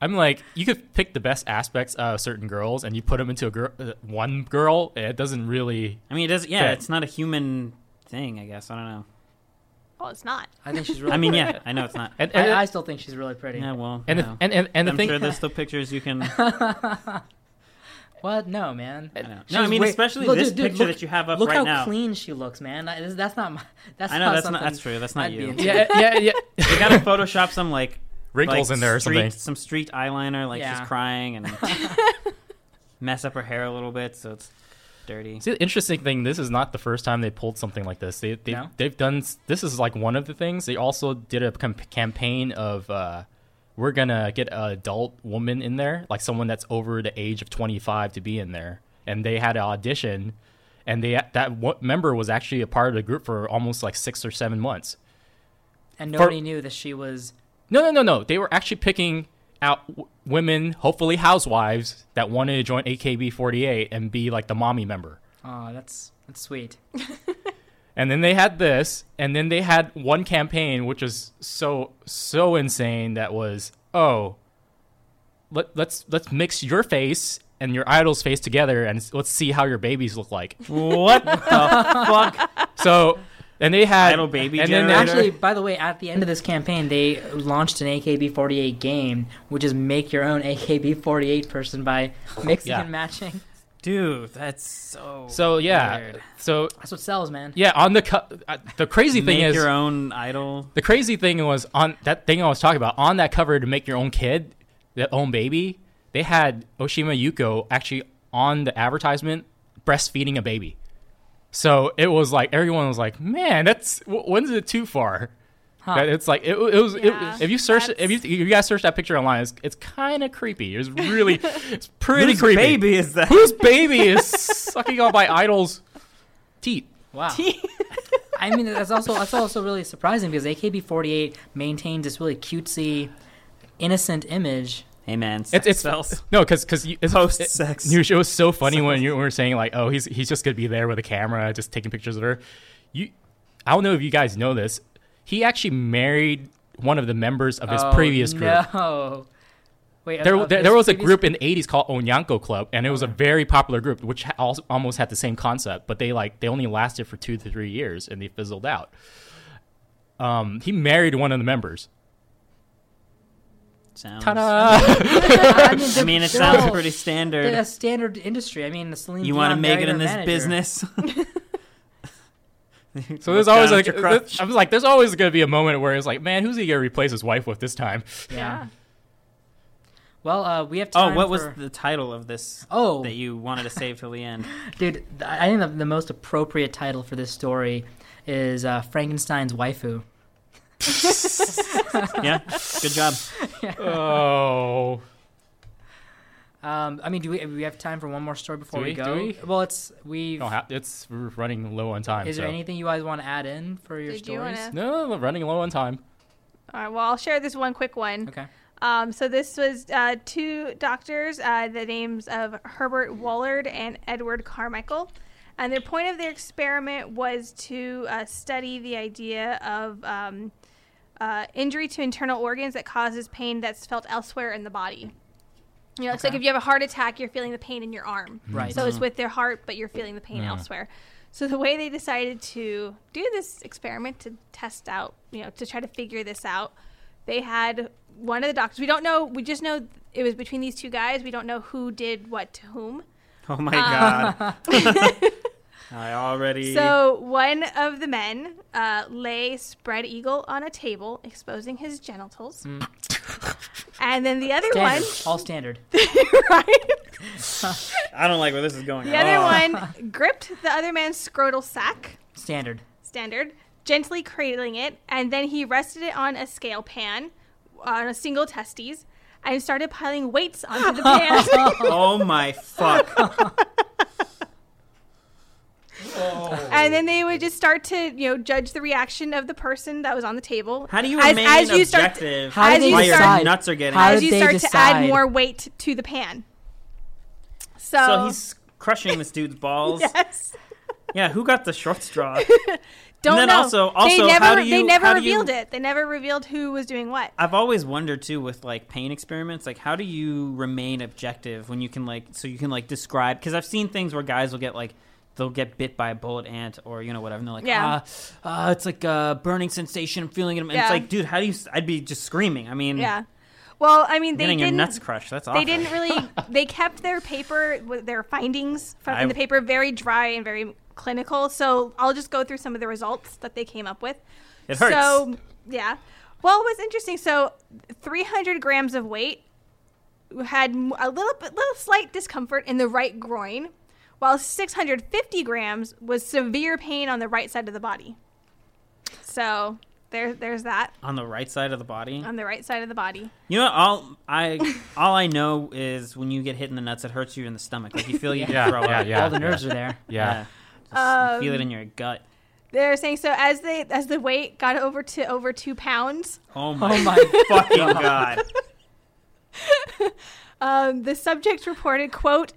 S4: I'm like, you could pick the best aspects of certain girls and you put them into a girl, uh, one girl. and It doesn't really.
S2: I mean, it doesn't. Yeah,
S4: Fair.
S2: it's not a human thing. I guess I don't know.
S3: Well, it's not.
S1: I
S4: [laughs]
S1: think she's really.
S2: I mean, yeah, I know it's not.
S4: And and
S1: I, I still think she's really pretty.
S2: Yeah, well,
S4: and,
S2: you
S4: the-
S2: know.
S4: and and and the
S2: I'm
S4: thing.
S2: sure
S4: [laughs]
S2: there's still pictures you can.
S1: [laughs] What? No, man.
S2: I know.
S1: She's
S2: No, I mean
S1: way-
S2: especially
S1: Look,
S2: this
S1: dude, dude,
S2: picture
S1: look-
S2: that you have up
S1: Look
S2: right
S1: how
S2: now.
S1: clean she looks, man. That is, that's not. My, that's
S2: I know
S1: not
S2: that's not.
S1: something
S2: That's true. That's not
S1: I'd be
S2: you.
S1: into.
S2: You
S4: yeah,
S2: [laughs]
S4: yeah, yeah. yeah.
S2: gotta Photoshop some like
S4: Wrinkles
S2: like,
S4: in there or
S2: street,
S4: something.
S2: Some street eyeliner, like
S1: Yeah.
S2: she's crying and
S1: [laughs]
S2: mess up her hair a little bit, so it's dirty.
S4: See, the interesting thing, this is not the first time they pulled something like this. They, they
S1: No?
S4: they've done s- this is like one of the things. They also did a com- campaign of uh, we're gonna get an adult woman in there, like someone that's over the age of 25 to be in there. And they had an audition, and they that one member was actually a part of the group for almost like six or seven months.
S1: And nobody knew that she was.
S4: No, no, no, no. They were actually picking out w- women, hopefully housewives, that wanted to join AKB48 and be like the mommy member.
S1: Oh, that's that's sweet.
S4: And then they had this, and then they had one campaign which was so so insane that was oh, let let's let's mix your face and your idol's face together, and let's see how your babies look like.
S2: What
S4: [laughs]
S2: the fuck?
S4: So. And they had
S2: Idol baby
S4: and then they-
S2: generator?
S1: Actually, by the way, at the end of this campaign, they launched an AKB48 game, which is make your own AKB48 person
S2: [laughs]
S1: by mixing
S4: Yeah.
S1: and matching.
S2: Dude, that's so.
S4: so yeah,
S2: weird.
S4: so
S1: That's what sells, man.
S4: yeah. On the co- uh, the crazy
S2: Make
S4: thing is
S2: your own idol.
S4: The crazy thing was on that thing I was talking about on that cover to make your own kid, that own baby. They had Oshima Yuko actually on the advertisement breastfeeding a baby. So it was like everyone was like, "Man, that's w- when's it too far?"
S1: Huh.
S4: That it's like it, it was. it-
S3: Yeah,
S4: if you search, if you,
S3: that's-
S4: if you guys search that picture online, it's, it's kind of creepy. It was really,
S3: [laughs]
S4: it's pretty
S2: Whose
S4: creepy.
S2: baby is that?
S4: Whose baby is sucking on my idol's teeth?
S1: Wow. I mean, that's also that's also really surprising because AKB48 maintains this really cutesy, innocent image.
S2: Hey man,
S4: It's it's
S2: sells.
S4: no, because because
S2: Post sex.
S4: It, it was so funny when you were saying like, oh, he's he's just gonna be there with a camera, just taking pictures of her. You, I don't know if you guys know this. He actually married one of the members of his
S1: Oh,
S4: previous group.
S1: No. Wait,
S4: There,
S1: of- of
S4: there,
S1: his
S4: there was a
S1: previous-
S4: group in the 80s called Onyanko Club, and it was a very popular group, which ha- al- almost had the same concept, but they like they only lasted for two to three years, and they fizzled out. Um, he married one of the members.
S2: Sounds.
S4: Ta-da!
S1: [laughs] I mean,
S2: [laughs] I mean, it
S1: they're
S2: sounds
S1: all-
S2: pretty
S1: they're a
S2: standard.
S1: standard industry. I mean, the Celine
S2: You
S1: want to
S2: make it in this business?
S3: [laughs]
S4: So there's always like
S2: Look down at your crotch.
S4: I was like, there's always gonna be a moment where it's like, man, who's he gonna replace his wife with this time? [laughs]
S1: Yeah. Well, uh, we have
S2: Oh,
S1: time.
S2: what was
S1: for-
S2: the title of this
S1: Oh,
S2: that you wanted to save till the
S3: [laughs]
S2: end?
S1: dude, th- I think the, the most appropriate title for this story is uh, Frankenstein's waifu.
S2: Yeah, good job.
S4: oh,
S1: Um, I mean, do we, do we have time for one more story before
S4: Do
S1: we,
S4: we-
S1: go?
S4: do we?
S1: Well, it's we've.
S4: no, ha- it's we're running low on time.
S1: is there
S4: so.
S1: anything you guys want to add in for your
S3: Did you
S1: stories?
S3: wanna-
S4: No, we're running low on time.
S3: [laughs] All right. Well, I'll share this one quick one.
S1: Okay.
S3: Um, so this was uh, two doctors, uh, the names of Herbert Wallard and Edward Carmichael. And the point of their experiment was to uh, study the idea of um, uh, injury to internal organs that causes pain that's felt elsewhere in the body. You know, it's like if you have a heart attack, you're feeling the pain in your arm.
S1: Right.
S3: So it's with their heart, but you're feeling the pain elsewhere. So the way they decided to do this experiment to test out, you know, to try to figure this out, they had one of the doctors. We don't know. We just know it was between these two guys. We don't know who did what to whom.
S2: Oh my
S3: Uh, [laughs]
S2: god. I already
S3: So one of the men uh, lay spread eagle on a table, exposing his genitals, and then the other
S1: Standard.
S3: one,
S1: All standard.
S3: [laughs] right?
S2: I don't like where this is going. Oh.
S3: The other one gripped the other man's scrotal sac,
S1: Standard.
S3: standard, gently cradling it, and then he rested it on a scale pan, on a single testes, and started piling weights
S1: [laughs]
S3: onto the pan.
S2: Oh my fuck.
S3: and then they would just start to, you know, judge the reaction of the person that was on the table.
S2: How do you
S3: As-
S2: remain
S3: as you start to-
S2: objective
S1: How
S3: do they
S2: while your
S1: decide?
S2: nuts are getting
S1: How
S3: as
S1: did
S3: you
S1: they
S3: start to
S1: decide?
S3: add more weight to the pan. So,
S2: So he's crushing this dude's balls.
S3: [laughs] yes,
S2: Yeah, who got the short
S3: [laughs]
S2: straw?
S3: don't
S2: then
S3: know.
S2: also- also,
S3: they never,
S2: how do
S3: they
S2: you-
S3: never
S2: how do you-
S3: revealed it. They never revealed who was doing what.
S2: I've always wondered too with like pain experiments, like how do you remain objective when you can like so you can like describe because I've seen things where guys will get like they'll get bit by a bullet ant or you know whatever and they're like
S3: Yeah.
S2: ah uh, it's like a burning sensation I'm feeling it and
S3: Yeah.
S2: it's like dude how do you s- I'd be just screaming I mean
S3: Yeah. Well, I mean, they
S2: Mm. getting your
S3: didn't.
S2: nuts crushed that's awful
S3: they didn't
S2: [laughs]
S3: really. They kept their paper, with their findings from
S2: I-
S3: in the paper, very dry and very clinical. So I'll just go through some of the results that they came up with.
S2: it hurts
S3: So yeah. Well, it was interesting. So 300 grams of weight had m- a little bit, little slight discomfort in the right groin, while 650 grams was severe pain on the right side of the body. So there, there's that
S2: on the right side of the body
S3: on the right side of the body.
S2: you know all
S3: [laughs]
S2: I all I know is when you get hit in the nuts it hurts you in the stomach like you feel you
S4: Yeah,
S2: can throw
S4: yeah,
S2: up
S4: yeah.
S1: All the nerves are there.
S4: Yeah.
S2: Just feel it
S3: Um,
S2: in your gut
S3: They're saying so as they as the weight got over to over two pounds,
S2: [laughs]
S3: [laughs]
S2: oh my
S1: Oh [laughs] my.
S2: fucking god
S3: um, the subject reported quote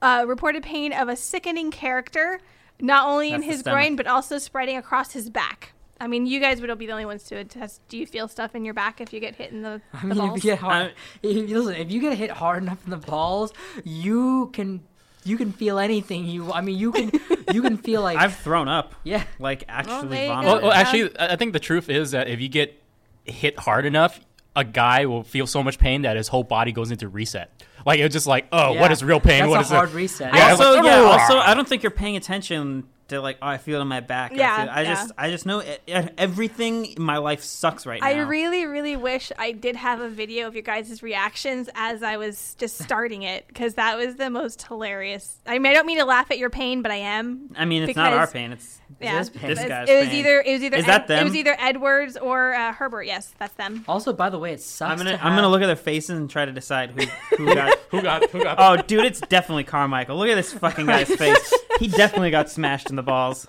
S3: uh, reported pain of a sickening character, not only in
S2: That's the
S3: his
S2: stomach.
S3: groin but also spreading across his back. I mean, you guys would be the only ones to attest. Do you feel stuff in your back if you get hit in the,
S1: I
S3: the
S1: mean, if
S3: balls?
S1: you get hard, [laughs] if you- listen. If you get hit hard enough in the balls, you can, you can feel anything. You, I mean, you can, you can
S2: [laughs]
S1: feel like,
S2: I've thrown up
S1: yeah,
S2: like actually
S3: there you go.
S2: vomited.
S4: Well, well,
S3: Yeah.
S4: actually, I I think the truth is that if you get hit hard enough, a guy will feel so much pain that his whole body goes into reset. Like it's just like, oh, what
S1: Yeah.
S4: is real pain?
S1: That's
S4: what
S1: a
S4: is
S1: hard
S4: it?
S1: reset.
S4: Yeah,
S2: also,
S4: like,
S2: yeah.
S4: "Ugh."
S2: Also, uh, I don't think you're paying attention to like. Oh, I feel it on my back. I
S3: Yeah,
S2: feel- I,
S3: yeah.
S2: just, I just know it, it- everything in my life sucks right now.
S3: I really, really wish I did have a video of your guys' reactions as I was
S1: [laughs]
S3: just starting it because that was the most hilarious. I mean, I don't mean to laugh at your pain, but I am.
S2: I mean, it's not our
S3: because-
S2: pain. It's
S3: Yeah,
S1: This pain.
S2: This
S3: It was-
S2: guy's
S3: it was
S2: pain.
S3: either it was either
S2: Is that
S3: It was
S2: them?
S3: either Edwards or uh, Herbert. Yes, that's them.
S1: Also, by the way, it sucks.
S2: I'm
S1: to
S2: gonna, I'm gonna
S1: have-
S2: look at their faces and try to decide who,
S3: [laughs]
S2: who got.
S4: Who got? Who got?
S2: Oh, dude, it's definitely Carmichael. Look at this fucking guy's face. He definitely got smashed in the
S3: [laughs]
S2: balls.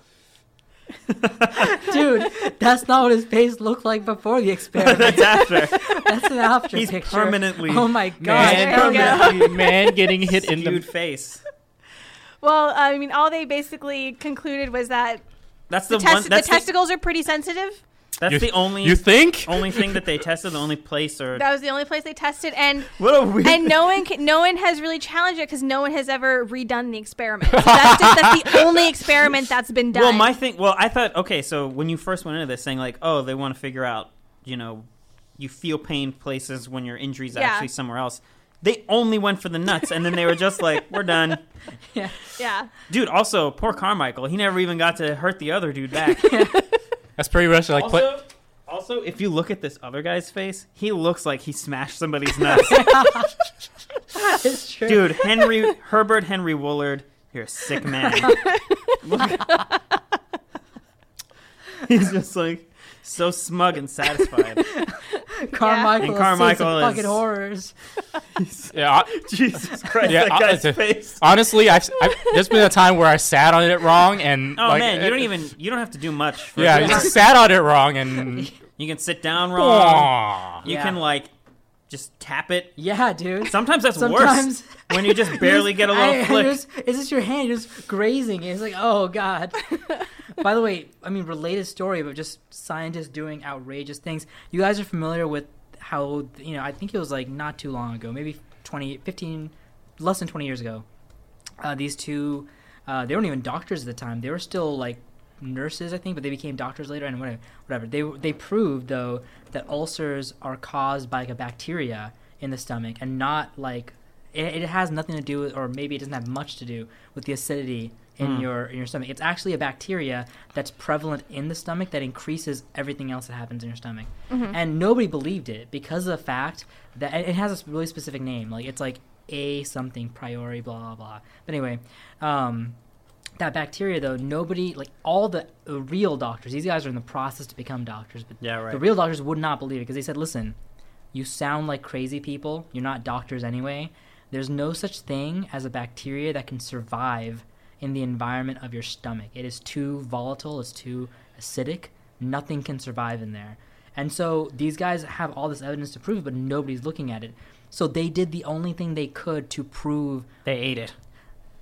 S1: [laughs] dude. That's not what his face looked like before the experiment.
S2: [laughs] That's after.
S1: That's an after
S2: He's
S1: picture.
S2: permanently
S1: Oh my god. [laughs]
S3: There we go.
S4: man, permanently- man getting hit in
S2: dude
S4: the.
S2: face.
S3: Well, I mean, all they basically concluded was that
S2: That's the,
S3: the, test-
S2: one. That's
S3: the
S2: the,
S3: testicles are pretty sensitive.
S2: that's
S4: You-
S2: the only
S4: You think?
S2: only thing that they tested. The only place or
S3: That was the only place they tested, and
S2: [laughs] what a weird.
S3: and no one can, no one has really challenged it because no one has ever redone the experiment. So that's, just,
S2: [laughs]
S3: that's the only experiment that's been done.
S2: Well, my thing. Well, I thought okay. So when you first went into this, saying like, oh, they want to figure out, you know, you feel pain places when your injury's
S3: Yeah.
S2: actually somewhere else. They only went for the nuts, and then they were just like, we're
S3: [laughs]
S2: done,
S3: yeah.
S2: dude. Also, poor Carmichael. He never even got to hurt the other dude back.
S4: That's pretty much like. pla-
S2: also, also, if you look at this other guy's face, he looks like he smashed [laughs] somebody's nuts,
S1: It's true.
S2: dude. Henry Herbert Henry Woolard, you're a sick [laughs] man. Look. He's just like so smug and satisfied.
S1: Carmichael,
S2: And
S1: is seeing
S2: Carmichael
S1: some
S2: is-
S1: fucking horrors.
S4: yeah, I-
S2: [laughs] Jesus Christ,
S4: Yeah,
S2: that
S4: I-
S2: guy's
S4: it's a-
S2: face.
S4: honestly, I've, I've there's been a time where I sat on it wrong and.
S2: Oh
S4: like,
S2: man, you
S4: it-
S2: don't even you don't have to do much. For
S4: Yeah,
S2: you, [laughs]
S4: I just sat on it wrong and.
S2: you can sit down wrong.
S4: [laughs] Aw.
S2: You
S1: Yeah.
S2: can like just tap it.
S1: Yeah, dude.
S2: Sometimes that's
S1: Sometimes-
S2: worse when you just [laughs] barely get a little
S1: I- I
S2: flick.
S1: just- it's just your hand you're just grazing. It's like, oh god. By the way, I mean related story, but just scientists doing outrageous things. You guys are familiar with how you know? I think it was like not too long ago, maybe 20, 15, less than twenty years ago. Uh, these two, uh, they weren't even doctors at the time. They were still like nurses, I think, but they became doctors later and whatever. Whatever. They they proved though that ulcers are caused by like a bacteria in the stomach and not like it, it has nothing to do with, or maybe it doesn't have much to do with the acidity in your in your stomach. It's actually a bacteria that's prevalent in the stomach that increases everything else that happens in your stomach. And nobody believed it because of the fact that and it has a really specific name. Like it's like a something priori blah blah blah. But anyway, um, that bacteria though nobody like all the uh, real doctors these guys are in the process to become doctors but
S2: Yeah, right.
S1: the real doctors would not believe it because they said listen you sound like crazy people you're not doctors anyway there's no such thing as a bacteria that can survive in the environment of your stomach it is too volatile it's too acidic nothing can survive in there and so these guys have all this evidence to prove it but nobody's looking at it so they did the only thing they could to prove
S2: They ate it.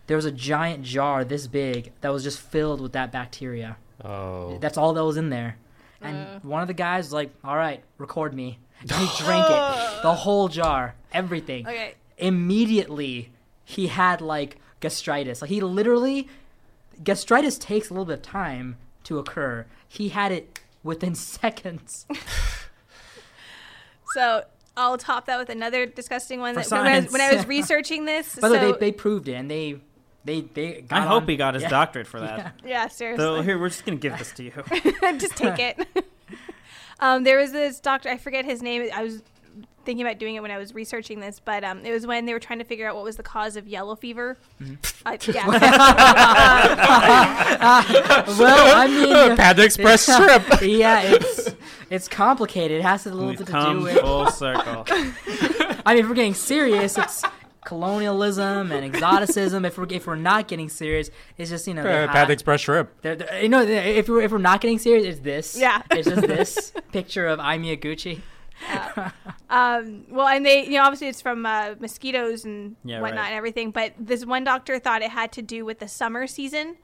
S1: there was a giant jar this big that was just filled with that bacteria.
S4: [laughs] Oh.
S1: That's all that was in there. And
S3: Uh.
S1: one of the guys was like, "All right, record me." And
S3: [laughs]
S1: he drank it, the whole jar, everything.
S3: Okay.
S1: Immediately, he had like gastritis. Like he literally, gastritis takes a little bit of time to occur. He had it within [laughs] seconds.
S3: So I'll top that with another disgusting one.
S2: For
S3: That, when, I was,
S2: science.
S3: when I was researching this,
S1: By the way,
S3: so
S1: they, they proved it, and they, they, they. Got
S2: I hope
S1: on- [laughs]
S2: he got [laughs] his
S1: Yeah.
S2: doctorate for that.
S3: yeah, seriously.
S2: So here, we're just gonna give this
S1: [laughs]
S2: to you.
S3: [laughs] just take it. um, there was this doctor, I forget his name. I was thinking about doing it when I was researching this, but um, it was when they were trying to figure out what was the cause of yellow fever. Uh, yeah.
S1: Well, I [laughs]
S2: [laughs]
S1: mean,
S4: Panda
S1: [laughs]
S4: Express trip.
S1: yeah, it's it's complicated. It has a little
S2: We've
S1: bit to do
S2: come
S1: with. [laughs]
S2: full circle.
S1: I mean, if we're getting serious, it's colonialism and exoticism. If we're if we're not getting serious, it's just you know
S2: Uh,
S1: they're hot.
S4: Panda Express trip.
S2: Oh,
S1: They're- they're- you know if we're if we're not getting serious, it's this.
S3: Yeah.
S1: it's
S2: [laughs]
S1: just this picture of I'm Miyaguchi.
S3: um, well, and they, you know, obviously it's from uh, mosquitoes and
S2: Yeah,
S3: whatnot
S2: right.
S3: and everything, but this one doctor thought it had to do with the summer season.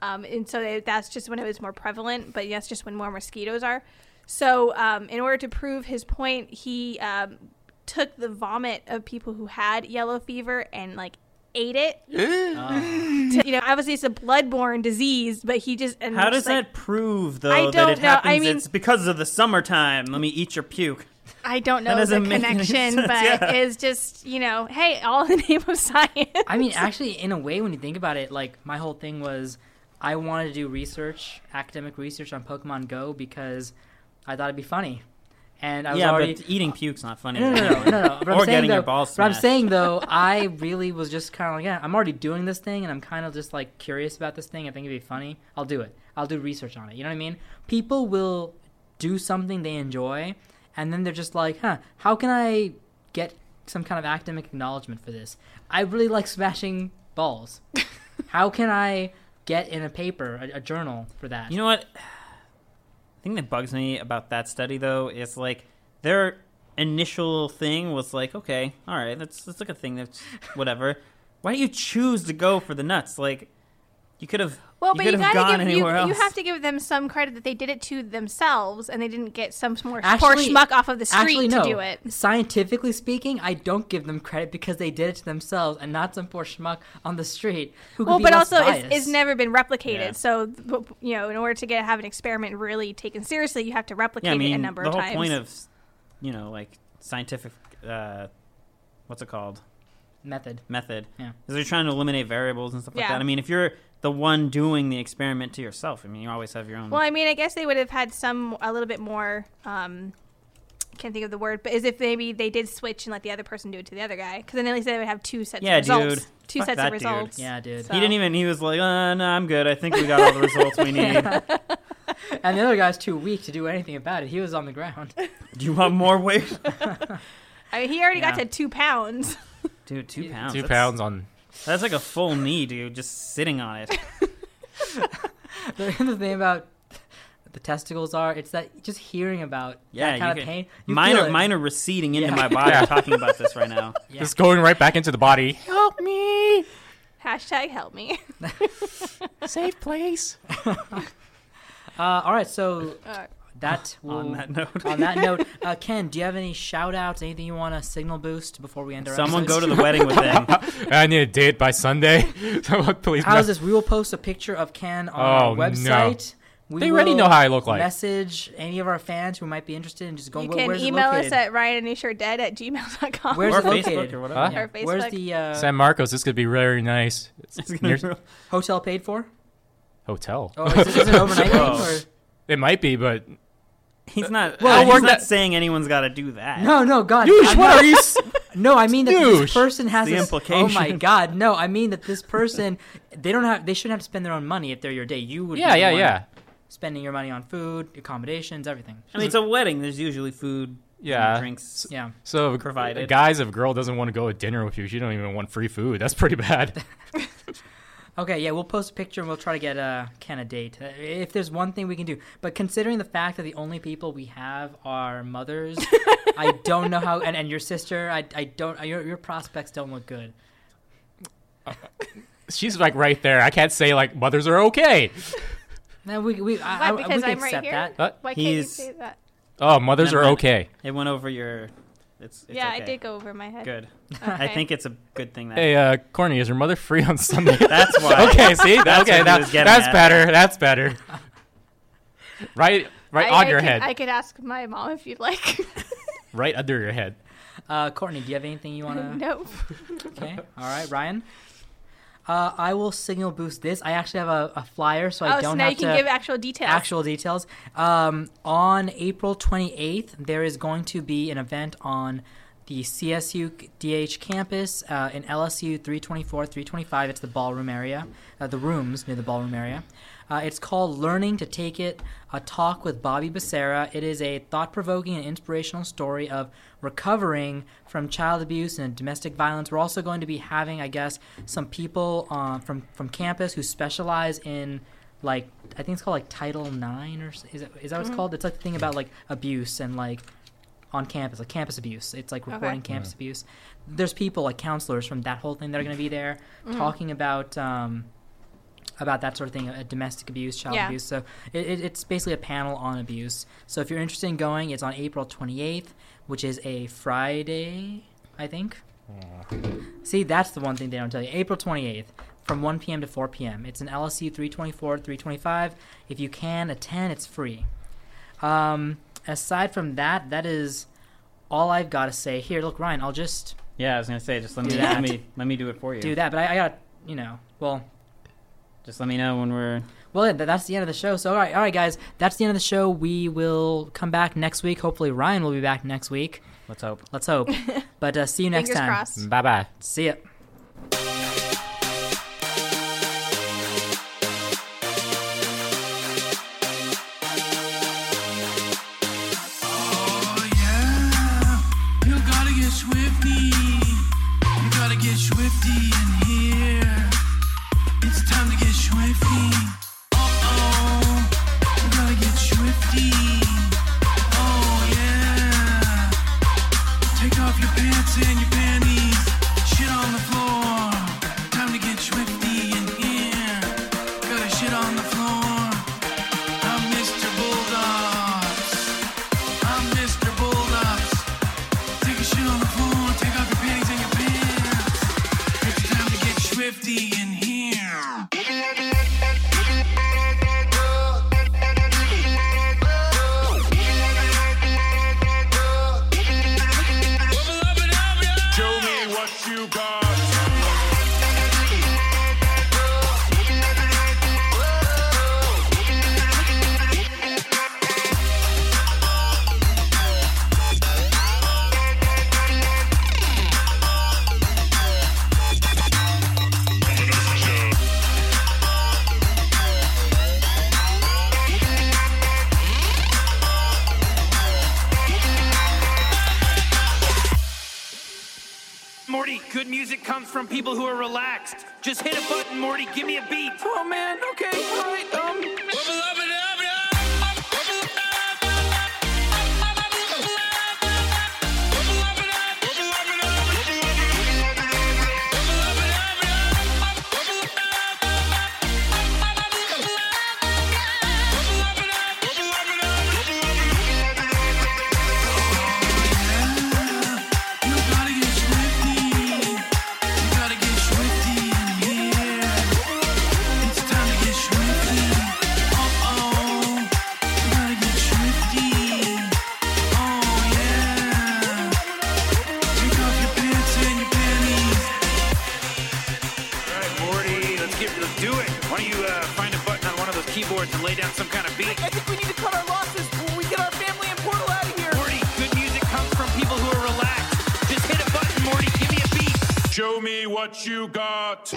S3: Um, and so they, that's just when it was more prevalent, but that's just when more mosquitoes are. So, um, in order to prove his point, he um, took the vomit of people who had yellow fever and like ate it.
S2: Um,
S3: to- you know, obviously it's a bloodborne disease, but he just and
S2: How
S3: just,
S2: does
S3: like,
S2: that prove though
S3: I
S2: that
S3: don't
S2: it
S3: know. I
S2: happens?
S3: mean-
S2: it's because of the summertime. Let me eat your puke.
S3: I don't know the
S2: doesn't make any
S3: connection,
S2: sense, [laughs]
S3: but
S2: yeah.
S3: it's just you know, hey, all in the name of science.
S1: I mean, actually, in a way, when you think about it, like my whole thing was, I wanted to do research, academic research on Pokemon Go because I thought it'd be funny, and I was
S2: Yeah,
S1: already
S2: but eating puke's not funny.
S1: No, no, no, no, no. no. But I'm
S2: [laughs] Or
S1: saying,
S2: getting
S1: though,
S2: your balls
S1: But I'm
S2: smashed.
S1: saying though,
S2: [laughs]
S1: I really was just kind of like, yeah, I'm already doing this thing, and I'm kind of just like curious about this thing. I think it'd be funny. I'll do it. I'll do research on it. You know what I mean? People will do something they enjoy, and then they're just like, huh, how can I get some kind of academic acknowledgement for this? I really like smashing balls. how can I get in a paper, a, a journal for that?
S2: You know what? [sighs] The thing that bugs me about that study though is like their initial thing was like, okay, all right, that's that's like a thing that's [laughs] whatever. Why do you choose to go for the nuts? Like you could have
S3: Well,
S2: you
S3: but
S2: could
S3: you
S2: have
S3: gotta
S2: gone
S3: give you,
S2: anywhere else.
S3: you have to give them some credit that they did it to themselves and they didn't get some more poor
S1: Actually-
S3: schmuck off of the street
S1: Actually, no.
S3: to do it.
S1: Scientifically speaking, I don't give them credit because they did it to themselves and not some poor schmuck on the street who. could
S3: Well,
S1: be
S3: but
S1: less
S3: also it's,
S1: biased.
S3: it's never been replicated.
S2: Yeah.
S3: So th- you know, in order to get have an experiment really taken seriously, you have to replicate
S2: yeah, I
S3: it a
S2: mean,
S3: number
S2: the
S3: of
S2: whole
S3: times.
S2: point of you know like scientific uh, what's it called
S1: method.
S2: method
S1: Yeah.
S2: is they're trying to eliminate variables and stuff like
S3: Yeah.
S2: that. I mean, if you're the one doing the experiment to yourself, I mean, you always have your own.
S3: well, I mean, I guess they would have had some a little bit more. Um, can't think of the word, but is if maybe they did switch and let the other person do it to the other guy, because then at least they would have two sets
S2: Yeah,
S3: of results,
S2: dude.
S3: two
S2: Fuck
S3: sets
S2: that
S3: of
S2: dude.
S3: results.
S1: Yeah, dude.
S2: [laughs]
S3: So-
S2: he didn't even. He was like, uh, "No, I'm good. I think we got all the results
S3: [laughs]
S2: we need."
S1: [laughs] And the other guy's too weak to do anything about it. He was on the ground. [laughs]
S2: Do you want more weight,
S3: I mean, he already got
S1: Yeah.
S3: to two pounds. [laughs]
S2: dude? Two
S1: Yeah.
S2: pounds.
S4: Two
S2: that's-
S4: pounds on.
S2: That's like a full
S3: [laughs]
S2: knee, dude. Just sitting on it.
S1: the the thing about the testicles are. It's that just hearing about
S2: Yeah,
S1: that kind
S2: you
S1: of
S2: can-
S1: pain. You
S2: Mine
S1: feel
S2: are,
S1: it.
S2: mine are receding into
S1: Yeah.
S2: my body
S3: [laughs]
S4: Yeah.
S2: talking about this right now.
S1: Yeah.
S4: It's going right back into
S1: [laughs]
S4: the body. Help me,
S3: Hashtag help me.
S4: safe place.
S1: Uh, all right,
S2: [laughs]
S1: so
S3: Uh,
S1: that will,
S2: On that note,
S1: on that note, uh, Ken, do you have any shout outs, anything you want to signal boost before we end our
S2: someone go
S1: episodes?
S2: to the wedding
S3: [laughs]
S2: with them.
S4: I need a date by Sunday. [laughs] So Please,
S1: How's
S4: mess-
S1: this? We will post a picture of Ken on
S4: Oh,
S1: our
S4: no.
S1: website. We
S4: They already
S1: will
S4: know how I look like.
S1: Message any of our fans who might be interested in just going.
S3: you
S1: wh-
S3: can
S1: where's it
S3: email us
S1: located?
S3: at ryanandshiredead at gmail.com.
S1: Where's
S2: or
S1: it located?
S2: Facebook or whatever.
S4: Huh?
S1: Yeah.
S3: Or Facebook.
S1: Where's the uh,
S4: San Marcos. This could be very nice.
S2: It's gonna
S4: Near-
S2: be real-
S1: hotel paid for?
S4: Hotel. [laughs]
S1: Oh, is, this an overnight
S2: Oh.
S1: thing?
S4: It might be, but
S2: He's not.
S4: Well,
S2: Well,
S4: work
S2: he's not
S4: that-
S2: saying anyone's got to do that.
S1: Or? No, no, God.
S4: Douche,
S1: I'm
S4: what
S1: not-
S4: are
S2: [laughs]
S4: you? s-
S1: No, I mean that
S4: Douche.
S1: this person has
S2: The
S1: this,
S2: implication.
S1: Oh my God, no! I mean that this person they don't have they shouldn't have to spend their own money if they're your day. You would.
S4: yeah,
S1: be the
S4: yeah,
S1: one
S4: yeah,
S1: Spending your money on food, accommodations, everything.
S2: I mean, it's a wedding. There's usually food,
S4: yeah.
S2: and drinks.
S1: Yeah.
S4: So, if
S2: Provided.
S4: guys, if a girl doesn't want to go to dinner with you, she don't even want free food. That's pretty
S2: [laughs]
S4: bad.
S1: Okay, yeah, we'll post a picture and we'll try to get uh, Ken a date. Uh, If there's one thing we can do. But considering the fact that the only people we have are
S3: [laughs]
S1: mothers, I don't know how, and, and your sister, I, I don't, your, your prospects don't look good.
S4: She's like right there. I can't say like mothers are okay.
S1: Now we, we, I,
S3: Why?
S1: I- we
S3: Because
S1: can
S3: I'm right
S1: accept
S3: here?
S1: that.
S4: Uh,
S3: Why can't you
S2: He's-
S3: say that?
S4: oh, mothers are
S2: Never mind.
S4: okay.
S2: It went over your. It's, it's
S3: yeah,
S2: okay.
S3: I did go over my head. [laughs]
S2: Good. I
S3: Okay.
S2: think it's a good thing that.
S4: Hey, uh, Corny, is your mother free on
S2: [laughs]
S4: Sunday? [laughs]
S2: That's why.
S4: okay, see,
S2: That's what
S4: okay,
S2: he
S4: that-
S2: was getting
S4: that's
S2: at.
S4: better. That's
S2: [laughs]
S4: better. Right, right
S3: I,
S4: on
S3: I
S4: your
S3: could,
S4: head.
S3: I could ask my mom if you'd like. [laughs]
S4: Right under your head.
S1: Uh, Courtney, do you have anything you want
S3: [laughs]
S1: to?
S3: nope.
S1: Okay, all right, Ryan. Uh, I will signal boost this. I actually have a, a flyer, so I don't
S3: oh, so now
S1: have
S3: you can
S1: to.
S3: give actual details.
S1: actual details. Um, on April 28th, there is going to be an event on the CSU DH campus uh, in LSU 324, 325. It's the ballroom area, uh, the rooms near the ballroom area. Uh, it's called Learning to Take It, a talk with Bobby Becerra. It is a thought provoking and inspirational story of recovering from child abuse and domestic violence. We're also going to be having, I guess, some people uh, from, from campus who specialize in like I think it's called like Title Nine or s- is it, is that what it's called? It's like the thing about like abuse and like on campus, like campus abuse. It's like reporting campus abuse. There's people like counselors from that whole thing that are going to be there talking about um, about that sort of thing, uh, domestic abuse, child
S3: Yeah.
S1: abuse. So it, it, it's basically a panel on abuse. So if you're interested in going, it's on April 28th, which is a Friday, I think. See, that's the one thing they don't tell you. April 28th from 1 p.m. to 4 p.m. It's an LSU 324, 325. If you can attend, it's free. Um, aside from that, that is all I've got to say. Here, look, Ryan, I'll just
S2: Yeah, I was gonna say, just let me
S1: Do that.
S2: let me let me do it for you.
S1: do that. But I, I got, to you know, well,
S2: Just let me know when we're.
S1: well, yeah, that's the end of the show. So, all right, all right, guys, that's the end of the show. We will come back next week. Hopefully, Ryan will be back next week.
S2: Let's hope.
S1: Let's
S3: [laughs]
S1: hope. but uh, see you next
S3: Fingers
S1: time.
S3: crossed.
S4: Bye bye.
S1: See ya.
S5: Oh yeah, you gotta get swifty. You gotta get swifty in here. It's time to get swifty. Uh oh, you gotta get swifty. Oh yeah, take off your pants and your panties. Shit on the floor. Time to get swifty in here. Gotta shit on the floor. I'm Mr. Bulldogs. I'm Mr. Bulldogs. Take a shit on the floor, take off your panties and your pants. It's time to get swifty in here.
S6: Show me what you got.
S7: Morty, good music comes from people who are relaxed. Just hit a button, Morty. Give me a beat.
S5: Oh man, okay, alright, um.
S6: Wubba lubba dubba dub.
S7: to lay down some kind of beat.
S8: I think we need to cut our losses when we get our family and Portal out of here.
S7: Morty, good music comes from people who are relaxed. Just hit a button, Morty. Give me a beat.
S6: Show me what you got.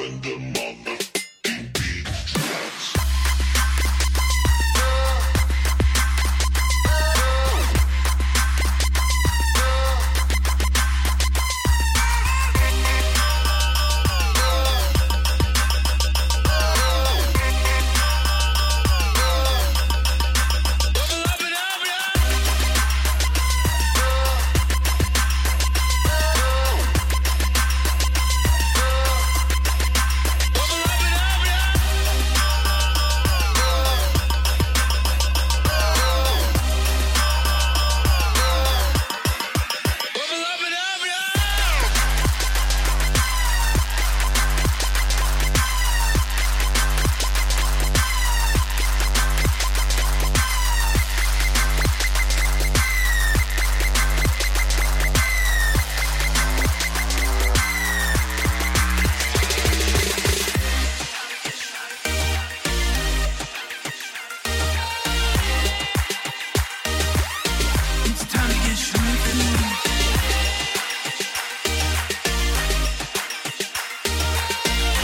S5: It's time to get swifty.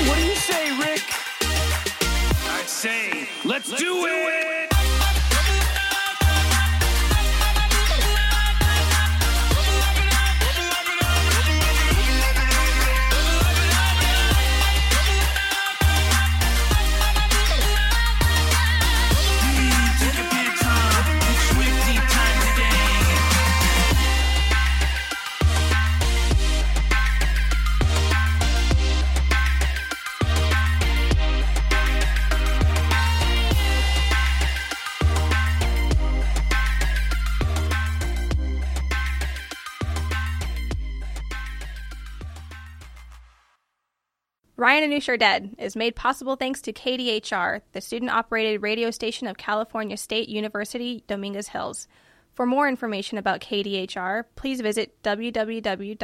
S8: What do you say, Rick?
S7: I say, let's, do, it.
S5: Take a picture. It's swifty time today.
S3: Ryan and Noosh are Dead is made possible thanks to KDHR, the student operated radio station of California State University, Dominguez Hills. For more information about KDHR, please visit www.kdhr.net.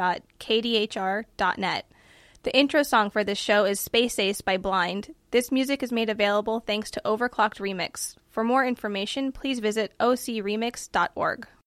S3: The intro song for this show is Space Ace by Blind. This music is made available thanks to Overclocked Remix. For more information, please visit ocremix.org.